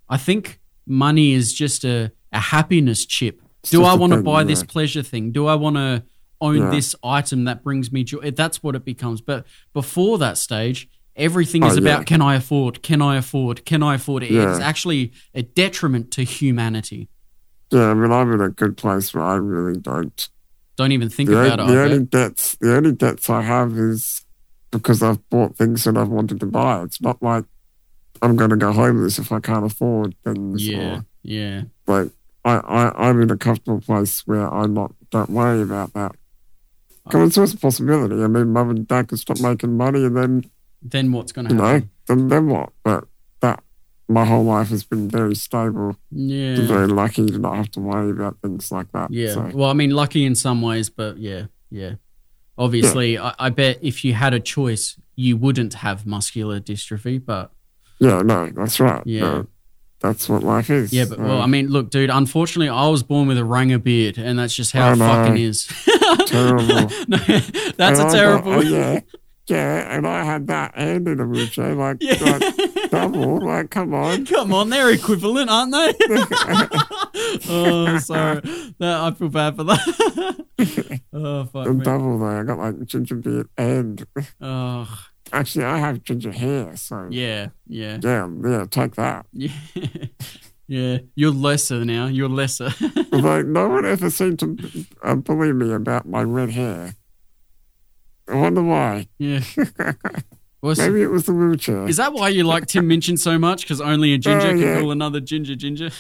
Speaker 2: I think money is just a, a happiness chip.
Speaker 1: It's
Speaker 2: Do
Speaker 1: just
Speaker 2: I
Speaker 1: a
Speaker 2: want to
Speaker 1: thing,
Speaker 2: buy this
Speaker 1: yeah.
Speaker 2: pleasure thing? Do I want to own
Speaker 1: Yeah.
Speaker 2: this item that brings me joy? That's what it becomes. But before that stage, everything
Speaker 1: Oh,
Speaker 2: is about
Speaker 1: yeah.
Speaker 2: can I afford? Can I afford? Can I afford? It
Speaker 1: Yeah.
Speaker 2: is actually a detriment to humanity.
Speaker 1: Yeah, I mean, I'm in a good place where I really don't.
Speaker 2: Don't even think
Speaker 1: The,
Speaker 2: about
Speaker 1: o-
Speaker 2: it.
Speaker 1: the
Speaker 2: I
Speaker 1: only
Speaker 2: bet.
Speaker 1: debts, the only debts I have is because I've bought things that I've wanted to buy. It's not like I'm going to go homeless if I can't afford things.
Speaker 2: Yeah,
Speaker 1: Or,
Speaker 2: yeah.
Speaker 1: like I, I, I'm in a comfortable place where I'm not don't worry about that. Because it's always a possibility. I mean, mum and dad could stop making money, and then
Speaker 2: Then what's going to
Speaker 1: you know,
Speaker 2: happen?
Speaker 1: then, then what? But that my whole life has been very stable.
Speaker 2: Yeah.
Speaker 1: Very lucky to not have to worry about things like that.
Speaker 2: Yeah.
Speaker 1: So.
Speaker 2: Well, I mean, lucky in some ways, but yeah, yeah. Obviously, I, I bet if you had a choice, you wouldn't have muscular dystrophy. But
Speaker 1: Yeah, no, that's right.
Speaker 2: Yeah.
Speaker 1: No, that's what life is.
Speaker 2: yeah, but well,
Speaker 1: Uh,
Speaker 2: I mean, look, dude. Unfortunately, I was born with a ranger beard, and that's just how
Speaker 1: I
Speaker 2: it
Speaker 1: know.
Speaker 2: fucking is.
Speaker 1: Terrible.
Speaker 2: no, that's
Speaker 1: and
Speaker 2: a
Speaker 1: I got-
Speaker 2: terrible.
Speaker 1: oh, yeah, yeah, and I had that and in a wheelchair, like,
Speaker 2: yeah.
Speaker 1: like double, like, come on.
Speaker 2: Come on, they're equivalent, aren't they? oh, sorry. No, I feel bad for that. oh, fuck
Speaker 1: And
Speaker 2: me.
Speaker 1: double though, I got like ginger beard and
Speaker 2: Oh,
Speaker 1: actually I have ginger hair, so
Speaker 2: yeah, yeah.
Speaker 1: yeah, yeah, take that.
Speaker 2: Yeah. yeah. You're lesser now. You're lesser.
Speaker 1: Although no one ever seemed to uh, believe me about my red hair. I wonder why.
Speaker 2: yeah. What's-
Speaker 1: Maybe it was the wheelchair.
Speaker 2: is that why you like Tim Minchin so much? Because only a ginger
Speaker 1: Oh,
Speaker 2: can
Speaker 1: yeah.
Speaker 2: call another ginger ginger?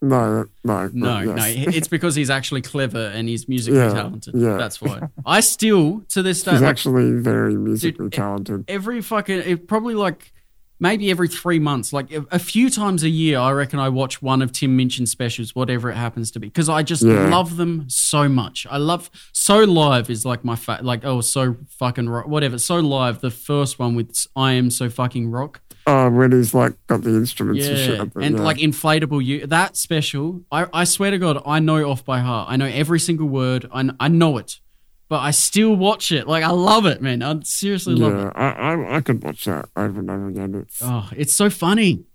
Speaker 1: No, no, but
Speaker 2: No,
Speaker 1: yes.
Speaker 2: no. It's because he's actually clever and he's musically
Speaker 1: Yeah,
Speaker 2: talented.
Speaker 1: yeah.
Speaker 2: That's why. I still, to this day,
Speaker 1: He's
Speaker 2: like,
Speaker 1: actually very musically talented.
Speaker 2: every fucking, it probably like maybe every three months, like a, a few times a year, I reckon I watch one of Tim Minchin's specials, whatever it happens to be, because I just
Speaker 1: Yeah.
Speaker 2: love them so much. I love So Live is like my fa- like oh so fucking rock whatever. So Live, the first one with I am so fucking rock.
Speaker 1: Oh, when he's like got the instruments and shit.
Speaker 2: Yeah,
Speaker 1: up there,
Speaker 2: and
Speaker 1: yeah.
Speaker 2: like inflatable you that special. I, I swear to God, I know off by heart. I know every single word. I, kn- I know it, but I still watch it. Like I love it, man. I seriously love it.
Speaker 1: yeah, I, I I could watch that over and over again. It's
Speaker 2: Oh, it's so funny,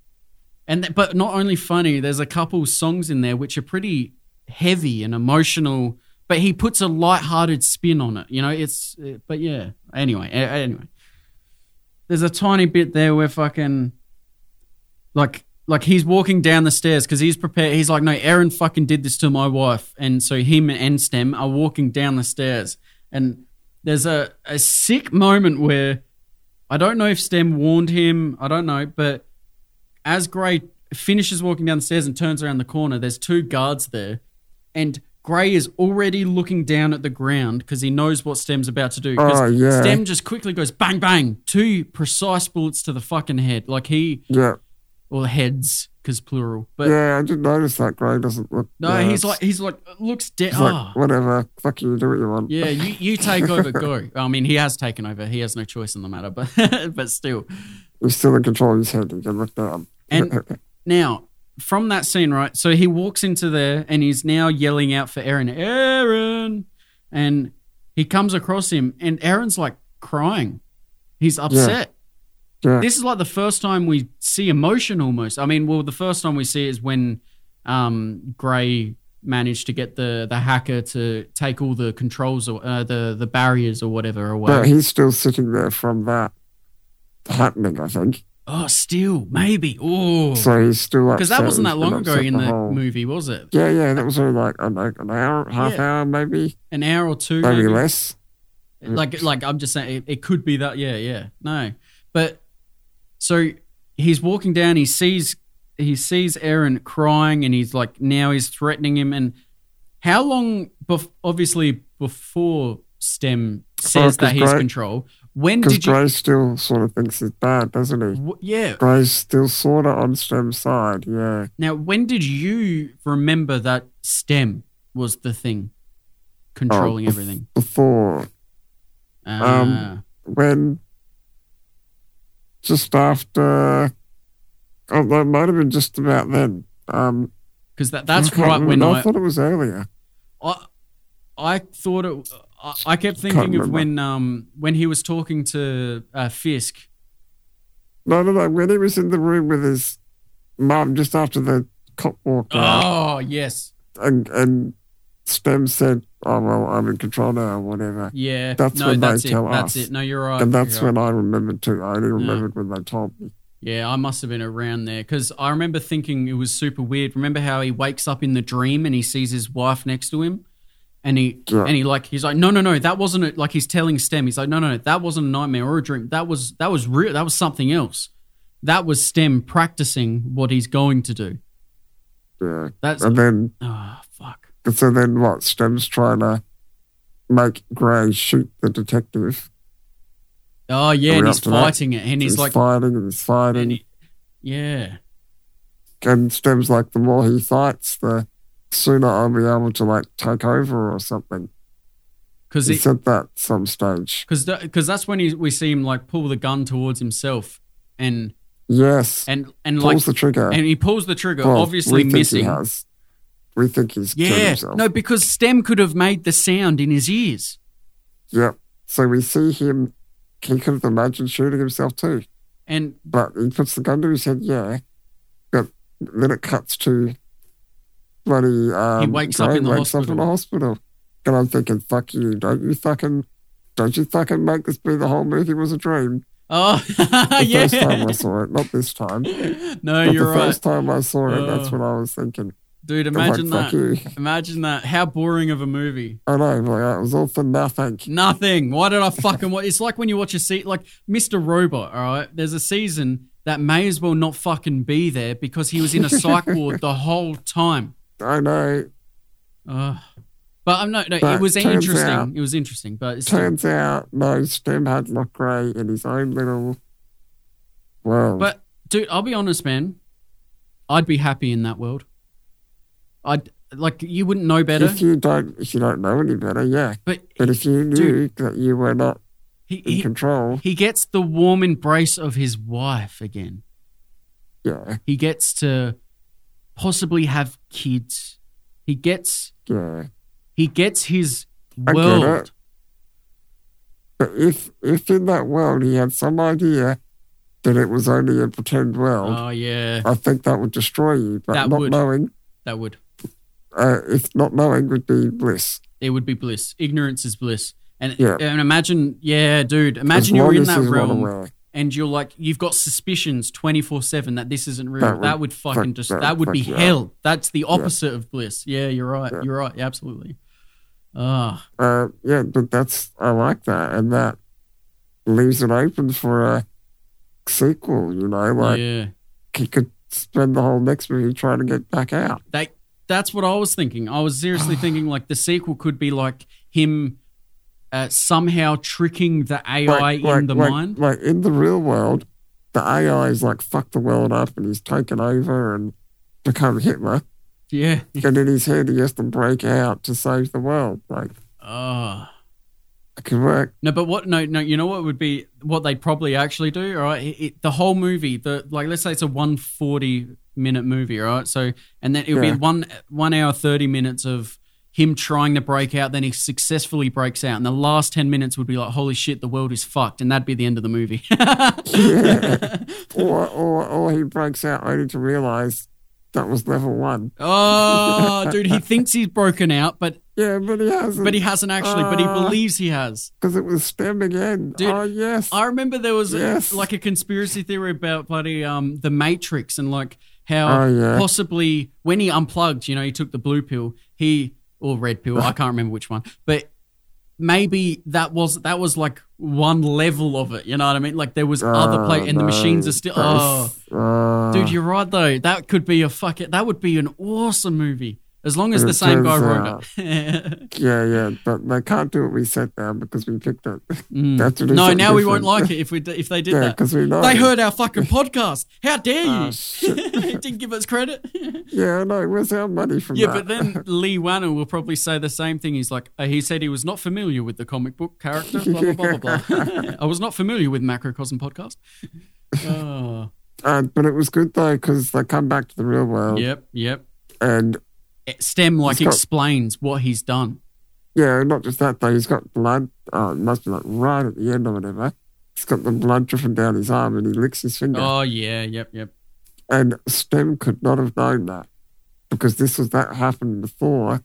Speaker 2: and th- but not only funny. There's a couple songs in there which are pretty heavy and emotional, but he puts a light-hearted spin on it. You know, it's uh, but yeah. Anyway, a- anyway, there's a tiny bit there where fucking like like he's walking down the stairs because he's prepared. He's like, no, Aaron fucking did this to my wife, and so him and Stem are walking down the stairs, and there's a a sick moment where I don't know if Stem warned him. I don't know, but as Gray finishes walking down the stairs and turns around the corner, there's two guards there, and Gray is already looking down at the ground because he knows what Stem's about to do. 'cause
Speaker 1: Oh, yeah.
Speaker 2: Stem just quickly goes bang bang, two precise bullets to the fucking head, like he
Speaker 1: yeah,
Speaker 2: or heads because plural. But
Speaker 1: yeah. I did notice that Gray doesn't look.
Speaker 2: no,
Speaker 1: yeah, it's-
Speaker 2: he's like he's like looks dead.
Speaker 1: it's
Speaker 2: Ah,
Speaker 1: like whatever. Fuck you, do what you want.
Speaker 2: yeah, you, you take over, go. I mean, he has taken over. He has no choice in the matter, but but still.
Speaker 1: he's still in control of his head. He can look down.
Speaker 2: And now, from that scene, right? So he walks into there and he's now yelling out for Aaron, Aaron. And he comes across him, and Aaron's like crying. He's upset.
Speaker 1: Yeah.
Speaker 2: This is like the first time we see emotion almost. I mean, well, the first time we see it is when um, Gray managed to get the, the hacker to take all the controls or uh, the, the barriers or whatever away.
Speaker 1: But he's still sitting there from that happening. I think
Speaker 2: oh, still, maybe. Oh.
Speaker 1: so. He's still
Speaker 2: Because that
Speaker 1: upset.
Speaker 2: wasn't
Speaker 1: He's
Speaker 2: that
Speaker 1: been
Speaker 2: long ago
Speaker 1: upset
Speaker 2: in the
Speaker 1: whole-
Speaker 2: movie, was it?
Speaker 1: Yeah, yeah, that was only like I don't know, an hour, half
Speaker 2: Yeah.
Speaker 1: hour, maybe,
Speaker 2: an hour or two,
Speaker 1: maybe
Speaker 2: maybe.
Speaker 1: less. Mm.
Speaker 2: Like, like I'm just saying, it, it could be that. Yeah, yeah. No, but so he's walking down. He sees he sees Aaron crying, and he's like, now he's threatening him. And how long? Bef- obviously, before Stem says
Speaker 1: Oh, 'cause
Speaker 2: that he's
Speaker 1: Gray-
Speaker 2: control. When
Speaker 1: Because
Speaker 2: did you?
Speaker 1: Gray still sort of thinks he's bad, doesn't he?
Speaker 2: w- yeah.
Speaker 1: Gray's still sort of on Stem's side, yeah.
Speaker 2: Now, when did you remember that Stem was the thing controlling
Speaker 1: Oh, Uh, bef- um,
Speaker 2: everything?
Speaker 1: Before,
Speaker 2: Ah,
Speaker 1: when just after, oh, that might have been just about then. Um,
Speaker 2: because that, that's
Speaker 1: I can't
Speaker 2: right when
Speaker 1: remember.
Speaker 2: I,
Speaker 1: I thought it was earlier.
Speaker 2: I I thought it. I, I kept thinking of
Speaker 1: remember.
Speaker 2: when um when he was talking to uh, Fisk.
Speaker 1: No, no, no. When he was in the room with his mum just after the cop walked out,
Speaker 2: Oh yes,
Speaker 1: and, and Stem said, "Oh well, I'm in control now, or whatever."
Speaker 2: yeah.
Speaker 1: That's
Speaker 2: no,
Speaker 1: when they
Speaker 2: that's it.
Speaker 1: tell
Speaker 2: that's
Speaker 1: us.
Speaker 2: it. No, you're right.
Speaker 1: and that's
Speaker 2: you're right.
Speaker 1: when I remembered too. I only remembered when they told me.
Speaker 2: Yeah, I must have been around there because I remember thinking it was super weird. Remember how he wakes up in the dream and he sees his wife next to him, and he
Speaker 1: Yeah.
Speaker 2: and he like he's like no no no that wasn't it. Like he's telling Stem he's like no no no that wasn't a nightmare or a dream. That was that was real. That was something else. That was Stem practicing what he's going to do.
Speaker 1: Yeah,
Speaker 2: That's
Speaker 1: and then
Speaker 2: Ah, fuck.
Speaker 1: And so then what? Stem's trying to make Gray shoot the detective.
Speaker 2: Oh
Speaker 1: Are
Speaker 2: yeah,
Speaker 1: we
Speaker 2: and
Speaker 1: up
Speaker 2: he's
Speaker 1: to that?
Speaker 2: fighting it, and he's, like,
Speaker 1: fighting and he's fighting. And,
Speaker 2: and he- yeah,
Speaker 1: Stem's like, the more he fights, the sooner I'll be able to like take over or something.
Speaker 2: because
Speaker 1: He said that at some stage.
Speaker 2: because because that's when he, we see him like pull the gun towards himself, and
Speaker 1: Yes.
Speaker 2: and and like
Speaker 1: pulls the trigger.
Speaker 2: and he pulls the trigger,
Speaker 1: Well,
Speaker 2: obviously
Speaker 1: we Think
Speaker 2: missing.
Speaker 1: he has. We think he's killed
Speaker 2: Yeah,
Speaker 1: himself.
Speaker 2: no, because Stem could have made the sound in his ears.
Speaker 1: Yep. So we see him. He could have imagined shooting himself too.
Speaker 2: And
Speaker 1: But he puts the gun to his head, yeah. But then it cuts to bloody. Um,
Speaker 2: wakes up
Speaker 1: Gray
Speaker 2: in the
Speaker 1: wakes Up in
Speaker 2: hospital.
Speaker 1: the hospital. And I'm thinking, fuck you, don't you fucking, don't you fucking make this be the whole movie was a dream.
Speaker 2: oh
Speaker 1: The
Speaker 2: yeah,
Speaker 1: first time I saw it, not this time.
Speaker 2: no,
Speaker 1: but
Speaker 2: you're
Speaker 1: the
Speaker 2: right,
Speaker 1: first time I saw it, that's
Speaker 2: Oh.
Speaker 1: what I was thinking.
Speaker 2: dude.
Speaker 1: I'm like,
Speaker 2: Imagine
Speaker 1: fuck
Speaker 2: that.
Speaker 1: you.
Speaker 2: Imagine that. How boring of a movie.
Speaker 1: I know, I'm like, it was all for nothing.
Speaker 2: Nothing. Why did I fucking watch? It's like when you watch a se like Mr. Robot. All right, there's a season that may as well not fucking be there because he was in a psych ward the whole time.
Speaker 1: I know.
Speaker 2: Ugh. but I'm not. No, it
Speaker 1: But
Speaker 2: was
Speaker 1: turns
Speaker 2: interesting.
Speaker 1: out-
Speaker 2: it was interesting, but it's
Speaker 1: Turns out, no, Stem had Lock Grey in his own little world.
Speaker 2: But dude, I'll be honest, man. I'd be happy in that world. I'd like you wouldn't know better.
Speaker 1: if you don't, if you don't know any better, yeah.
Speaker 2: But
Speaker 1: But if you knew
Speaker 2: Dude.
Speaker 1: that you were not
Speaker 2: he,
Speaker 1: in
Speaker 2: he
Speaker 1: control,
Speaker 2: he gets the warm embrace of his wife again.
Speaker 1: yeah,
Speaker 2: He gets to possibly have kids. He gets
Speaker 1: yeah.
Speaker 2: he gets his
Speaker 1: get
Speaker 2: world.
Speaker 1: But if if in that world he had some idea that it was only a pretend world,
Speaker 2: Oh yeah,
Speaker 1: I think that would destroy you. But
Speaker 2: That
Speaker 1: not
Speaker 2: would.
Speaker 1: knowing,
Speaker 2: that would
Speaker 1: uh, if not knowing would be bliss.
Speaker 2: it would be bliss. Ignorance is bliss. And
Speaker 1: Yeah.
Speaker 2: and imagine, yeah, dude,
Speaker 1: As
Speaker 2: imagine you're
Speaker 1: long
Speaker 2: in
Speaker 1: as
Speaker 2: that
Speaker 1: he's not
Speaker 2: realm
Speaker 1: aware.
Speaker 2: and you're like you've got suspicions 24/7 that this isn't real.
Speaker 1: That
Speaker 2: That
Speaker 1: would
Speaker 2: would, fucking
Speaker 1: fuck-
Speaker 2: just
Speaker 1: that
Speaker 2: that would
Speaker 1: would
Speaker 2: be
Speaker 1: fuck you up.
Speaker 2: hell. That's the opposite of bliss. Yeah, you're right.
Speaker 1: Yeah.
Speaker 2: You're right. Absolutely. Ah,
Speaker 1: Uh, yeah, but that's I like that, and that leaves it open for a sequel. You know, like
Speaker 2: Oh, yeah.
Speaker 1: he could spend the whole next movie trying to get back out.
Speaker 2: That that's what I was thinking. I was seriously thinking like the sequel could be like him uh, somehow tricking the AI in the
Speaker 1: like,
Speaker 2: mind.
Speaker 1: Like in the real world, the AI is like fuck the world up, and he's taken over and become Hitler.
Speaker 2: Yeah.
Speaker 1: and in his head, he has to break out to save the world. Like
Speaker 2: Ah.
Speaker 1: it could work.
Speaker 2: No, but what? No, no. You know what would be what they'd probably actually do, all right? It, it- the whole movie, the like, let's say it's a one forty minute movie, all right? So, and then it would
Speaker 1: Yeah.
Speaker 2: be one one hour thirty minutes of him trying to break out. Then he successfully breaks out, and the last ten minutes would be like, "Holy shit, the world is fucked," and that'd be the end of the movie.
Speaker 1: Or or or he breaks out only to realize that was level one.
Speaker 2: oh, dude, he thinks he's broken out, but
Speaker 1: Yeah, but he hasn't.
Speaker 2: but he hasn't actually, but he
Speaker 1: Ah.
Speaker 2: believes he has.
Speaker 1: because it was STEM again.
Speaker 2: Dude,
Speaker 1: oh yes,
Speaker 2: I remember there was
Speaker 1: Yes.
Speaker 2: a, like a conspiracy theory about bloody um the Matrix and like how
Speaker 1: Oh, yeah.
Speaker 2: possibly when he unplugged, you know, he took the blue pill, he or red pill, I can't remember which one, but maybe that was that was like one level of it. You know what I mean? Like there was
Speaker 1: Oh,
Speaker 2: other play, and the machines are still. Oh, dude, you're right though. That could be a fuck it. That would be an awesome movie as long as
Speaker 1: And
Speaker 2: the
Speaker 1: it
Speaker 2: same guy
Speaker 1: turns
Speaker 2: wrote it.
Speaker 1: yeah, yeah, but they can't do what we said now because we picked it.
Speaker 2: Mm.
Speaker 1: That's what he
Speaker 2: No,
Speaker 1: said
Speaker 2: now we won't
Speaker 1: different.
Speaker 2: like it if we d- if they did
Speaker 1: Yeah,
Speaker 2: that.
Speaker 1: because we know
Speaker 2: They heard our fucking podcast. How dare you?
Speaker 1: Ah, shit.
Speaker 2: Didn't give us credit.
Speaker 1: Yeah, I know. Where's our money from
Speaker 2: yeah,
Speaker 1: that?
Speaker 2: but then Lee Wanner will probably say the same thing. He's like, uh, he said he was not familiar with the comic book character, blah, blah, blah, blah, blah. I was not familiar with Macrocosm Podcast. Oh,
Speaker 1: Uh, but it was good though because they come back to the real world
Speaker 2: yep, yep. Eh,
Speaker 1: and
Speaker 2: Stem, like,
Speaker 1: He's Oh. got-
Speaker 2: explains what he's done.
Speaker 1: Yeah, not just that though. He's got blood. Oh, it must be like right at the end or whatever. He's got the blood dripping down his arm, and he licks his finger.
Speaker 2: Oh, yeah, yep, yep.
Speaker 1: And Stem could not have known that because this was that happened before,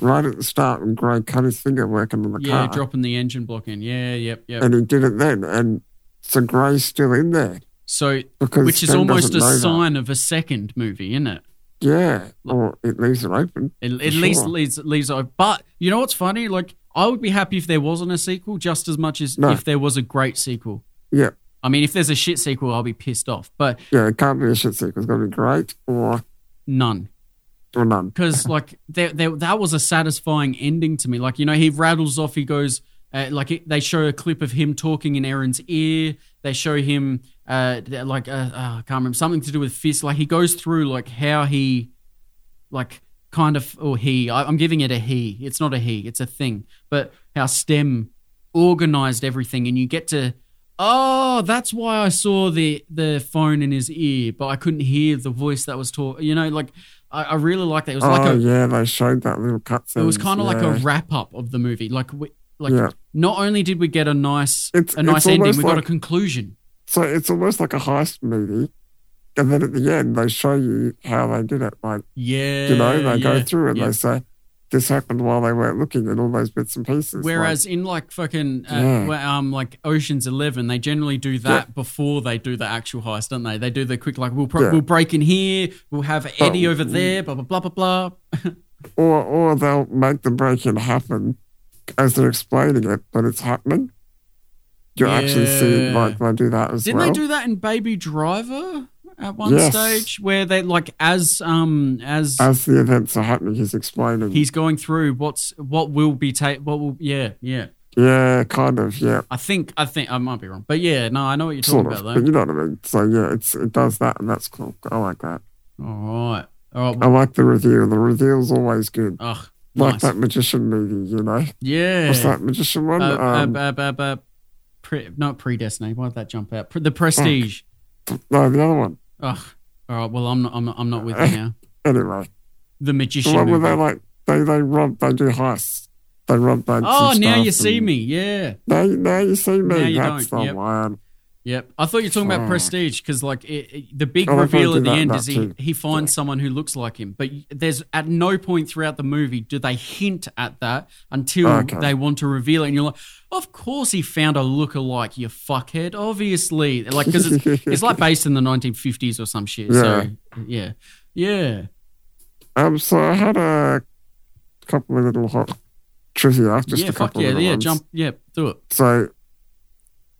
Speaker 1: right at the start when Gray cut his finger working on the
Speaker 2: Yeah,
Speaker 1: car,
Speaker 2: dropping the engine block in. Yeah, yep, yep.
Speaker 1: and he did it then. And so Gray's still in there
Speaker 2: So,
Speaker 1: because
Speaker 2: which is
Speaker 1: Stem
Speaker 2: almost
Speaker 1: doesn't
Speaker 2: a
Speaker 1: know that.
Speaker 2: sign of a second movie, isn't it?
Speaker 1: Yeah, or it leaves it open.
Speaker 2: It,
Speaker 1: For
Speaker 2: at least
Speaker 1: sure.
Speaker 2: leaves leaves off. But you know what's funny? Like I would be happy if there wasn't a sequel, just as much as
Speaker 1: No.
Speaker 2: if there was a great sequel.
Speaker 1: Yeah,
Speaker 2: I mean, if there's a shit sequel, I'll be pissed off. But
Speaker 1: yeah. It can't be a shit sequel. It's got to be great or
Speaker 2: none,
Speaker 1: or none.
Speaker 2: because like there, there, that was a satisfying ending to me. Like you know, he rattles off. He goes uh, like it, they show a clip of him talking in Aaron's ear. They show him uh th- like uh, uh, I can't remember something to do with fist. Like he goes through like how he like kind of or he I, i'm giving it a he it's not a he it's a thing but how stem organized everything and you get to oh that's why i saw the the phone in his ear but i couldn't hear the voice that was talk you know like i, I really like that it was
Speaker 1: oh
Speaker 2: like a
Speaker 1: yeah, they showed that little cutscene.
Speaker 2: it was kind of like
Speaker 1: Oh, yeah.
Speaker 2: a wrap up of the movie like we, like
Speaker 1: Yeah.
Speaker 2: not only did we get a nice
Speaker 1: It's-
Speaker 2: a nice
Speaker 1: it's
Speaker 2: ending
Speaker 1: almost
Speaker 2: we got a
Speaker 1: like-
Speaker 2: conclusion
Speaker 1: So it's almost like a heist movie. And then at the end, they show you how they did it. Like,
Speaker 2: yeah
Speaker 1: you know, they go
Speaker 2: yeah,
Speaker 1: through and
Speaker 2: yeah.
Speaker 1: they say, this happened while they weren't looking and all those bits and pieces.
Speaker 2: Whereas in like fucking uh,
Speaker 1: Yeah.
Speaker 2: well, um like Ocean's Eleven, they generally do that before they do the actual heist, don't they? They do the quick like we'll pro-
Speaker 1: Yeah.
Speaker 2: we'll break in here, we'll have Eddie over there, blah blah blah blah blah.
Speaker 1: Like, or, or they'll make the break in happen as they're explaining it, but it's happening. You're actually seeing,
Speaker 2: Yeah.
Speaker 1: like, they do that as
Speaker 2: Didn't
Speaker 1: well.
Speaker 2: they do that in Baby Driver at one
Speaker 1: Yes.
Speaker 2: stage where they like as um as
Speaker 1: as the events are happening, he's explaining.
Speaker 2: he's going through what's what will be ta- what will yeah yeah
Speaker 1: Yeah, kind of. Yeah,
Speaker 2: I think I think I might be wrong, but yeah, no, I know what you're talking
Speaker 1: sort of.
Speaker 2: about
Speaker 1: But
Speaker 2: though.
Speaker 1: you know what I mean. So yeah, it's it does that, and that's cool. I like that.
Speaker 2: All right, all right.
Speaker 1: I like the reveal. The reveal's always good.
Speaker 2: Ugh,
Speaker 1: Um, Like
Speaker 2: nice.
Speaker 1: that magician movie, you know.
Speaker 2: Yeah.
Speaker 1: What's that magician one?
Speaker 2: Uh,
Speaker 1: um,
Speaker 2: uh, uh, uh, uh, pre- not predestinate. Why'd that jump out? Pre- the prestige.
Speaker 1: no, the other one.
Speaker 2: Ugh. All right. Well, I'm not. I'm not, I'm not with you now.
Speaker 1: Anyway,
Speaker 2: The
Speaker 1: the
Speaker 2: magician.
Speaker 1: one where
Speaker 2: movie.
Speaker 1: they like they they rob, they do heists, they rob banks.
Speaker 2: oh,
Speaker 1: and
Speaker 2: now
Speaker 1: stuff
Speaker 2: you see
Speaker 1: and-
Speaker 2: me. Yeah.
Speaker 1: Now, you- now you see me.
Speaker 2: Now you
Speaker 1: that's
Speaker 2: don't,
Speaker 1: the
Speaker 2: yep.
Speaker 1: one.
Speaker 2: Yep. I thought you were talking about
Speaker 1: Fuck.
Speaker 2: prestige because, like, it, it- the big
Speaker 1: Oh, I thought
Speaker 2: reveal
Speaker 1: you
Speaker 2: at the
Speaker 1: did that-
Speaker 2: end
Speaker 1: that
Speaker 2: is he,
Speaker 1: too.
Speaker 2: he finds someone who looks like him. But y- there's at no point throughout the movie do they hint at that until
Speaker 1: Okay.
Speaker 2: they want to reveal it. And you're like, of course he found a look-alike, you fuckhead. Obviously, like because it's, it's like based in the 1950s or some shit. So yeah, yeah.
Speaker 1: Um, so I had a couple of little hot trivia, just
Speaker 2: yeah,
Speaker 1: a
Speaker 2: fuck
Speaker 1: couple
Speaker 2: yeah,
Speaker 1: of little
Speaker 2: yeah,
Speaker 1: ones.
Speaker 2: jump, yeah, do it.
Speaker 1: So,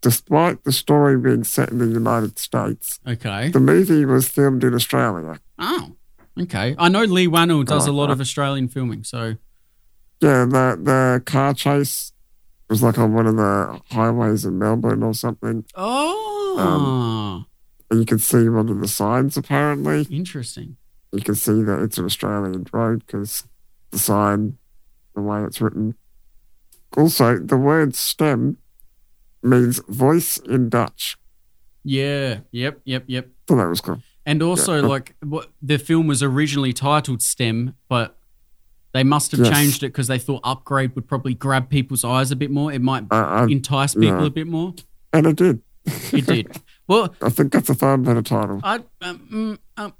Speaker 1: despite the story being set in the United States,
Speaker 2: Okay.
Speaker 1: the movie was filmed in Australia.
Speaker 2: Oh, okay. I know Lee Wannell does a
Speaker 1: Oh,
Speaker 2: lot of Australian filming, so
Speaker 1: Yeah, the the car chase was like on one of the highways in Melbourne or something, Um,
Speaker 2: oh,
Speaker 1: and you can see one of the signs. Apparently,
Speaker 2: interesting.
Speaker 1: you can see that it's an Australian road because the sign, the way it's written. Also, the word "stem" means voice in Dutch.
Speaker 2: Yeah. Yep. Yep. Yep.
Speaker 1: So that was cool.
Speaker 2: And also,
Speaker 1: Yeah.
Speaker 2: like, what the film was originally titled STEM, but they must have
Speaker 1: Yes.
Speaker 2: changed it because they thought upgrade would probably grab people's eyes a bit more. It might
Speaker 1: Uh, I,
Speaker 2: entice people
Speaker 1: yeah.
Speaker 2: a bit more.
Speaker 1: and it did.
Speaker 2: It did. Well,
Speaker 1: I think that's a third better title.
Speaker 2: I um, mm, um,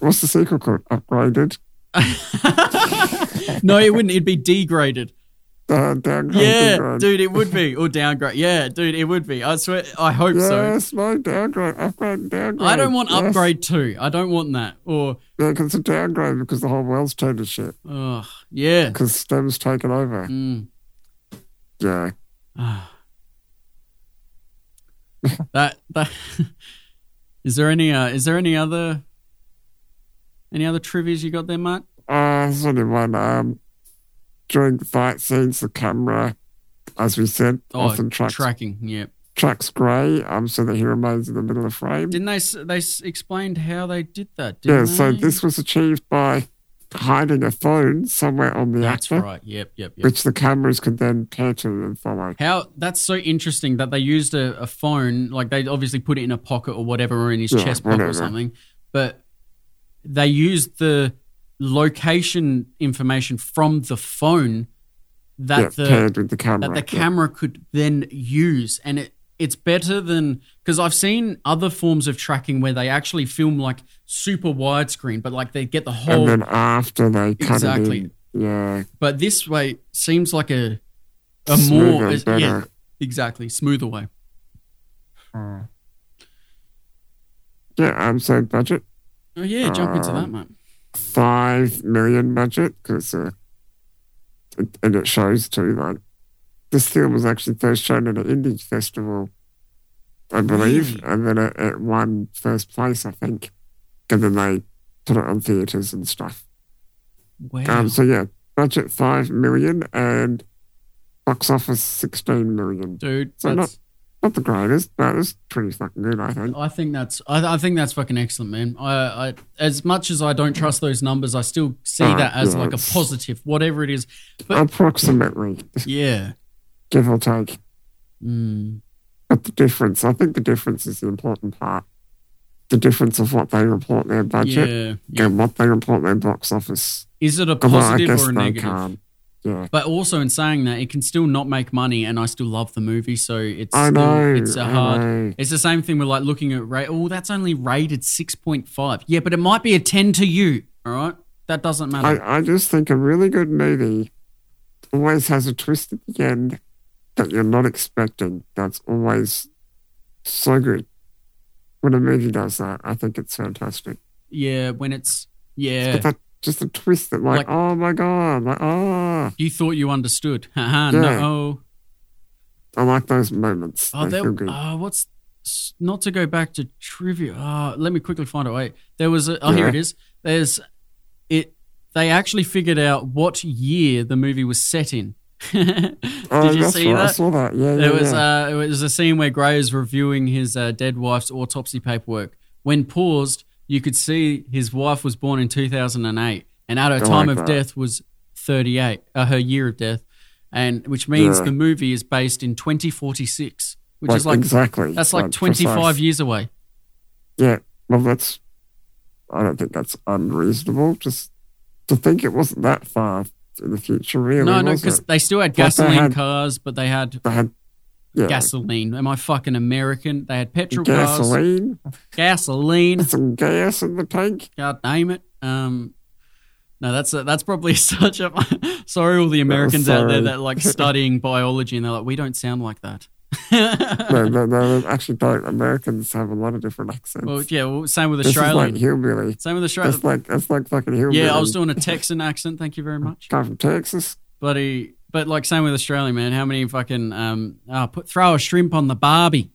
Speaker 1: What's the sequel called? Upgraded?
Speaker 2: no, it wouldn't. It'd be degraded.
Speaker 1: Uh, downgraded?
Speaker 2: Yeah,
Speaker 1: Upgrade.
Speaker 2: dude, it would be or downgrade. Yeah, dude, it would be. I swear. I hope so.
Speaker 1: Yes, no, downgrade, upgrade, downgrade.
Speaker 2: I don't want
Speaker 1: yes.
Speaker 2: upgrade two. I don't want that. Or
Speaker 1: Yeah, 'cause it's a downgrade because the whole world's turned to shit.
Speaker 2: oh yeah.
Speaker 1: Because STEM's taken over.
Speaker 2: Mm.
Speaker 1: Yeah.
Speaker 2: Ah. that that is there any uh, is there any other any other trivias you got there, Mark?
Speaker 1: Uh, there's only one. Um, during the fight scenes, the camera, as we said,
Speaker 2: Oh,
Speaker 1: often tracks,
Speaker 2: tracking. Yeah.
Speaker 1: tracks grey um, so that he remains in the middle of frame.
Speaker 2: Didn't they s- they s- explained how they did that?
Speaker 1: yeah,
Speaker 2: Didn't
Speaker 1: so
Speaker 2: they?
Speaker 1: this was achieved by hiding a phone somewhere on the
Speaker 2: That's
Speaker 1: actor.
Speaker 2: right. Yep. Yep. Yep.
Speaker 1: which the cameras could then pan to and follow.
Speaker 2: How that's so interesting that they used a, a phone, like they obviously put it in a pocket or whatever, or in his
Speaker 1: Yeah,
Speaker 2: chest pocket or
Speaker 1: whatever.
Speaker 2: something, but they used the location information from the phone that
Speaker 1: yeah,
Speaker 2: the
Speaker 1: paired with the camera.
Speaker 2: that the
Speaker 1: yeah.
Speaker 2: camera could then use, and it it's better than because I've seen other forms of tracking where they actually film like super widescreen, but like they get the whole
Speaker 1: and then after they cut
Speaker 2: Exactly.
Speaker 1: it in, yeah,
Speaker 2: but this way seems like a a
Speaker 1: smoother,
Speaker 2: more
Speaker 1: and
Speaker 2: yeah,
Speaker 1: better.
Speaker 2: exactly smoother way.
Speaker 1: Yeah. um, Hmm. so budget
Speaker 2: Oh yeah, jump into that,
Speaker 1: Um,
Speaker 2: mate.
Speaker 1: five million budget because uh, it, and it shows too. Like this film was actually first shown at an indie festival, I believe,
Speaker 2: Really?
Speaker 1: and then it, it won first place, I think, and then they put it on theaters and stuff.
Speaker 2: Wow.
Speaker 1: Um, so yeah, budget five million and box office sixteen million.
Speaker 2: Dude,
Speaker 1: So not-
Speaker 2: that's,
Speaker 1: Not the greatest, but it's pretty fucking good, I think.
Speaker 2: I think that's I, I think that's fucking excellent, man. I, I as much as I don't trust those numbers, I still see
Speaker 1: Oh,
Speaker 2: that as
Speaker 1: yeah,
Speaker 2: like a
Speaker 1: it's-
Speaker 2: positive, whatever it is. But-
Speaker 1: Approximately,
Speaker 2: Yeah.
Speaker 1: give or take.
Speaker 2: Mm.
Speaker 1: But the difference, I think the difference is the important part. The difference of what they report their budget
Speaker 2: Yeah. yeah.
Speaker 1: and what they report their box office.
Speaker 2: Is it a
Speaker 1: Although
Speaker 2: positive or a
Speaker 1: they
Speaker 2: negative?
Speaker 1: can't. Yeah.
Speaker 2: But also in saying that, it can still not make money, and I still love the movie, so it's
Speaker 1: I
Speaker 2: still,
Speaker 1: know.
Speaker 2: it's a
Speaker 1: I
Speaker 2: hard.
Speaker 1: know.
Speaker 2: It's the same thing with like looking at rate. Oh, that's only rated six point five. Yeah, but it might be a ten to you. All right, that doesn't matter.
Speaker 1: I, I just think a really good movie always has a twist at the end that you're not expecting. That's always so good. When a movie does that, I think it's fantastic.
Speaker 2: yeah, when it's
Speaker 1: But
Speaker 2: yeah,
Speaker 1: that just a twist that like,
Speaker 2: Like-
Speaker 1: oh my god, like oh
Speaker 2: you thought you understood. Haha,
Speaker 1: Yeah.
Speaker 2: no.
Speaker 1: I like those moments.
Speaker 2: Oh,
Speaker 1: they
Speaker 2: there,
Speaker 1: feel good.
Speaker 2: oh, what's s- not to go back to trivia? Oh, let me quickly find it. Wait, there was. A, oh, here
Speaker 1: Yeah.
Speaker 2: it is. There's it. They actually figured out what year the movie was set in Did
Speaker 1: Oh,
Speaker 2: you
Speaker 1: that's
Speaker 2: see
Speaker 1: right. I
Speaker 2: that?
Speaker 1: saw that. Yeah, yeah.
Speaker 2: It was
Speaker 1: yeah.
Speaker 2: uh, it was a scene where Gray is reviewing his uh, dead wife's autopsy paperwork. When paused, you could see his wife was born in 2008, and at her
Speaker 1: Don't
Speaker 2: time
Speaker 1: like
Speaker 2: of
Speaker 1: that.
Speaker 2: death was 38. Uh, her year of death, and which means
Speaker 1: Yeah.
Speaker 2: the movie is based in 2046, which
Speaker 1: like,
Speaker 2: is like
Speaker 1: exactly.
Speaker 2: that's like 25
Speaker 1: precise.
Speaker 2: years away.
Speaker 1: Yeah. Well, that's. I don't think that's unreasonable. Just to think it wasn't that far in the future, really.
Speaker 2: no, no,
Speaker 1: was
Speaker 2: because
Speaker 1: it?
Speaker 2: they still had
Speaker 1: they
Speaker 2: gasoline
Speaker 1: had-
Speaker 2: cars, but they had
Speaker 1: they had yeah,
Speaker 2: gasoline. Am I fucking American? They had petrol cars,
Speaker 1: gasoline,
Speaker 2: gasoline.
Speaker 1: some gas in the tank.
Speaker 2: God damn it. Um, no, that's a, that's probably such a. sorry, all the Americans out there
Speaker 1: sorry.
Speaker 2: that like studying biology and they're like, we don't sound like that.
Speaker 1: No, no, no. they Actually, don't. Americans have a lot of different accents.
Speaker 2: well, yeah, well, same with
Speaker 1: this is like
Speaker 2: Australian.
Speaker 1: hillbilly.
Speaker 2: same with Australian.
Speaker 1: That's like that's like fucking hillbilly.
Speaker 2: Yeah, I was doing a Texan accent. Thank you very much,
Speaker 1: Come from Texas.
Speaker 2: buddy. But like, same with Australian man. How many fucking um, oh, put throw a shrimp on the Barbie?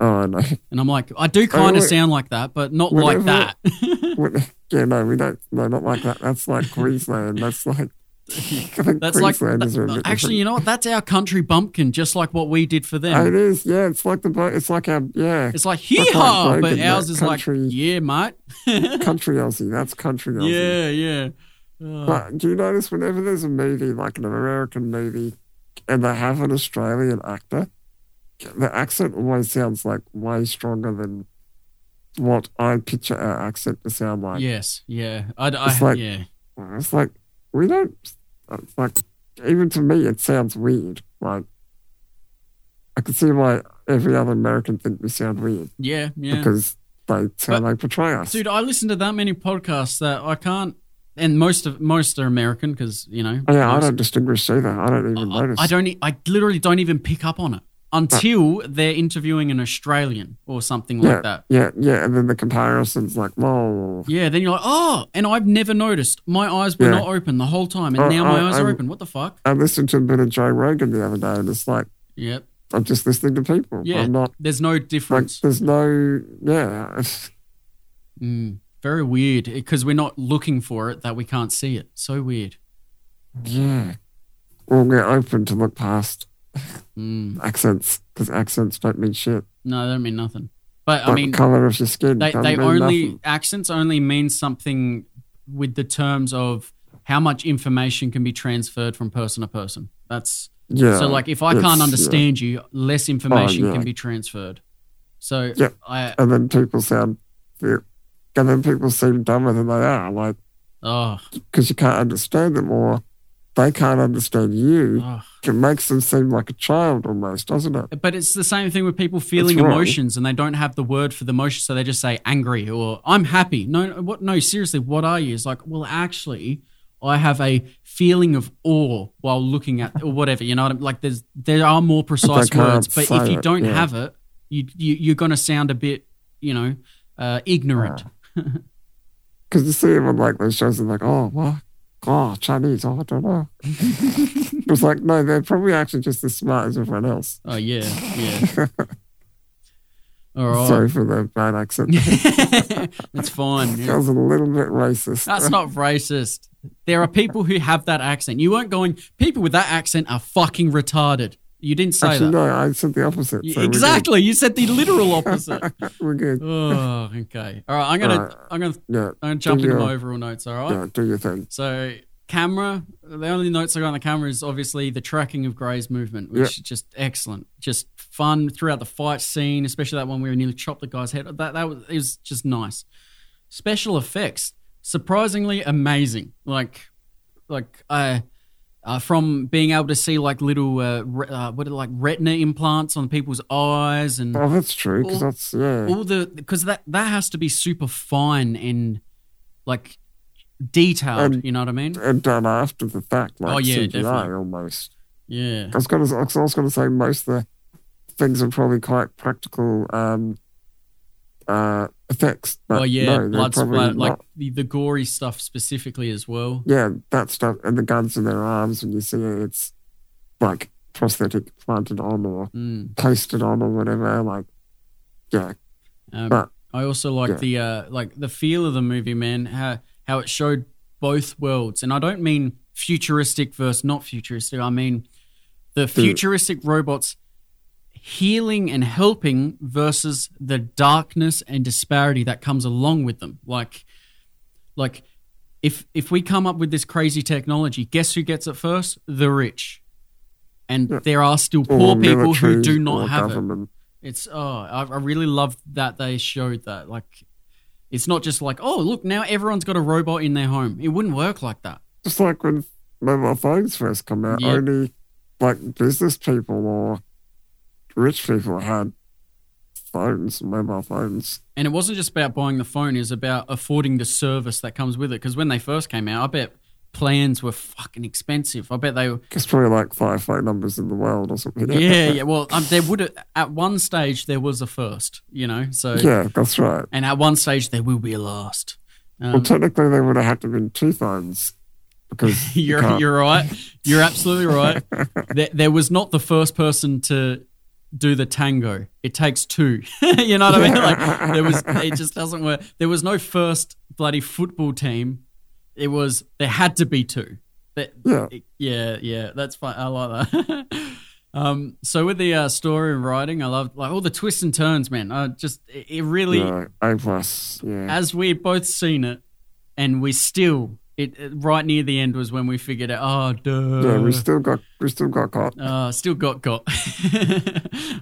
Speaker 1: Oh, I know.
Speaker 2: And I'm like, I do kind of
Speaker 1: wait.
Speaker 2: sound like that, but not
Speaker 1: Whatever.
Speaker 2: like that.
Speaker 1: What- yeah, no, we don't. No, not like that. That's like Queensland. That's like. I think
Speaker 2: That's like
Speaker 1: Queenslanders are a bit
Speaker 2: actually, you know what? That's our country bumpkin, just like what we did for them.
Speaker 1: different. Oh, it is. Yeah, it's like the. bo- It's like a yeah.
Speaker 2: It's like hee haw,
Speaker 1: broken,
Speaker 2: but
Speaker 1: mate.
Speaker 2: ours is
Speaker 1: Country.
Speaker 2: like yeah, mate.
Speaker 1: country Aussie. That's country Aussie.
Speaker 2: yeah, yeah. Uh,
Speaker 1: But do you notice whenever there's a movie, like an American movie, and they have an Australian actor, the accent always sounds like way stronger than what I picture our accent to sound like.
Speaker 2: Oh, yes, yeah. I, I-
Speaker 1: It's like-
Speaker 2: yeah.
Speaker 1: It's like, we don't, it's like, even to me, it sounds weird. Like, I can see why every other American think we sound weird
Speaker 2: Yeah, yeah.
Speaker 1: because they
Speaker 2: But-
Speaker 1: sound like portray us.
Speaker 2: Dude, I listen to that many podcasts that I can't, and most of most are American because you know.
Speaker 1: Oh, yeah, I
Speaker 2: most-
Speaker 1: don't distinguish either. I don't even notice.
Speaker 2: I, I don't. e- I literally don't even pick up on it until they're interviewing an Australian or something like that.
Speaker 1: Yeah, yeah, and then the comparison's like, whoa.
Speaker 2: Yeah, then you're like, oh, and I've never noticed. My eyes were
Speaker 1: Yeah.
Speaker 2: not open the whole time, and
Speaker 1: Oh,
Speaker 2: now my
Speaker 1: I-
Speaker 2: eyes are
Speaker 1: I'm-
Speaker 2: open. What the fuck?
Speaker 1: I listened to a bit of Joe Rogan the other day, and it's like
Speaker 2: Yep.
Speaker 1: I'm just listening to people.
Speaker 2: Yeah.
Speaker 1: I'm not
Speaker 2: There's no
Speaker 1: like
Speaker 2: difference.
Speaker 1: there's no yeah.
Speaker 2: Mm, very weird because we're not looking for it that we can't see it. So weird.
Speaker 1: Yeah, well, we're open to look past
Speaker 2: Mm.
Speaker 1: accents because accents don't mean shit.
Speaker 2: No, they don't mean nothing. But I
Speaker 1: Like
Speaker 2: mean,
Speaker 1: the color of your skin.
Speaker 2: they,
Speaker 1: don't
Speaker 2: they
Speaker 1: mean
Speaker 2: only
Speaker 1: nothing.
Speaker 2: accents only mean something with the terms of how much information can be transferred from person to person. That's
Speaker 1: yeah.
Speaker 2: so like if I
Speaker 1: it's-
Speaker 2: can't
Speaker 1: yeah. Oh,
Speaker 2: understand you, less information
Speaker 1: yeah.
Speaker 2: can be transferred. So
Speaker 1: Yeah.
Speaker 2: I
Speaker 1: and then people sound, and then people seem dumber than they are, like
Speaker 2: oh,
Speaker 1: because you can't understand them or they can't understand you.
Speaker 2: oh.
Speaker 1: It makes them seem like a child almost, doesn't it?
Speaker 2: But it's the same thing with people feeling
Speaker 1: wrong.
Speaker 2: emotions and they don't have the word for the emotion, so they just say angry or I'm happy. No, what? No, seriously, what are you? It's like, well, actually, I have a feeling of awe while looking at or whatever. You know what I mean? Like, there's there are more precise
Speaker 1: can't
Speaker 2: words, but if
Speaker 1: say
Speaker 2: you
Speaker 1: it,
Speaker 2: don't
Speaker 1: yeah.
Speaker 2: have it, you, you you're gonna sound a bit, you know, uh, ignorant.
Speaker 1: Ah. Because you see them on like those shows and like, oh, what? Oh, Chinese, oh, I don't know. it was like, no, they're probably actually just as smart as everyone else.
Speaker 2: Oh yeah, yeah. All right,
Speaker 1: Sorry for the bad accent.
Speaker 2: that's fine.
Speaker 1: That was a little bit racist.
Speaker 2: That's not racist. There are people who have that accent. You weren't going, people with that accent are fucking retarded. You didn't say
Speaker 1: actually,
Speaker 2: that.
Speaker 1: no, I said the opposite.
Speaker 2: You-
Speaker 1: so we're good.
Speaker 2: exactly. You said the literal opposite.
Speaker 1: We're good.
Speaker 2: oh, okay. All right. I'm gonna,
Speaker 1: All right.
Speaker 2: I'm gonna,
Speaker 1: Yeah,
Speaker 2: I'm gonna jump into
Speaker 1: Yeah.
Speaker 2: my overall notes. All right.
Speaker 1: yeah, do your thing.
Speaker 2: So camera. The only notes I got on the camera is obviously the tracking of Gray's movement, which
Speaker 1: Yeah.
Speaker 2: is just excellent, just fun throughout the fight scene, especially that one where he nearly chopped the guy's head. That that was it was just nice. Special effects, surprisingly amazing. Like, like I. Uh, from being able to see like little uh, re- uh, what are like retina implants on people's eyes and
Speaker 1: Oh, that's true, because
Speaker 2: All-
Speaker 1: that's, yeah.
Speaker 2: all the because that that has to be super fine and like detailed.
Speaker 1: Um,
Speaker 2: you know what I mean?
Speaker 1: and done after the fact, like
Speaker 2: Oh, yeah,
Speaker 1: CGI
Speaker 2: definitely.
Speaker 1: almost.
Speaker 2: Yeah.
Speaker 1: I was going to, I was going to say most of the things are probably quite practical um, uh, effects. But
Speaker 2: Oh yeah,
Speaker 1: no, they're
Speaker 2: blood
Speaker 1: probably
Speaker 2: splat, like
Speaker 1: not.
Speaker 2: the, the gory stuff specifically as well.
Speaker 1: yeah, that stuff and the guns in their arms when you see it, it's like prosthetic planted on or
Speaker 2: Mm.
Speaker 1: pasted on or whatever. Like, yeah,
Speaker 2: Um,
Speaker 1: But-
Speaker 2: I also like
Speaker 1: yeah.
Speaker 2: the uh, like the feel of the movie, man. How how it showed both worlds, and I don't mean futuristic versus not futuristic. I mean the
Speaker 1: Hmm.
Speaker 2: futuristic robots healing and helping versus the darkness and disparity that comes along with them like like if if we come up with this crazy technology guess who gets it first the rich and
Speaker 1: Yeah.
Speaker 2: there are still
Speaker 1: Or
Speaker 2: poor people who
Speaker 1: military
Speaker 2: do
Speaker 1: or
Speaker 2: not have it
Speaker 1: government.
Speaker 2: it's oh, I, I really love that they showed that. Like, it's not just like oh, look now everyone's got a robot in their home. It wouldn't work like that.
Speaker 1: Just like when mobile phones first come out,
Speaker 2: Yeah.
Speaker 1: only like business people or rich people had phones, mobile phones.
Speaker 2: And it wasn't just about buying the phone; it was about affording the service that comes with it. Because when they first came out, I bet plans were fucking expensive. I bet they were.
Speaker 1: There's probably like five phone numbers in the world or something.
Speaker 2: Yeah, yeah. Well, um, there would at one stage there was a first, you know. So
Speaker 1: Yeah, that's right.
Speaker 2: and at one stage there will be a last.
Speaker 1: Well,
Speaker 2: Um,
Speaker 1: technically, they would have had to have been two phones because you
Speaker 2: you're
Speaker 1: can't-
Speaker 2: you're right. You're absolutely right. there, there was not the first person to do the tango. It takes two. you know what I mean? Like there was. It just doesn't work. There was no first bloody football team. It was there had to be two. That,
Speaker 1: Yeah.
Speaker 2: it- yeah, yeah. That's fine. I like that. um. So with the uh, story and writing, I love like all the twists and turns, man. I just it, it really
Speaker 1: Yeah, A plus. Yeah.
Speaker 2: as we both seen it, and we still it, it- right near the end was when we figured out. Oh, duh.
Speaker 1: yeah, we still got we still got caught.
Speaker 2: Uh, still got got.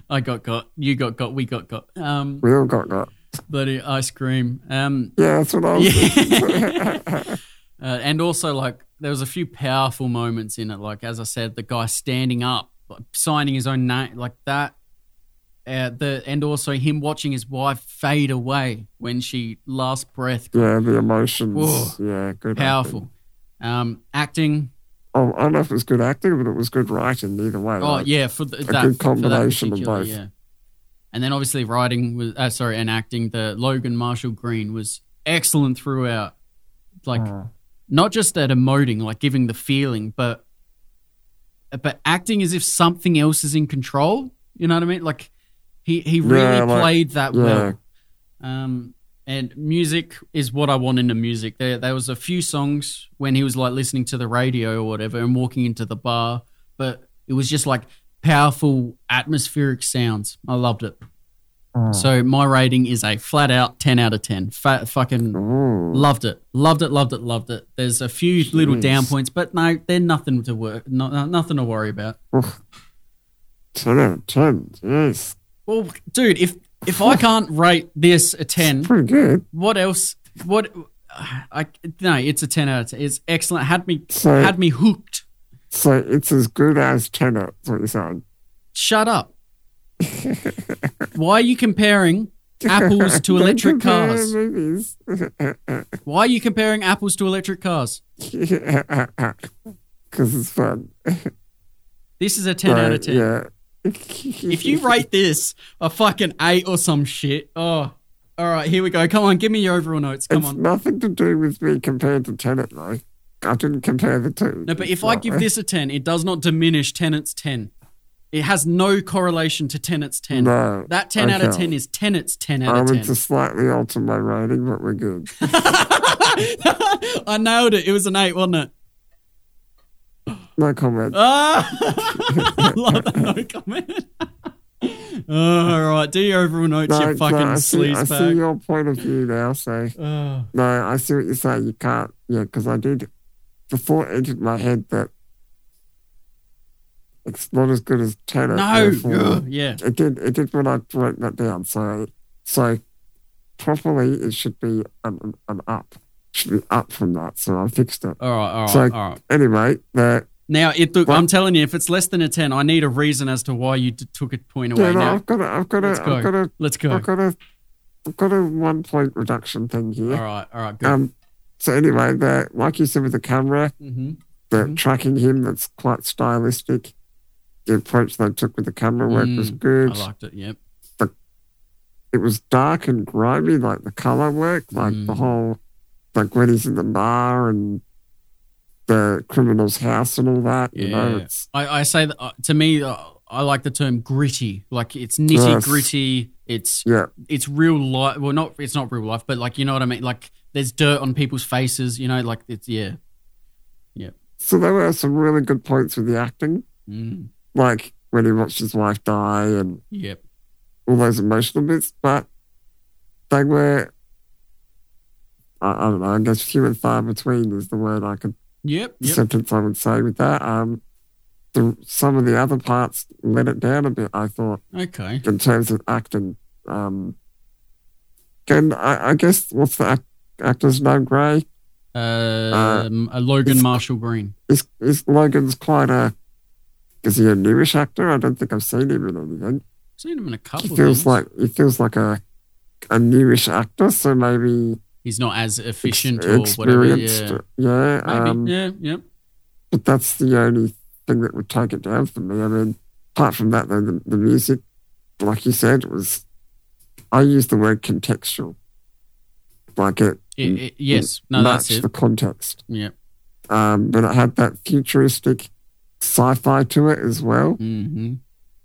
Speaker 2: I got got. You got got. We got got. Um,
Speaker 1: We all got caught.
Speaker 2: bloody ice cream. Um,
Speaker 1: Yeah, that's what I was.
Speaker 2: yeah. uh, and also like there was a few powerful moments in it. Like as I said, the guy standing up, like, signing his own name, like that. Uh, the and also him watching his wife fade away when she last breath.
Speaker 1: Yeah, the emotions.
Speaker 2: Whoa.
Speaker 1: Yeah, good.
Speaker 2: Powerful. Um, acting.
Speaker 1: Acting. Oh, I don't know if it was good acting, but it was good writing either way.
Speaker 2: Oh
Speaker 1: like,
Speaker 2: yeah, for the, that
Speaker 1: good
Speaker 2: for that
Speaker 1: combination of
Speaker 2: particular,
Speaker 1: both.
Speaker 2: Yeah, and then obviously writing was uh, sorry and acting. The Logan Marshall Green was excellent throughout. Like
Speaker 1: Mm.
Speaker 2: not just at emoting, like giving the feeling, but but acting as if something else is in control. You know what I mean? Like he he really
Speaker 1: Yeah, like-
Speaker 2: played that
Speaker 1: yeah.
Speaker 2: well. Um, and music is what I want in the music. There, there was a few songs when he was like listening to the radio or whatever, and walking into the bar, but it was just like powerful atmospheric sounds. I loved it.
Speaker 1: Mm.
Speaker 2: So my rating is a flat out ten out of ten. Fa fucking
Speaker 1: Ooh.
Speaker 2: Loved it, loved it, loved it, loved it. There's a few little
Speaker 1: Jeez.
Speaker 2: down points, but no, they're nothing to work, no, no- nothing to worry about.
Speaker 1: ten out of ten. Yes,
Speaker 2: Well, dude, if if I can't rate this a ten,
Speaker 1: pretty good.
Speaker 2: what else? What? I no, it's a ten out of ten. It's excellent. Had me
Speaker 1: So,
Speaker 2: had me hooked.
Speaker 1: so it's as good as ten. That's what you're saying.
Speaker 2: Shut up. Why are you comparing apples to
Speaker 1: Don't
Speaker 2: electric
Speaker 1: compare
Speaker 2: cars?
Speaker 1: Movies.
Speaker 2: Why are you comparing apples to electric cars?
Speaker 1: Because it's fun.
Speaker 2: This is a ten out of
Speaker 1: So,
Speaker 2: ten.
Speaker 1: Yeah.
Speaker 2: if you rate this a fucking eight or some shit, oh, all right, here we go. Come on, give me your overall notes. Come
Speaker 1: it's
Speaker 2: on.
Speaker 1: nothing to do with me compared to Tenet, though. I didn't compare the two.
Speaker 2: No, but if I give this a ten, it does not diminish Tenet's ten. It has no correlation to Tenet's ten.
Speaker 1: No,
Speaker 2: that ten out of
Speaker 1: okay.
Speaker 2: ten is Tenet's ten out
Speaker 1: I
Speaker 2: of
Speaker 1: went
Speaker 2: ten.
Speaker 1: to slightly alter my rating, but we're good.
Speaker 2: I nailed it. It was an eight, wasn't it?
Speaker 1: No
Speaker 2: Oh,
Speaker 1: comment.
Speaker 2: Ah! Love that no comment. all right, do your overall notes,
Speaker 1: no,
Speaker 2: you fucking
Speaker 1: no, I, see, I
Speaker 2: sleaze
Speaker 1: see
Speaker 2: bag.
Speaker 1: your point of view now. So
Speaker 2: Oh.
Speaker 1: no, I see what you're saying. You can't, yeah, because I did before it entered my head that it's not as good as Tenet.
Speaker 2: No,
Speaker 1: therefore-
Speaker 2: Ugh, yeah.
Speaker 1: it did it did when I wrote that down. So so properly it should be an, an up. Should be up from that. So I fixed it.
Speaker 2: All right, all right,
Speaker 1: So-
Speaker 2: all right.
Speaker 1: Anyway, the,
Speaker 2: Now, it look,
Speaker 1: Right.
Speaker 2: I'm telling you, if it's less than a 10, I need a reason as to why you d- took a point away.
Speaker 1: yeah, no,
Speaker 2: now,
Speaker 1: I've got a I've got a
Speaker 2: Let's go.
Speaker 1: I've got a
Speaker 2: let's go.
Speaker 1: I've got a I've got a one point reduction thing
Speaker 2: All
Speaker 1: here.
Speaker 2: right, all right, good.
Speaker 1: Um so anyway, the like you said with the camera,
Speaker 2: hmm
Speaker 1: the
Speaker 2: Mhm.
Speaker 1: tracking him that's quite stylistic. The approach they took with the camera work was
Speaker 2: Mm,
Speaker 1: good.
Speaker 2: I liked it, yep.
Speaker 1: it was dark and grimy, like the color work, like the
Speaker 2: Mm.
Speaker 1: whole, like when he's in the bar and the criminal's house and all that. You know,
Speaker 2: Yeah.
Speaker 1: it's
Speaker 2: I, I say that uh, to me, uh, I like the term gritty. Like it's nitty
Speaker 1: Yes.
Speaker 2: gritty. It's
Speaker 1: yeah,
Speaker 2: it's real life. Well, not it's not real life, but like you know what I mean. Like there's dirt on people's faces. You know, like it's yeah.
Speaker 1: so there were some really good points with the acting.
Speaker 2: Mm.
Speaker 1: like when he watched his wife die and
Speaker 2: Yep.
Speaker 1: all those emotional bits, but they were, I, I don't know, I guess few and far between is the word I could,
Speaker 2: Yep.
Speaker 1: the
Speaker 2: Yep.
Speaker 1: sentence I would say with that. Um, the, some of the other parts let it down a bit, I thought,
Speaker 2: Okay.
Speaker 1: in terms of acting. Um, and I, I guess, what's the act, actor's name, Gray?
Speaker 2: Um, a
Speaker 1: Uh,
Speaker 2: Logan
Speaker 1: it's-
Speaker 2: Marshall Green.
Speaker 1: Is, is Logan's quite a, is he a newish actor? I don't think I've seen him in anything.
Speaker 2: Seen him in a couple.
Speaker 1: He
Speaker 2: of
Speaker 1: feels
Speaker 2: things.
Speaker 1: like he feels like a a newish actor, so maybe
Speaker 2: he's not as
Speaker 1: ex-
Speaker 2: efficient or whatever. Yeah.
Speaker 1: yeah,
Speaker 2: Maybe.
Speaker 1: um,
Speaker 2: yeah. Yep.
Speaker 1: but that's the only thing that would take it down for me. I mean, apart from that, though, the, the music, like you said, was I use the word contextual, like it
Speaker 2: It, it, yes. No. That's
Speaker 1: matched
Speaker 2: it.
Speaker 1: the context.
Speaker 2: Yep.
Speaker 1: Um, but it had that futuristic sci-fi to it as well.
Speaker 2: hmm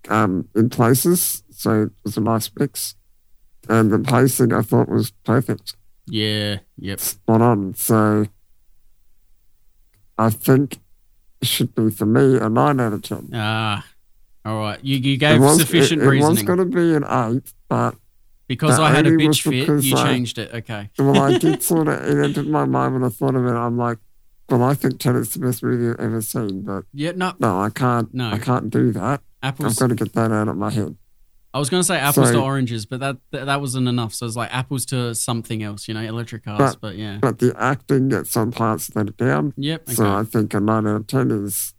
Speaker 1: um, in places. So it was a nice mix. And the pacing I thought was perfect,
Speaker 2: Yeah. Yep.
Speaker 1: spot on. So I think it should be for me a 9 out of 10.
Speaker 2: Ah. All right. You you
Speaker 1: It
Speaker 2: gave
Speaker 1: was-
Speaker 2: sufficient
Speaker 1: it, it
Speaker 2: reasoning
Speaker 1: was going to be an 8, but
Speaker 2: because
Speaker 1: that
Speaker 2: I had a
Speaker 1: only
Speaker 2: bitch
Speaker 1: was
Speaker 2: fit.
Speaker 1: because
Speaker 2: You
Speaker 1: I-
Speaker 2: changed it. Okay.
Speaker 1: well, I did sort of, it entered my mind when I thought of it. I'm like, well, I think Tenet's the best movie I've ever seen, but
Speaker 2: Yeah. No.
Speaker 1: no, I can't.
Speaker 2: No.
Speaker 1: I can't do that. I've
Speaker 2: Apples.
Speaker 1: got to get that out of my head.
Speaker 2: I was going to say apples to
Speaker 1: Sorry.
Speaker 2: oranges, but that, that that wasn't enough. So it's like apples to something else. You know, electric cars. But, yeah.
Speaker 1: But the acting at some parts let it down.
Speaker 2: Yep. Okay.
Speaker 1: So I think a 9 out of 10 is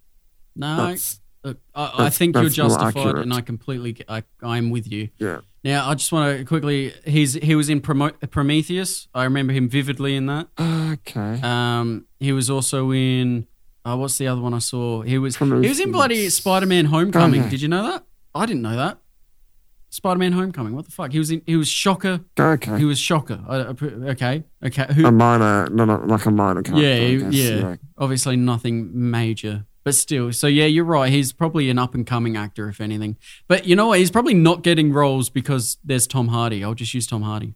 Speaker 2: no.
Speaker 1: that's
Speaker 2: Look, I, I
Speaker 1: That's-
Speaker 2: think you're
Speaker 1: that's more
Speaker 2: justified,
Speaker 1: accurate.
Speaker 2: and I completely, get- I, I'm with you.
Speaker 1: Yeah.
Speaker 2: Now, I just want to quickly. He's he was in Promo- Prometheus. I remember him vividly in that.
Speaker 1: Okay.
Speaker 2: Um, he was also in. Oh, what's the other one I saw? He was he was in bloody
Speaker 1: Prometheus.
Speaker 2: Spider-Man: Homecoming.
Speaker 1: Oh, yeah.
Speaker 2: Did you know that? I didn't know that. Spider-Man: Homecoming. What the fuck? He was in. He was Shocker.
Speaker 1: okay.
Speaker 2: He was Shocker. I, I- okay. Okay. Who?
Speaker 1: A minor, no, no, like a minor character.
Speaker 2: Yeah,
Speaker 1: I guess,
Speaker 2: yeah. obviously nothing major, but still. So yeah, you're right. He's probably an up and coming actor, if anything. But you know what? He's probably not getting roles because there's Tom Hardy. I'll just use Tom Hardy.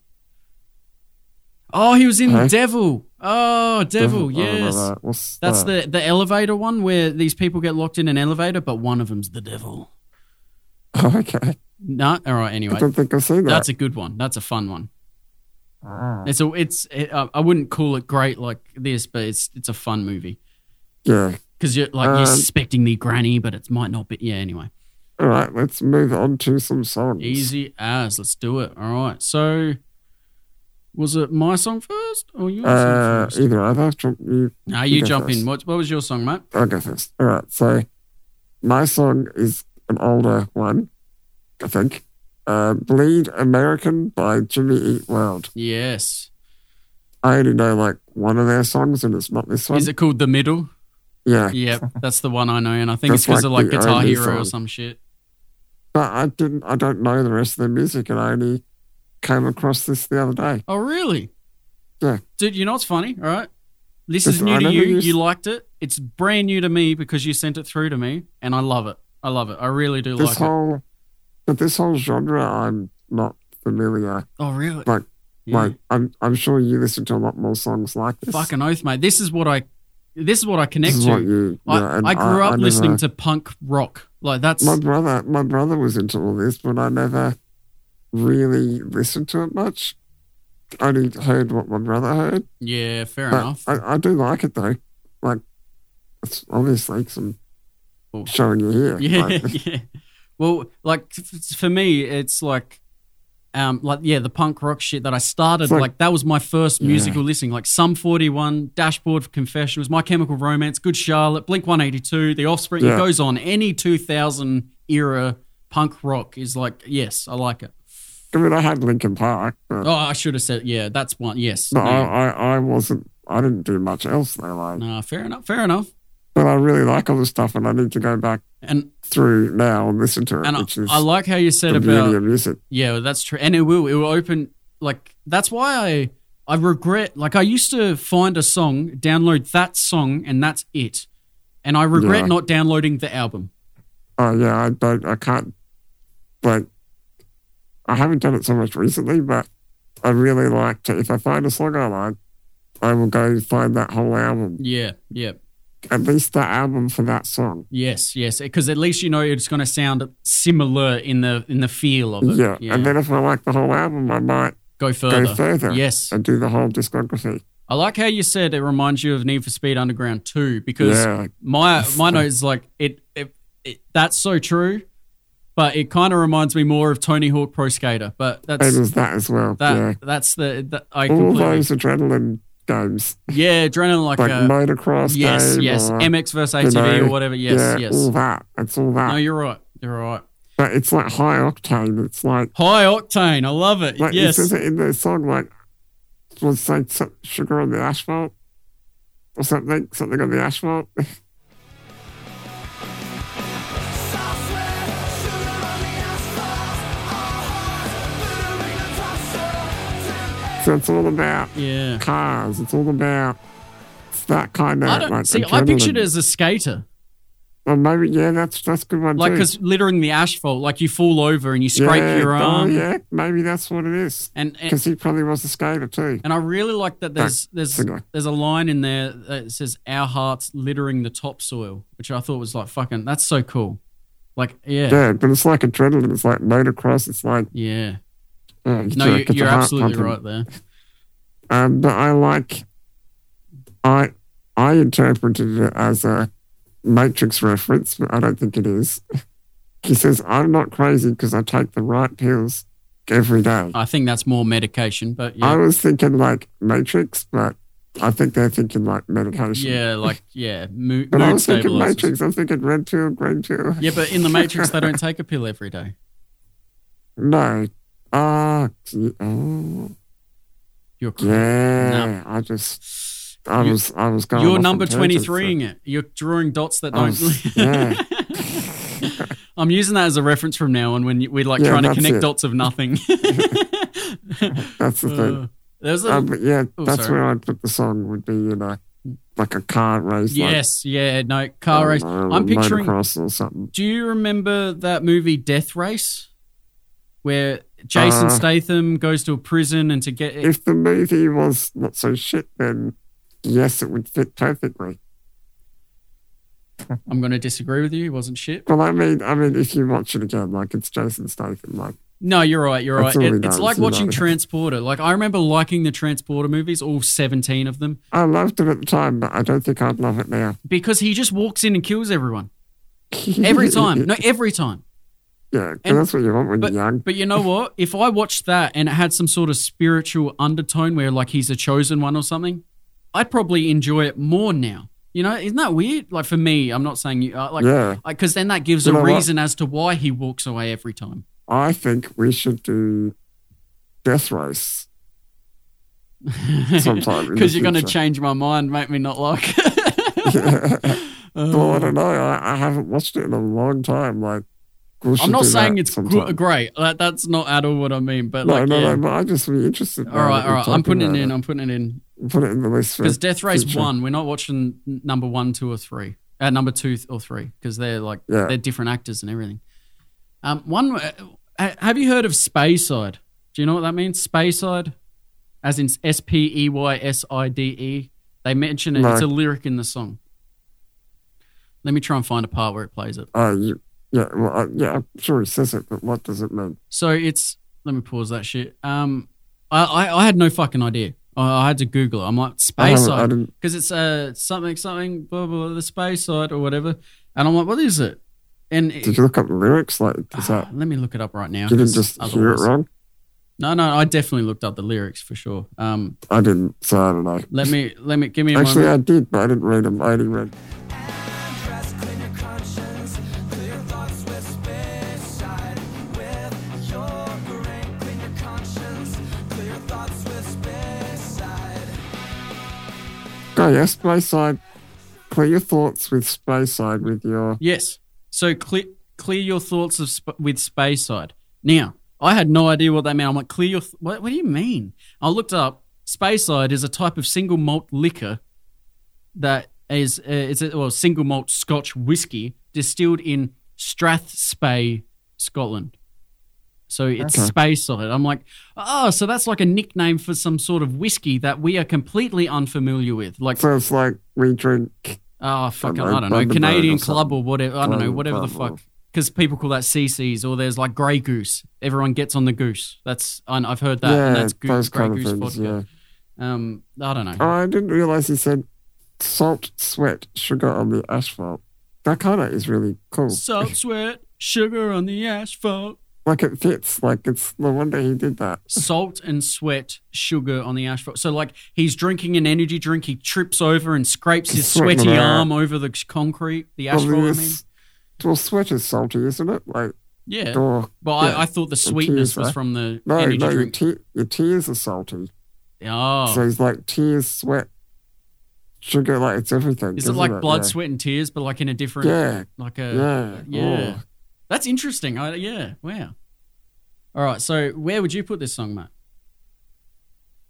Speaker 2: Oh, he was in
Speaker 1: Huh?
Speaker 2: The Devil. Oh, Devil.
Speaker 1: Doesn't- I don't know
Speaker 2: yes.
Speaker 1: that. What's
Speaker 2: That's
Speaker 1: that?
Speaker 2: the, the elevator one where these people get locked in an elevator, but one of them's the devil.
Speaker 1: okay.
Speaker 2: No, all right.
Speaker 1: I
Speaker 2: Anyway,
Speaker 1: don't think I've seen that.
Speaker 2: that's a good one. That's a fun one. It's a, it's it, uh, I wouldn't call it great like this, but it's it's a fun movie.
Speaker 1: yeah.
Speaker 2: Because you're like you're
Speaker 1: Um,
Speaker 2: suspecting the granny, but it might not be. Yeah, anyway,
Speaker 1: All right. Let's move on to some songs.
Speaker 2: easy as let's do it. All right. So, was it my song first or your
Speaker 1: Uh,
Speaker 2: song first?
Speaker 1: either either. Jump, you,
Speaker 2: Nah, you
Speaker 1: go
Speaker 2: jump in.
Speaker 1: first.
Speaker 2: What, what was your song, mate?
Speaker 1: I'll go first. All right. So my song is an older one, I think. Uh, Bleed American by Jimmy Eat World.
Speaker 2: Yes.
Speaker 1: I only know like one of their songs, and it's not this one.
Speaker 2: Is it called The Middle?
Speaker 1: yeah.
Speaker 2: Yep, that's the one I know, and I think it's
Speaker 1: That's
Speaker 2: because
Speaker 1: like
Speaker 2: of like
Speaker 1: the
Speaker 2: Guitar
Speaker 1: only
Speaker 2: Hero or
Speaker 1: song.
Speaker 2: some shit.
Speaker 1: But I didn't. I don't know the rest of their music, and I only came across this the other day.
Speaker 2: Oh, really?
Speaker 1: Yeah.
Speaker 2: Dude, you know what's funny? All right. This
Speaker 1: This-
Speaker 2: is
Speaker 1: I
Speaker 2: new to
Speaker 1: never
Speaker 2: you.
Speaker 1: used-
Speaker 2: You liked it. It's brand new to me because you sent it through to me, and I love it. I love it. I really do
Speaker 1: This
Speaker 2: like it.
Speaker 1: whole, but this whole genre, I'm not familiar.
Speaker 2: Oh, really?
Speaker 1: like-
Speaker 2: Yeah.
Speaker 1: Like, I'm, I'm sure you listen to a lot more songs like this.
Speaker 2: fucking oath, mate. This is what I, this is what I
Speaker 1: this
Speaker 2: connect
Speaker 1: is
Speaker 2: to.
Speaker 1: what you.
Speaker 2: I,
Speaker 1: yeah, and
Speaker 2: I grew up
Speaker 1: I
Speaker 2: listening
Speaker 1: never-
Speaker 2: to punk rock. Like that's
Speaker 1: My brother, my brother was into all this, but I never really listened to it much. I only heard what my brother heard.
Speaker 2: yeah, fair
Speaker 1: But
Speaker 2: enough.
Speaker 1: I, I do like it though. Like, it's obviously some
Speaker 2: Oh.
Speaker 1: showing you here.
Speaker 2: yeah,
Speaker 1: Like,
Speaker 2: yeah. Well, like f- for me, it's like, um, like yeah, the punk rock shit that I started.
Speaker 1: It's
Speaker 2: Like,
Speaker 1: like-
Speaker 2: that was my first
Speaker 1: Yeah.
Speaker 2: musical listening. Like Sum Forty One, Dashboard Confessionals, My Chemical Romance, Good Charlotte, Blink One Eighty Two, The Offspring. It
Speaker 1: Yeah.
Speaker 2: goes on. Any two thousand era punk rock is like yes, I like it.
Speaker 1: I mean, I had Linkin Park, but
Speaker 2: Oh, I should have said yeah. That's one. Yes.
Speaker 1: But
Speaker 2: yeah.
Speaker 1: I, I, I wasn't. I didn't do much else though. Like,
Speaker 2: Nah, fair enough. Fair enough.
Speaker 1: but I really like all this stuff, and I need to go back
Speaker 2: And
Speaker 1: through now and listen to it,
Speaker 2: and I,
Speaker 1: which is
Speaker 2: I like how you said
Speaker 1: the beauty
Speaker 2: about
Speaker 1: of music.
Speaker 2: yeah, well, that's true. And it will it will open like that's why I I regret like I used to find a song, download that song, and that's it. And I regret
Speaker 1: Yeah.
Speaker 2: not downloading the album.
Speaker 1: Oh yeah, I don't. I can't. Like, I haven't done it so much recently, but I really like to. If I find a song I like, I will go find that whole album.
Speaker 2: Yeah, yeah.
Speaker 1: at least the album for that song.
Speaker 2: Yes, yes, because at least you know it's going to sound similar in the in the feel of it.
Speaker 1: Yeah. And then if I like the whole album, I might
Speaker 2: go further.
Speaker 1: go further
Speaker 2: Yes,
Speaker 1: and do the whole discography.
Speaker 2: I like how you said it reminds you of Need for Speed Underground 2 because
Speaker 1: yeah.
Speaker 2: my my note is like it, it, it that's so true, but it kind of reminds me more of Tony Hawk Pro Skater. But
Speaker 1: It
Speaker 2: that's
Speaker 1: was that as well.
Speaker 2: that
Speaker 1: yeah.
Speaker 2: that's the that I
Speaker 1: All
Speaker 2: completely
Speaker 1: those adrenaline games,
Speaker 2: yeah adrenaline like,
Speaker 1: like
Speaker 2: a,
Speaker 1: motocross
Speaker 2: yes
Speaker 1: game
Speaker 2: yes
Speaker 1: or,
Speaker 2: MX versus
Speaker 1: you
Speaker 2: ATV
Speaker 1: know,
Speaker 2: or whatever yes
Speaker 1: yeah,
Speaker 2: yes
Speaker 1: all that. It's all that.
Speaker 2: no you're right you're right
Speaker 1: but it's like high octane. It's like
Speaker 2: high octane I love it
Speaker 1: like it
Speaker 2: yes
Speaker 1: says it in the song like was like s- sugar on the asphalt or something something on the asphalt. so it's all about
Speaker 2: yeah
Speaker 1: cars. It's all about it's that kind of
Speaker 2: I don't
Speaker 1: like
Speaker 2: see I pictured
Speaker 1: adrenaline.
Speaker 2: it as a skater
Speaker 1: Well, maybe yeah, that's that's a good one
Speaker 2: like
Speaker 1: too.
Speaker 2: because littering the asphalt like you fall over and you scrape
Speaker 1: yeah,
Speaker 2: your
Speaker 1: oh,
Speaker 2: arm
Speaker 1: yeah, maybe that's what it is.
Speaker 2: and, and
Speaker 1: Because he probably was a skater too.
Speaker 2: And I really like that there's there's
Speaker 1: Singer.
Speaker 2: there's a line in there that says our hearts littering the topsoil, which I thought was like fucking that's so cool. Like yeah. Yeah.
Speaker 1: Yeah, but it's like adrenaline. It's like motocross. It's like yeah, you
Speaker 2: No,
Speaker 1: know,
Speaker 2: you,
Speaker 1: get the
Speaker 2: you're
Speaker 1: heart
Speaker 2: absolutely
Speaker 1: pumping.
Speaker 2: right there.
Speaker 1: Um, but I like, I I interpreted it as a Matrix reference, but I don't think it is. He says, "I'm not crazy because I take the right pills every day."
Speaker 2: I think that's more medication, but
Speaker 1: I
Speaker 2: Uh, yeah.
Speaker 1: was thinking like Matrix, but I think they're thinking like medication.
Speaker 2: Yeah, like yeah, mood,
Speaker 1: But I
Speaker 2: mood
Speaker 1: was thinking
Speaker 2: stabilizers.
Speaker 1: Matrix. I'm thinking red pill, green pill.
Speaker 2: Yeah, but in the Matrix they don't take a pill every day.
Speaker 1: No. Ah, gee, oh,
Speaker 2: You're cr-
Speaker 1: yeah. I just, I
Speaker 2: You-
Speaker 1: was, I was going.
Speaker 2: you're
Speaker 1: off on
Speaker 2: number twenty
Speaker 1: tangents
Speaker 2: threeing it. You're drawing dots that
Speaker 1: there. I
Speaker 2: don't.
Speaker 1: was- yeah,
Speaker 2: I'm using that as a reference from now on when you- we're like
Speaker 1: Yeah,
Speaker 2: trying to
Speaker 1: that's
Speaker 2: connect
Speaker 1: it.
Speaker 2: dots of nothing.
Speaker 1: that's the thing.
Speaker 2: Uh, there's a
Speaker 1: Um, but yeah,
Speaker 2: oh,
Speaker 1: that's
Speaker 2: sorry.
Speaker 1: where I'd put the song. Would be you know, like a car race. Like, Oh,
Speaker 2: yes, yeah, no car
Speaker 1: I
Speaker 2: race.
Speaker 1: don't know,
Speaker 2: I'm picturing.
Speaker 1: motocross or something.
Speaker 2: Do you remember that movie Death Race, where Jason
Speaker 1: Uh,
Speaker 2: Statham goes to a prison and to get
Speaker 1: If the movie was not so shit, then yes, it would fit perfectly.
Speaker 2: I'm going to disagree with you. It wasn't shit.
Speaker 1: Well, I mean, I mean, if you watch it again, like it's Jason Statham, like
Speaker 2: No, you're right. You're
Speaker 1: That's
Speaker 2: right.
Speaker 1: all
Speaker 2: It-
Speaker 1: we
Speaker 2: it's
Speaker 1: know,
Speaker 2: like
Speaker 1: isn't
Speaker 2: watching
Speaker 1: it?
Speaker 2: Transporter. Like I remember liking the Transporter movies, all 17 of them,
Speaker 1: I loved it at the time, but I don't think I'd love it now.
Speaker 2: because he just walks in and kills everyone every time. No, every time.
Speaker 1: yeah, 'cause
Speaker 2: And-
Speaker 1: that's what you want when
Speaker 2: but-
Speaker 1: you're young.
Speaker 2: But you know what? If I watched that and it had some sort of spiritual undertone where like he's a chosen one or something, I'd probably enjoy it more now. You know, isn't that weird? Like for me, I'm not saying you uh, like
Speaker 1: yeah,
Speaker 2: because then that gives
Speaker 1: You
Speaker 2: a
Speaker 1: know what?
Speaker 2: reason as to why he walks away every time.
Speaker 1: I think we should do Death Race sometime. in the
Speaker 2: Because you're going to
Speaker 1: future.
Speaker 2: change my mind, make me not like.
Speaker 1: Well, I
Speaker 2: Uh,
Speaker 1: don't know. I, I haven't watched it in a long time. Like, we should
Speaker 2: I'm not
Speaker 1: do
Speaker 2: saying
Speaker 1: that
Speaker 2: it's
Speaker 1: sometime.
Speaker 2: gr- great. Like, that's not at all what I mean. But
Speaker 1: No,
Speaker 2: like,
Speaker 1: no,
Speaker 2: yeah.
Speaker 1: no. But I just be interested.
Speaker 2: all right, all right. I'm putting it in. I'm putting it in.
Speaker 1: in. Put it in the list for
Speaker 2: Because Death Race
Speaker 1: future.
Speaker 2: one, we're not watching n- number one, two, or three. Uh, number two th- or three, because they're like
Speaker 1: Yeah.
Speaker 2: they're different actors and everything. Um, one, uh, ha- have you heard of Speyside? Do you know what that means? Speyside, as in S P E Y S I D E. They mention it.
Speaker 1: No.
Speaker 2: It's a lyric in the song. Let me try and find a part where it plays it.
Speaker 1: Oh, you, yeah. Well, I, yeah. I'm sure he says it, but what does it mean?
Speaker 2: So it's let me pause that shit. Um, I I, I had no fucking idea. I, I had to Google it. I'm like
Speaker 1: I haven't- I
Speaker 2: Speyside.
Speaker 1: didn't.
Speaker 2: because it's uh something something blah blah, blah the space site or whatever, and I'm like, what is it? And it- Ah,
Speaker 1: Did you look up the lyrics? Like, is that
Speaker 2: let me look it up right now.
Speaker 1: you didn't
Speaker 2: 'cause
Speaker 1: just hear it
Speaker 2: otherwise-
Speaker 1: wrong?
Speaker 2: No, no, I definitely looked up the lyrics for sure. Um,
Speaker 1: I didn't. So I don't know.
Speaker 2: let me let me give me a
Speaker 1: Actually,
Speaker 2: moment.
Speaker 1: I did, but I didn't read them. I only read. Oh yeah, space side. Clear your thoughts with space side with your.
Speaker 2: Yes. So clear clear your thoughts of sp- with space side. Now, I had no idea what that meant. I'm like, clear your th- what? What do you mean? I looked up. Space side is a type of single malt liquor that is uh, it's a well single malt Scotch whiskey distilled in Strathspey, Scotland. So it's
Speaker 1: Okay.
Speaker 2: space on it. I'm like, oh, so that's like a nickname for some sort of whiskey that we are completely unfamiliar with. Like,
Speaker 1: So it's like we drink
Speaker 2: Oh fuck!
Speaker 1: Like
Speaker 2: I don't know.
Speaker 1: Bundaberg or
Speaker 2: Canadian
Speaker 1: something.
Speaker 2: Club or whatever. I don't know.
Speaker 1: Global
Speaker 2: Whatever the
Speaker 1: Club or-
Speaker 2: fuck. Because people call that CCs or there's like Grey Goose. Everyone gets on the goose. That's I, I've heard that.
Speaker 1: yeah,
Speaker 2: and that's goo-
Speaker 1: those
Speaker 2: Grey
Speaker 1: kind of
Speaker 2: Goose
Speaker 1: things. Yeah.
Speaker 2: vodka. Um, I don't know.
Speaker 1: Oh, I didn't realize he said salt, sweat, sugar on the asphalt. That kind of is really cool.
Speaker 2: Salt, sweat, sugar on the asphalt.
Speaker 1: like it fits. Like it's no wonder he did that.
Speaker 2: Salt and sweat, sugar on the asphalt. So like he's drinking an energy drink. He trips over and scrapes his
Speaker 1: Sweating
Speaker 2: sweaty
Speaker 1: it out.
Speaker 2: arm over the concrete, the asphalt. I mean,
Speaker 1: this- well, sweat is salty, isn't it? Like,
Speaker 2: yeah.
Speaker 1: oh,
Speaker 2: Well,
Speaker 1: yeah.
Speaker 2: I, I thought the sweetness
Speaker 1: tears,
Speaker 2: was
Speaker 1: eh?
Speaker 2: from the
Speaker 1: no,
Speaker 2: energy
Speaker 1: no, your,
Speaker 2: drink.
Speaker 1: te- your tears are salty.
Speaker 2: Oh,
Speaker 1: So he's like tears, sweat, sugar, like it's everything.
Speaker 2: Is it
Speaker 1: isn't
Speaker 2: like blood,
Speaker 1: Yeah.
Speaker 2: sweat, and tears, but like in a different,
Speaker 1: Yeah.
Speaker 2: like a,
Speaker 1: Yeah.
Speaker 2: yeah.
Speaker 1: Oh.
Speaker 2: That's interesting. I, yeah, wow. All right, so where would you put this song, mate?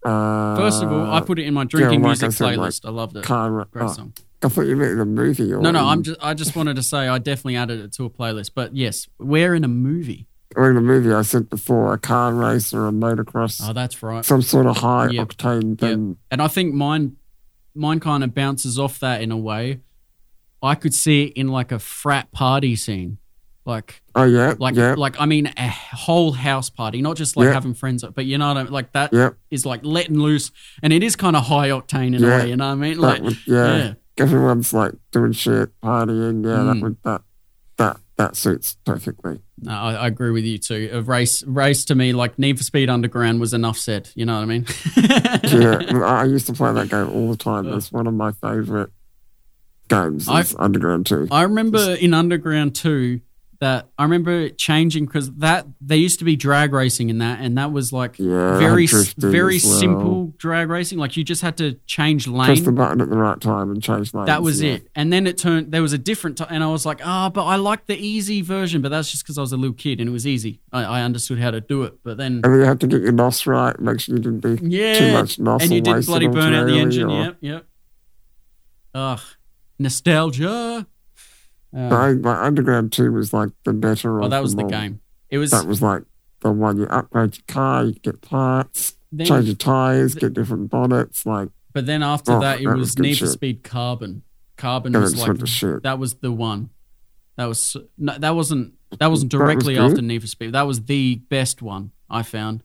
Speaker 1: Uh,
Speaker 2: First of all, I put it in my drinking
Speaker 1: like I
Speaker 2: music
Speaker 1: said, like,
Speaker 2: playlist. I loved it.
Speaker 1: Car,
Speaker 2: Great
Speaker 1: oh,
Speaker 2: song.
Speaker 1: I thought you meant the movie. Or
Speaker 2: No, no, I'm
Speaker 1: in-
Speaker 2: just, I just wanted to say I definitely added it to a playlist. But yes, we're in a movie.
Speaker 1: or in the movie I said before a car race or a motocross,
Speaker 2: Oh, that's right.
Speaker 1: some sort of high
Speaker 2: Yep.
Speaker 1: octane thing.
Speaker 2: And I think mine, mine kind of bounces off that in a way. I could see it in like a frat party scene, like
Speaker 1: Oh yeah,
Speaker 2: like
Speaker 1: yeah,
Speaker 2: like I mean a whole house party, not just like
Speaker 1: Yeah.
Speaker 2: having friends, but you know what I mean? like that is
Speaker 1: yeah.
Speaker 2: like letting loose, and it is kind of high octane in a
Speaker 1: Yeah.
Speaker 2: way, you know what I mean?
Speaker 1: That
Speaker 2: Like
Speaker 1: would, yeah.
Speaker 2: yeah.
Speaker 1: everyone's like doing shit, partying. Yeah,
Speaker 2: Mm.
Speaker 1: that would that that that suits perfectly.
Speaker 2: No, I, I agree with you too. A race race to me like Need for Speed Underground was enough said, you know what I mean?
Speaker 1: Yeah, I I used to play that game all the time. It's one of my favorite games. It's Underground Two.
Speaker 2: I remember in Underground 2 that I remember it changing because that there used to be drag racing in that, and that was like
Speaker 1: Yeah,
Speaker 2: very s-
Speaker 1: drifting
Speaker 2: very
Speaker 1: as well.
Speaker 2: simple drag racing. Like you just had to change lane.
Speaker 1: Press the button at the right time and change lanes.
Speaker 2: That was
Speaker 1: yeah.
Speaker 2: it. And then it turned, there was a different time. And I was like, ah, but I like the easy version. But that's just because I was a little kid and it was easy. I, I understood how to do it. But then,
Speaker 1: And you had to get your nos right. Make sure you didn't do too
Speaker 2: yeah.
Speaker 1: much nos
Speaker 2: And you
Speaker 1: or
Speaker 2: did
Speaker 1: waste it
Speaker 2: bloody
Speaker 1: all too
Speaker 2: burn out the
Speaker 1: early
Speaker 2: engine.
Speaker 1: or-
Speaker 2: Yep. Yep. Ugh. Nostalgia. Uh,
Speaker 1: But I, like Underground Two was like the better.
Speaker 2: oh,
Speaker 1: of
Speaker 2: that was
Speaker 1: them
Speaker 2: the
Speaker 1: all.
Speaker 2: game. It was
Speaker 1: That was like the one you upgrade your car, you get parts, change
Speaker 2: then,
Speaker 1: your tires,
Speaker 2: the-
Speaker 1: get different bonnets. Like
Speaker 2: but then after
Speaker 1: Oh,
Speaker 2: that, it
Speaker 1: that was
Speaker 2: was
Speaker 1: good
Speaker 2: Need for
Speaker 1: shit.
Speaker 2: Speed Carbon. Carbon
Speaker 1: that
Speaker 2: was
Speaker 1: was
Speaker 2: like
Speaker 1: went to shit.
Speaker 2: That was the one. That was no, that wasn't that wasn't
Speaker 1: That was
Speaker 2: directly
Speaker 1: good.
Speaker 2: after Need for Speed. That was the best one I found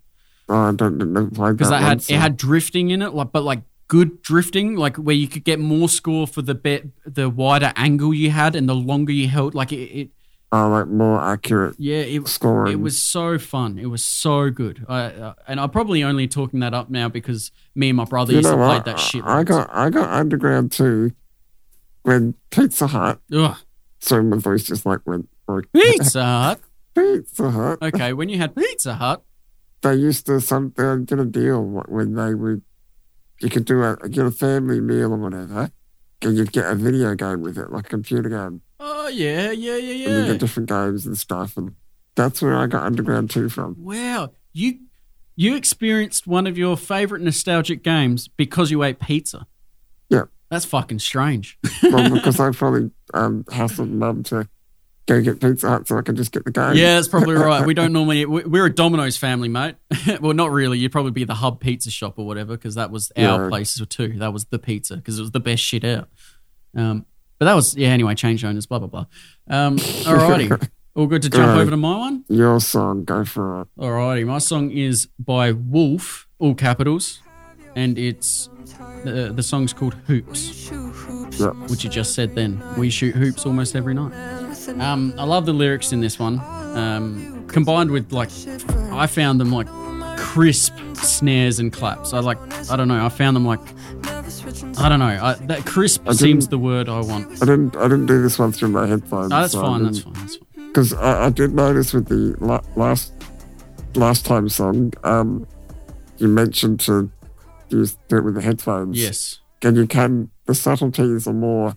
Speaker 1: Oh, I don't never played
Speaker 2: because
Speaker 1: that.
Speaker 2: that
Speaker 1: one,
Speaker 2: had
Speaker 1: so-
Speaker 2: it had drifting in it, like but like good drifting, like where you could get more score for the bet the wider angle you had and the longer you held. Like it, it
Speaker 1: oh, like more accurate
Speaker 2: yeah, it
Speaker 1: scoring.
Speaker 2: it was so fun. It was so good. I, uh, and I'm probably only talking that up now because me and my brother used to play that shit.
Speaker 1: I got I got Underground Two when Pizza Hut.
Speaker 2: Ugh.
Speaker 1: Sorry, my voice just like went like
Speaker 2: Pizza Hut.
Speaker 1: Pizza Hut.
Speaker 2: Okay, when you had Pizza Hut,
Speaker 1: they used to some they did a deal when they would you could do a get a family meal or whatever, and you'd get a video game with it, like a computer game,
Speaker 2: oh yeah, yeah, yeah,
Speaker 1: and you
Speaker 2: yeah.
Speaker 1: get different games and stuff, and that's where I got Underground Two from.
Speaker 2: Wow, you you experienced one of your favorite nostalgic games because you ate pizza.
Speaker 1: Yeah.
Speaker 2: that's fucking strange.
Speaker 1: well, because I probably um, hassled mum to go get Pizza Hut so I could just get the game.
Speaker 2: yeah, that's probably right. We don't normally we- we're a Domino's family, mate. well, not really. You'd probably be the Hub Pizza Shop or whatever because that was our
Speaker 1: Yeah.
Speaker 2: place too. That was the pizza because it was the best shit out. Um, but that was yeah. Anyway, change owners, blah blah blah. Um, alrighty, all good to jump
Speaker 1: Alright.
Speaker 2: over to my one.
Speaker 1: Your song, go for it.
Speaker 2: Alrighty, my song is by Wolf, all capitals, and it's the, the song's called Hoops,
Speaker 1: Yeah.
Speaker 2: which you just said. Then we shoot hoops almost every night. Um, I love the lyrics in this one, um, combined with like I found them like crisp snares and claps. I like I don't know. I found them like I don't know. I, that crisp
Speaker 1: I didn't-
Speaker 2: seems the word I want.
Speaker 1: I didn't. I didn't do this one through my headphones.
Speaker 2: No, that's fine. That's fine. That's fine.
Speaker 1: Because I, I did notice with the la- last last time song, um, you mentioned to use do it with the headphones.
Speaker 2: Yes,
Speaker 1: and you can. The subtleties are more.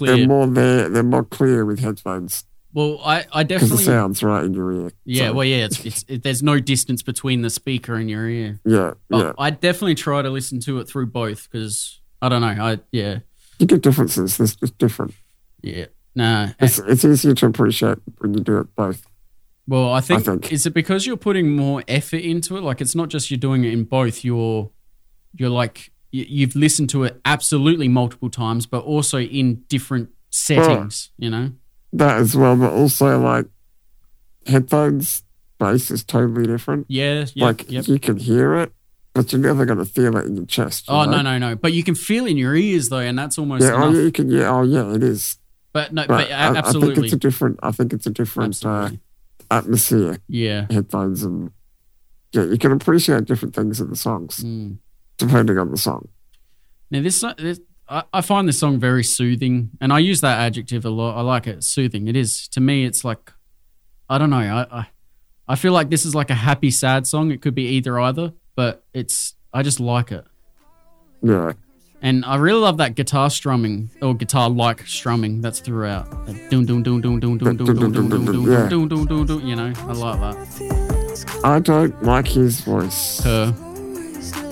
Speaker 1: They're
Speaker 2: clear.
Speaker 1: more there. They're more clear with headphones
Speaker 2: Well, I
Speaker 1: because
Speaker 2: I
Speaker 1: the
Speaker 2: definitely
Speaker 1: sounds right in your ear.
Speaker 2: yeah.
Speaker 1: So,
Speaker 2: Well, yeah. It's, it's it, there's no distance between the speaker and your ear.
Speaker 1: yeah,
Speaker 2: But
Speaker 1: yeah.
Speaker 2: I definitely try to listen to it through both because I don't know. I yeah,
Speaker 1: You get differences. There's just different.
Speaker 2: yeah. Nah.
Speaker 1: It's, it's easier to appreciate when you do it both.
Speaker 2: Well, I think,
Speaker 1: think-
Speaker 2: is it because you're putting more effort into it? Like it's not just you're doing it in both. You're you're like you, you've listened to it absolutely multiple times, but also in different settings,
Speaker 1: Hmm.
Speaker 2: you know?
Speaker 1: That as well, but also like headphones bass is totally different.
Speaker 2: Yeah, yep,
Speaker 1: like
Speaker 2: yep.
Speaker 1: you can hear it, but you're never gonna feel it in your chest. you
Speaker 2: Oh
Speaker 1: know?
Speaker 2: no, no, no! But you can feel in your ears though, and that's almost
Speaker 1: Yeah, oh
Speaker 2: enough.
Speaker 1: yeah, you can. Yeah, oh yeah, it is.
Speaker 2: But no,
Speaker 1: But,
Speaker 2: but, a
Speaker 1: I, I
Speaker 2: absolutely,
Speaker 1: think it's a different. I think it's a different uh,
Speaker 2: absolutely,
Speaker 1: atmosphere.
Speaker 2: yeah.
Speaker 1: Headphones and yeah, you can appreciate different things in the songs
Speaker 2: Mm.
Speaker 1: depending on the song.
Speaker 2: Now this, this I, I find this song very soothing, and I use that adjective a lot. I like it, soothing. It is to me. It's like I don't know. I I, I feel like this is like a happy sad song. It could be either either, but it's I just like it,
Speaker 1: Yeah,
Speaker 2: and I really love that guitar strumming or guitar like strumming that's throughout. Like, dun dun dun dun dun dun dun dun dun dun dun dun dun dun dun dun. You know, I like that.
Speaker 1: I don't like his voice.
Speaker 2: Her,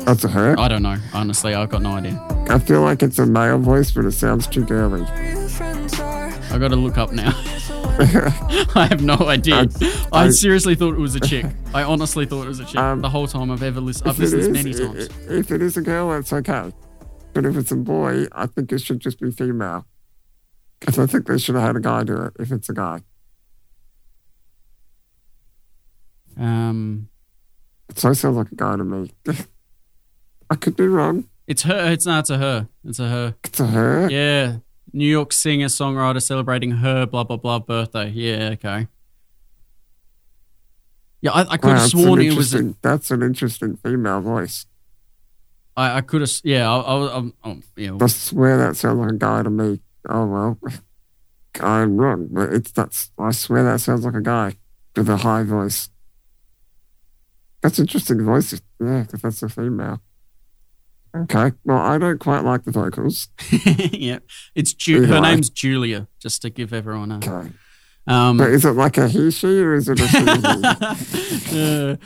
Speaker 1: That's a her.
Speaker 2: I don't know. Honestly, I've got no idea.
Speaker 1: I feel like it's a male voice, but it sounds too girly.
Speaker 2: I got to look up now. I have no idea.
Speaker 1: Um,
Speaker 2: I,
Speaker 1: I-
Speaker 2: seriously thought it was a chick. I honestly thought it was a chick
Speaker 1: Um,
Speaker 2: the whole time I've ever listened. I've
Speaker 1: If it
Speaker 2: listened this
Speaker 1: is-
Speaker 2: many
Speaker 1: i-
Speaker 2: times.
Speaker 1: i- If it is a girl, it's okay. But if it's a boy, I think it should just be female. Because I think they should have had a guy do it if it's a guy.
Speaker 2: Um,
Speaker 1: It so sounds like a guy to me. I could be wrong.
Speaker 2: it's her. It's not. It's a her. It's a her.
Speaker 1: It's a her.
Speaker 2: Yeah. New York singer songwriter celebrating her blah blah blah birthday. Yeah. Okay. Yeah, I, I could
Speaker 1: Wow,
Speaker 2: have
Speaker 1: that's an
Speaker 2: sworn it was. A,
Speaker 1: interesting- That's an interesting female voice.
Speaker 2: I, I could have. Yeah. I, I, was- I'm, I'm, yeah.
Speaker 1: I swear that sounds like a guy to me. Oh well, I'm wrong, but it's that's. I swear that sounds like a guy with a high voice. That's interesting voice. Yeah, because that's a female. Okay, well, I don't quite like the vocals.
Speaker 2: yeah. It's Ju- her
Speaker 1: Yeah.
Speaker 2: name's Julia. Just to give everyone a.
Speaker 1: Okay,
Speaker 2: Um,
Speaker 1: but is it like a he she or is it a she? he?
Speaker 2: Uh,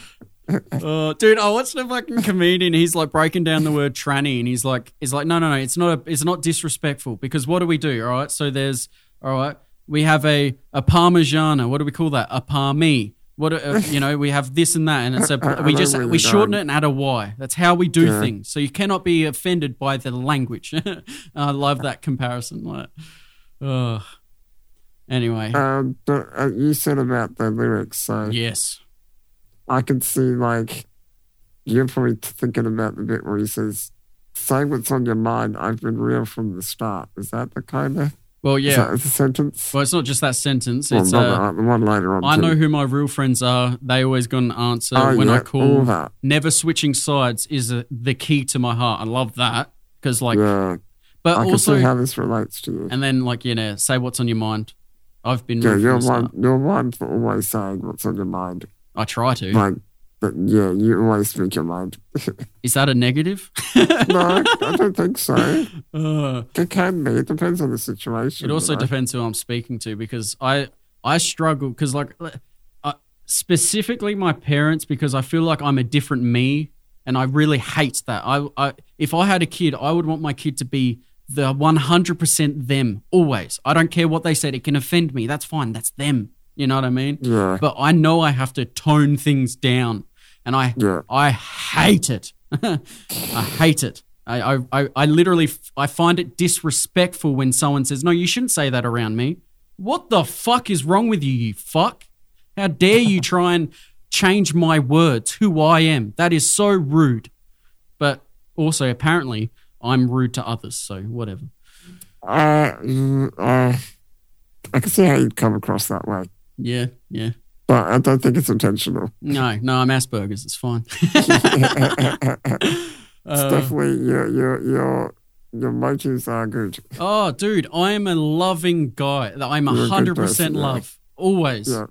Speaker 2: uh, dude, I watched a fucking comedian. He's like breaking down the word tranny, and he's like, he's like, no, no, no, it's not, a, it's not disrespectful because what do we do? All right, so there's, all right, we have a a parmigiana. What do we call that? A parmi. What a- uh, you know, we have this and that, and it's
Speaker 1: I-
Speaker 2: a
Speaker 1: I
Speaker 2: we
Speaker 1: know
Speaker 2: just
Speaker 1: where you're
Speaker 2: we shorten
Speaker 1: going.
Speaker 2: it and add a y. That's how we do
Speaker 1: Yeah.
Speaker 2: things. So you cannot be offended by the language. I love that comparison. Like, ugh. Anyway,
Speaker 1: um, but uh, you said about the lyrics, so
Speaker 2: yes.
Speaker 1: I can see like you're probably thinking about the bit where he says, "Say what's on your mind. I've been real from the start." Is that the kind of
Speaker 2: Well, yeah.
Speaker 1: Is that is a sentence?
Speaker 2: Well, it's not just that sentence.
Speaker 1: Well,
Speaker 2: It's uh,
Speaker 1: not that, the one later on.
Speaker 2: I
Speaker 1: too.
Speaker 2: know who my real friends are. They always got an answer
Speaker 1: Oh,
Speaker 2: when
Speaker 1: yeah,
Speaker 2: I
Speaker 1: all
Speaker 2: call.
Speaker 1: that.
Speaker 2: Never switching sides is uh the key to my heart. I love that because like,
Speaker 1: yeah,
Speaker 2: but
Speaker 1: I can
Speaker 2: also,
Speaker 1: see how this relates to you.
Speaker 2: and then like you know, say what's on your mind. I've been
Speaker 1: Yeah,
Speaker 2: real
Speaker 1: you're
Speaker 2: from the
Speaker 1: one.
Speaker 2: start.
Speaker 1: You're one for always saying what's on your mind.
Speaker 2: I try to.
Speaker 1: Like, but yeah, you always speak your mind.
Speaker 2: Is that a negative?
Speaker 1: no, I don't think so.
Speaker 2: Uh,
Speaker 1: It can be. It depends on the situation.
Speaker 2: it also
Speaker 1: you know?
Speaker 2: depends who I'm speaking to because I I struggle because like I, specifically my parents because I feel like I'm a different me and I really hate that. I, I if I had a kid, I would want my kid to be the 100% them always. I don't care what they said. It can offend me. That's fine. That's them. You know what I mean?
Speaker 1: Yeah,
Speaker 2: But I know I have to tone things down, and I
Speaker 1: yeah.
Speaker 2: I hate it. I hate it. I, I, I, I literally f- I find it disrespectful when someone says, "No, you shouldn't say that around me." What the fuck is wrong with you, you fuck? How dare you try and change my words, who I am? That is so rude. But also, apparently, I'm rude to others, so whatever.
Speaker 1: Uh, mm, uh, I can see how you'd come across that way,
Speaker 2: Yeah, yeah.
Speaker 1: but I don't think it's intentional.
Speaker 2: No, no, I'm Asperger's. It's fine.
Speaker 1: it's
Speaker 2: Uh,
Speaker 1: definitely your your your your motives are good.
Speaker 2: Oh, dude, I'm a loving guy. I'm
Speaker 1: You're a good
Speaker 2: 100%
Speaker 1: person, yeah.
Speaker 2: love. Always.
Speaker 1: Yeah.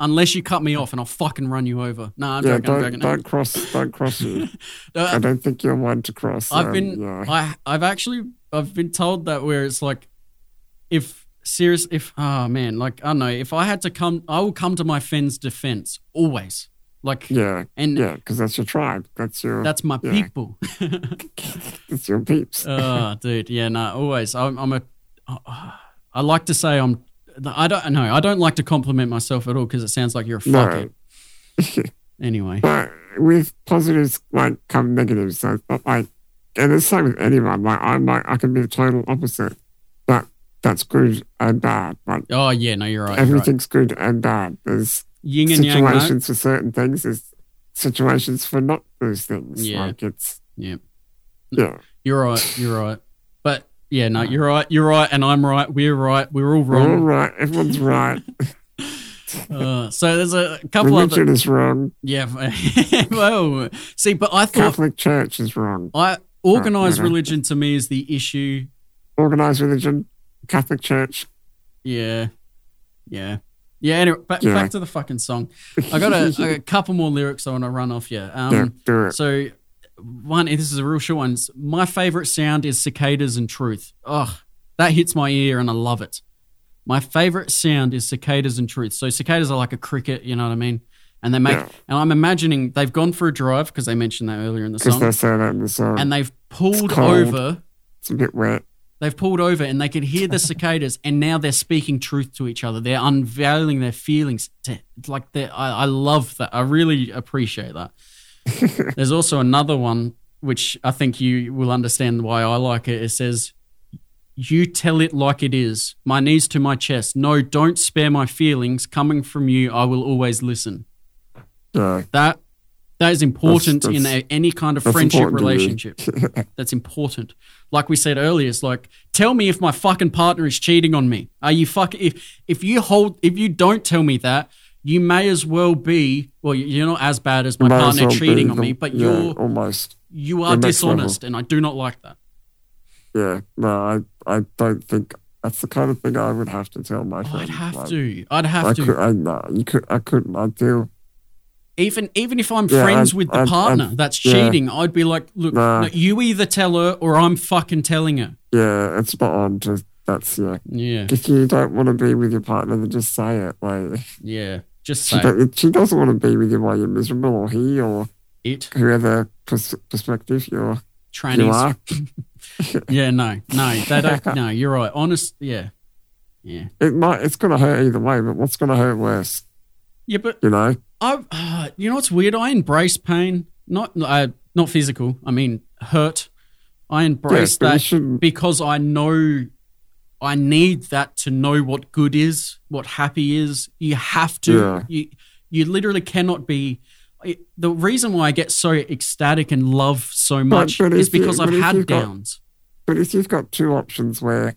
Speaker 2: Unless you cut me off and I'll fucking run you over. No, I'm
Speaker 1: yeah,
Speaker 2: joking. I'm
Speaker 1: don't,
Speaker 2: joking.
Speaker 1: don't cross, don't cross you. I
Speaker 2: Uh,
Speaker 1: don't think you're one to cross.
Speaker 2: I've
Speaker 1: um,
Speaker 2: been,
Speaker 1: yeah.
Speaker 2: I, I've actually, I've been told that where it's like, if serious, if, ah man, like, I don't know, if I had to come, I will come to my friend's defense always. Like,
Speaker 1: yeah,
Speaker 2: and
Speaker 1: yeah, because that's your tribe. That's your
Speaker 2: that's my
Speaker 1: Yeah.
Speaker 2: people.
Speaker 1: that's your peeps.
Speaker 2: oh, dude, yeah, no, always. I'm, I'm a. I like to say I'm. I don't know. I don't like to compliment myself at all because it sounds like you're a
Speaker 1: No.
Speaker 2: fuckhead. Anyway,
Speaker 1: but with positives, like come negatives. So it's not like and it's the same with anyone. Like I might, I can be the total opposite, but that's good and bad. Like
Speaker 2: Oh yeah, no, you're right. You're right.
Speaker 1: everything's good and bad. There's
Speaker 2: Yin and yang. though.
Speaker 1: situations for certain things. There's situations for not those things.
Speaker 2: Yeah.
Speaker 1: Like it's
Speaker 2: Yeah.
Speaker 1: yeah,
Speaker 2: You're right. You're right. But yeah, no, you're right. You're right, and I'm right. We're right. We're all
Speaker 1: we're all
Speaker 2: wrong.
Speaker 1: right. Everyone's right.
Speaker 2: Uh, so there's a couple other.
Speaker 1: Religion is wrong.
Speaker 2: Yeah. well, see, but I thought
Speaker 1: Catholic Church is wrong.
Speaker 2: I organized
Speaker 1: no, no.
Speaker 2: religion to me is the issue.
Speaker 1: Organized religion, Catholic Church.
Speaker 2: Yeah. Yeah. Yeah. Anyway, back,
Speaker 1: Yeah.
Speaker 2: back to the fucking song. I got a, a couple more lyrics I want to run off you. Um,
Speaker 1: yeah, do it.
Speaker 2: So, one, this is a real short one. My favorite sound is cicadas and truth. Oh, that hits my ear and I love it. My favorite sound is cicadas and truth. So, cicadas are like a cricket, you know what I mean? And they make,
Speaker 1: Yeah.
Speaker 2: and I'm imagining they've gone for a drive because they mentioned that earlier in the
Speaker 1: Because they
Speaker 2: song.
Speaker 1: say that in the song.
Speaker 2: And they've pulled
Speaker 1: cold.
Speaker 2: over,
Speaker 1: it's a bit wet.
Speaker 2: they've pulled over and they could hear the cicadas and now they're speaking truth to each other. They're unveiling their feelings. To, like, they're- I, I love that. I really appreciate that. There's also another one which I think you will understand why I like it. It says, "You tell it like it is. My knees to my chest. No, don't spare my feelings. Coming from you, I will always listen."
Speaker 1: Yeah.
Speaker 2: That that is important
Speaker 1: That's- that's-
Speaker 2: in a, any kind of
Speaker 1: that's
Speaker 2: friendship
Speaker 1: important to me.
Speaker 2: relationship. that's important. Like we said earlier, it's like, tell me if my fucking partner is cheating on me. Are you fuck if if you hold if you don't tell me that. You may as well be well. You're not as bad as my
Speaker 1: Might as
Speaker 2: partner
Speaker 1: well be
Speaker 2: cheating on
Speaker 1: the-
Speaker 2: me, but
Speaker 1: yeah,
Speaker 2: you're
Speaker 1: almost.
Speaker 2: you are
Speaker 1: The next
Speaker 2: dishonest, and I do not like that.
Speaker 1: Yeah. No, I, I don't think that's the kind of thing I would have to tell my friend.
Speaker 2: Oh, I'd
Speaker 1: like,
Speaker 2: have to. I'd have
Speaker 1: I
Speaker 2: to.
Speaker 1: could. I no. You could. I couldn't. I'd deal.
Speaker 2: Even even if I'm
Speaker 1: Yeah,
Speaker 2: friends
Speaker 1: I'd-
Speaker 2: with the
Speaker 1: I'd-
Speaker 2: partner
Speaker 1: I'd-
Speaker 2: that's
Speaker 1: yeah.
Speaker 2: cheating, I'd be like, look,
Speaker 1: Nah.
Speaker 2: no, you either tell her or I'm fucking telling her.
Speaker 1: Yeah. It's not on to. That's yeah.
Speaker 2: Yeah,
Speaker 1: If you don't want to be with your partner, then just say it. Like
Speaker 2: yeah. Just
Speaker 1: she,
Speaker 2: say
Speaker 1: don't, she doesn't want to be with you while you're miserable, or he, or
Speaker 2: it.
Speaker 1: whoever pers- perspective you're you
Speaker 2: Trannies.
Speaker 1: are.
Speaker 2: Yeah, no, no, they don't. no, you're right. Honest. Yeah, yeah,
Speaker 1: It might. It's gonna hurt either way. But what's gonna hurt worse?
Speaker 2: yeah. But
Speaker 1: You know.
Speaker 2: I, uh, you know, what's weird. I embrace pain. Not uh, not physical. I mean, hurt. I embrace
Speaker 1: yeah, but you
Speaker 2: that
Speaker 1: shouldn't.
Speaker 2: because I know I need that to know what good is, what happy is. You have to.
Speaker 1: Yeah.
Speaker 2: You you literally cannot be. I- The reason why I get so ecstatic and love so much
Speaker 1: but
Speaker 2: is
Speaker 1: if you-
Speaker 2: because
Speaker 1: but
Speaker 2: I've
Speaker 1: if
Speaker 2: had
Speaker 1: you've got-
Speaker 2: downs.
Speaker 1: But if you've got two options where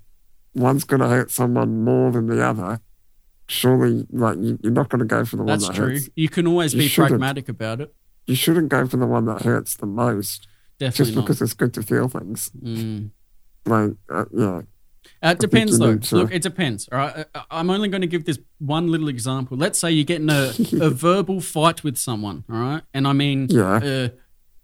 Speaker 1: one's going to hurt someone more than the other, surely like you, you're not going to go for the
Speaker 2: That's
Speaker 1: one that
Speaker 2: true.
Speaker 1: hurts.
Speaker 2: You can always
Speaker 1: You
Speaker 2: be
Speaker 1: shouldn't.
Speaker 2: pragmatic about it.
Speaker 1: You shouldn't go for the one that hurts the most,
Speaker 2: Definitely
Speaker 1: just
Speaker 2: not.
Speaker 1: because it's good to feel things.
Speaker 2: Mm.
Speaker 1: Like uh, yeah,
Speaker 2: Uh, It depends,
Speaker 1: you
Speaker 2: though.
Speaker 1: need to-
Speaker 2: Look, it depends. All right, I- I'm only going to give this one little example. Let's say you get in a, a verbal fight with someone. All right, and I mean,
Speaker 1: Yeah.
Speaker 2: a,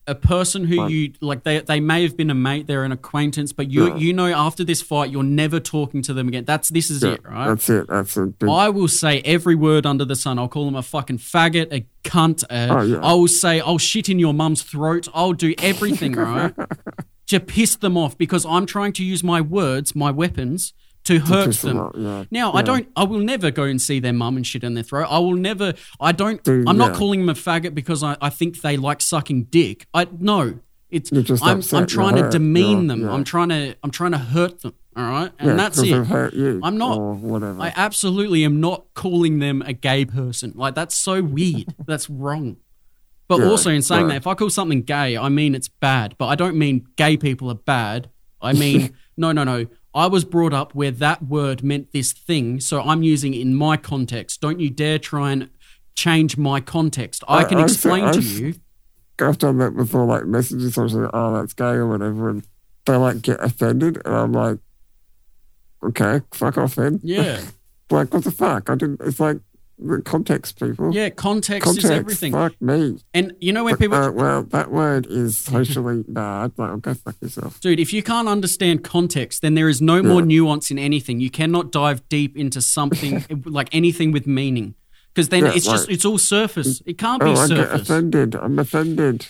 Speaker 2: a person who
Speaker 1: Right.
Speaker 2: you like. They they may have been a mate, they're an acquaintance, but you
Speaker 1: Yeah.
Speaker 2: you know after this fight, you're never talking to them again. That's this is
Speaker 1: yeah,
Speaker 2: it, right?
Speaker 1: that's it. That's a big.
Speaker 2: I will say every word under the sun. I'll call them a fucking faggot, a cunt. A,
Speaker 1: Oh, yeah.
Speaker 2: I will say I'll shit in your mum's throat. I'll do everything, right? To piss them off because I'm trying to use my words, my weapons, to hurt
Speaker 1: piss them
Speaker 2: them.
Speaker 1: off, yeah.
Speaker 2: Now I don't. I will never go and see their mum and shit in their throat. I will never. I don't.
Speaker 1: Do-
Speaker 2: I'm not
Speaker 1: yeah.
Speaker 2: calling them a faggot because I, I think they like sucking dick. I no. It's
Speaker 1: You're just
Speaker 2: I'm
Speaker 1: upset,
Speaker 2: I'm
Speaker 1: you're
Speaker 2: trying to
Speaker 1: hurt,
Speaker 2: demean
Speaker 1: you're-
Speaker 2: them.
Speaker 1: yeah.
Speaker 2: I'm trying to I'm trying to hurt them. All right, and
Speaker 1: yeah,
Speaker 2: that's
Speaker 1: 'cause
Speaker 2: it.
Speaker 1: they've hurt you.
Speaker 2: I'm not-
Speaker 1: or whatever.
Speaker 2: I absolutely am not calling them a gay person. Like that's so weird. that's wrong. But
Speaker 1: Yeah,
Speaker 2: also in saying
Speaker 1: right.
Speaker 2: that, if I call something gay, I mean it's bad. But I don't mean gay people are bad. I mean no, no, no. I was brought up where that word meant this thing, so I'm using it in my context. Don't you dare try and change my context. I,
Speaker 1: I-
Speaker 2: can
Speaker 1: I've said-
Speaker 2: explain to
Speaker 1: I've-
Speaker 2: you.
Speaker 1: I've done that before, like messages or something, oh, that's gay or whatever, and they like get offended, and I'm like, okay, fuck off then.
Speaker 2: Yeah,
Speaker 1: like, what the fuck? I didn't. It's like the context, people.
Speaker 2: yeah. Context,
Speaker 1: context.
Speaker 2: is everything.
Speaker 1: Fuck me.
Speaker 2: And you know when
Speaker 1: Like,
Speaker 2: people
Speaker 1: uh, well, that word is socially bad. Like, oh, go fuck yourself.
Speaker 2: Dude, if you can't understand context, then there is no more nuance in anything. You cannot dive deep into something like anything with meaning. Because then
Speaker 1: Yeah,
Speaker 2: it's just,
Speaker 1: right.
Speaker 2: it's all surface. It can't be
Speaker 1: Oh, I get
Speaker 2: surface.
Speaker 1: offended. I'm offended.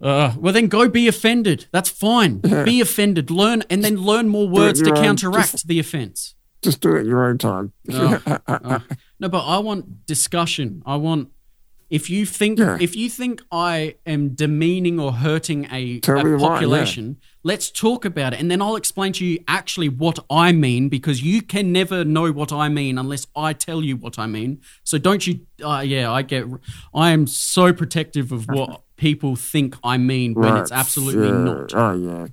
Speaker 2: Ugh. well, then go be offended. That's fine. Be offended. Learn and then learn more words to
Speaker 1: your own-
Speaker 2: counteract the offense.
Speaker 1: Just do it your own time.
Speaker 2: Oh, oh. No, but I want discussion. I want If you think
Speaker 1: Yeah.
Speaker 2: if you think I am demeaning or hurting a,
Speaker 1: Tell
Speaker 2: a
Speaker 1: me why, yeah.
Speaker 2: population, let's talk about it, and then I'll explain to you actually what I mean because you can never know what I mean unless I tell you what I mean. So don't you? Uh, yeah, I get. I am so protective of what people think I mean when it's
Speaker 1: Right,
Speaker 2: absolutely
Speaker 1: yeah.
Speaker 2: not.
Speaker 1: Oh yeah.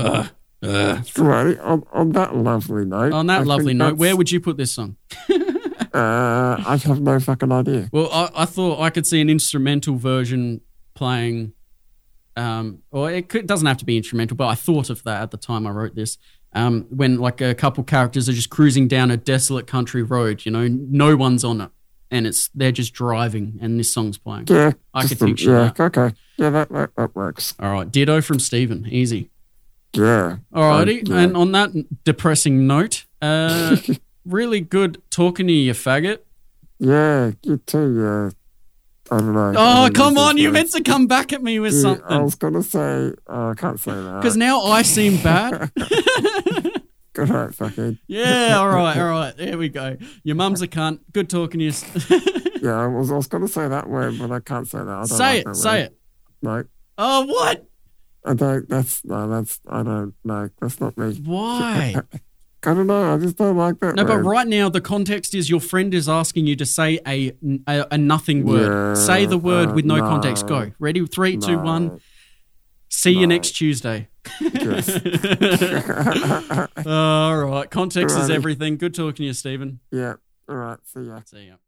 Speaker 2: Ugh. Ugh.
Speaker 1: Right. On, on that lovely note.
Speaker 2: On
Speaker 1: I
Speaker 2: that
Speaker 1: think
Speaker 2: lovely note,
Speaker 1: that's-
Speaker 2: where would you put this song?
Speaker 1: Uh, I have no fucking idea.
Speaker 2: Well, I, I thought I could see an instrumental version playing, um, or it could, doesn't have to be instrumental, but I thought of that at the time I wrote this. Um, when like a couple characters are just cruising down a desolate country road, you know, no one's on it, and it's they're just driving, and this song's playing.
Speaker 1: Yeah.
Speaker 2: I could
Speaker 1: just a-
Speaker 2: picture
Speaker 1: yeah, Okay. Yeah, that, that, that works.
Speaker 2: All right, ditto from Steven. easy.
Speaker 1: Yeah.
Speaker 2: Alrighty,
Speaker 1: Um, yeah.
Speaker 2: and on that depressing note, uh, really good talking to you, you faggot.
Speaker 1: Yeah, you too. Yeah. I don't know. I
Speaker 2: Oh,
Speaker 1: don't
Speaker 2: come
Speaker 1: know
Speaker 2: on,
Speaker 1: if
Speaker 2: you
Speaker 1: it's-
Speaker 2: meant to come back at me with
Speaker 1: Yeah, I
Speaker 2: something.
Speaker 1: was gonna say. Oh, I can't say that.
Speaker 2: Because now I seem bad.
Speaker 1: Good night, fucking.
Speaker 2: Yeah, all right, all right. There we go. Your mum's a cunt. Good talking to you.
Speaker 1: Yeah, I was, I was gonna say that word, but I can't say that. I don't
Speaker 2: say
Speaker 1: like that
Speaker 2: it, say it.
Speaker 1: No,
Speaker 2: Oh, what?
Speaker 1: I don't. That's no. That's I don't. No, that's not me.
Speaker 2: Why?
Speaker 1: I don't know. I just don't like that.
Speaker 2: No, but
Speaker 1: word.
Speaker 2: right now the context is your friend is asking you to say a a, a nothing word.
Speaker 1: Yeah,
Speaker 2: say the word
Speaker 1: uh,
Speaker 2: with no,
Speaker 1: no.
Speaker 2: context. Go. Ready? Three,
Speaker 1: no.
Speaker 2: two, one. See you
Speaker 1: No.
Speaker 2: next Tuesday.
Speaker 1: Yes.
Speaker 2: all right. Context is
Speaker 1: Alrighty.
Speaker 2: everything. Good talking to you, Stephen.
Speaker 1: yeah. All right. See ya.
Speaker 2: See ya.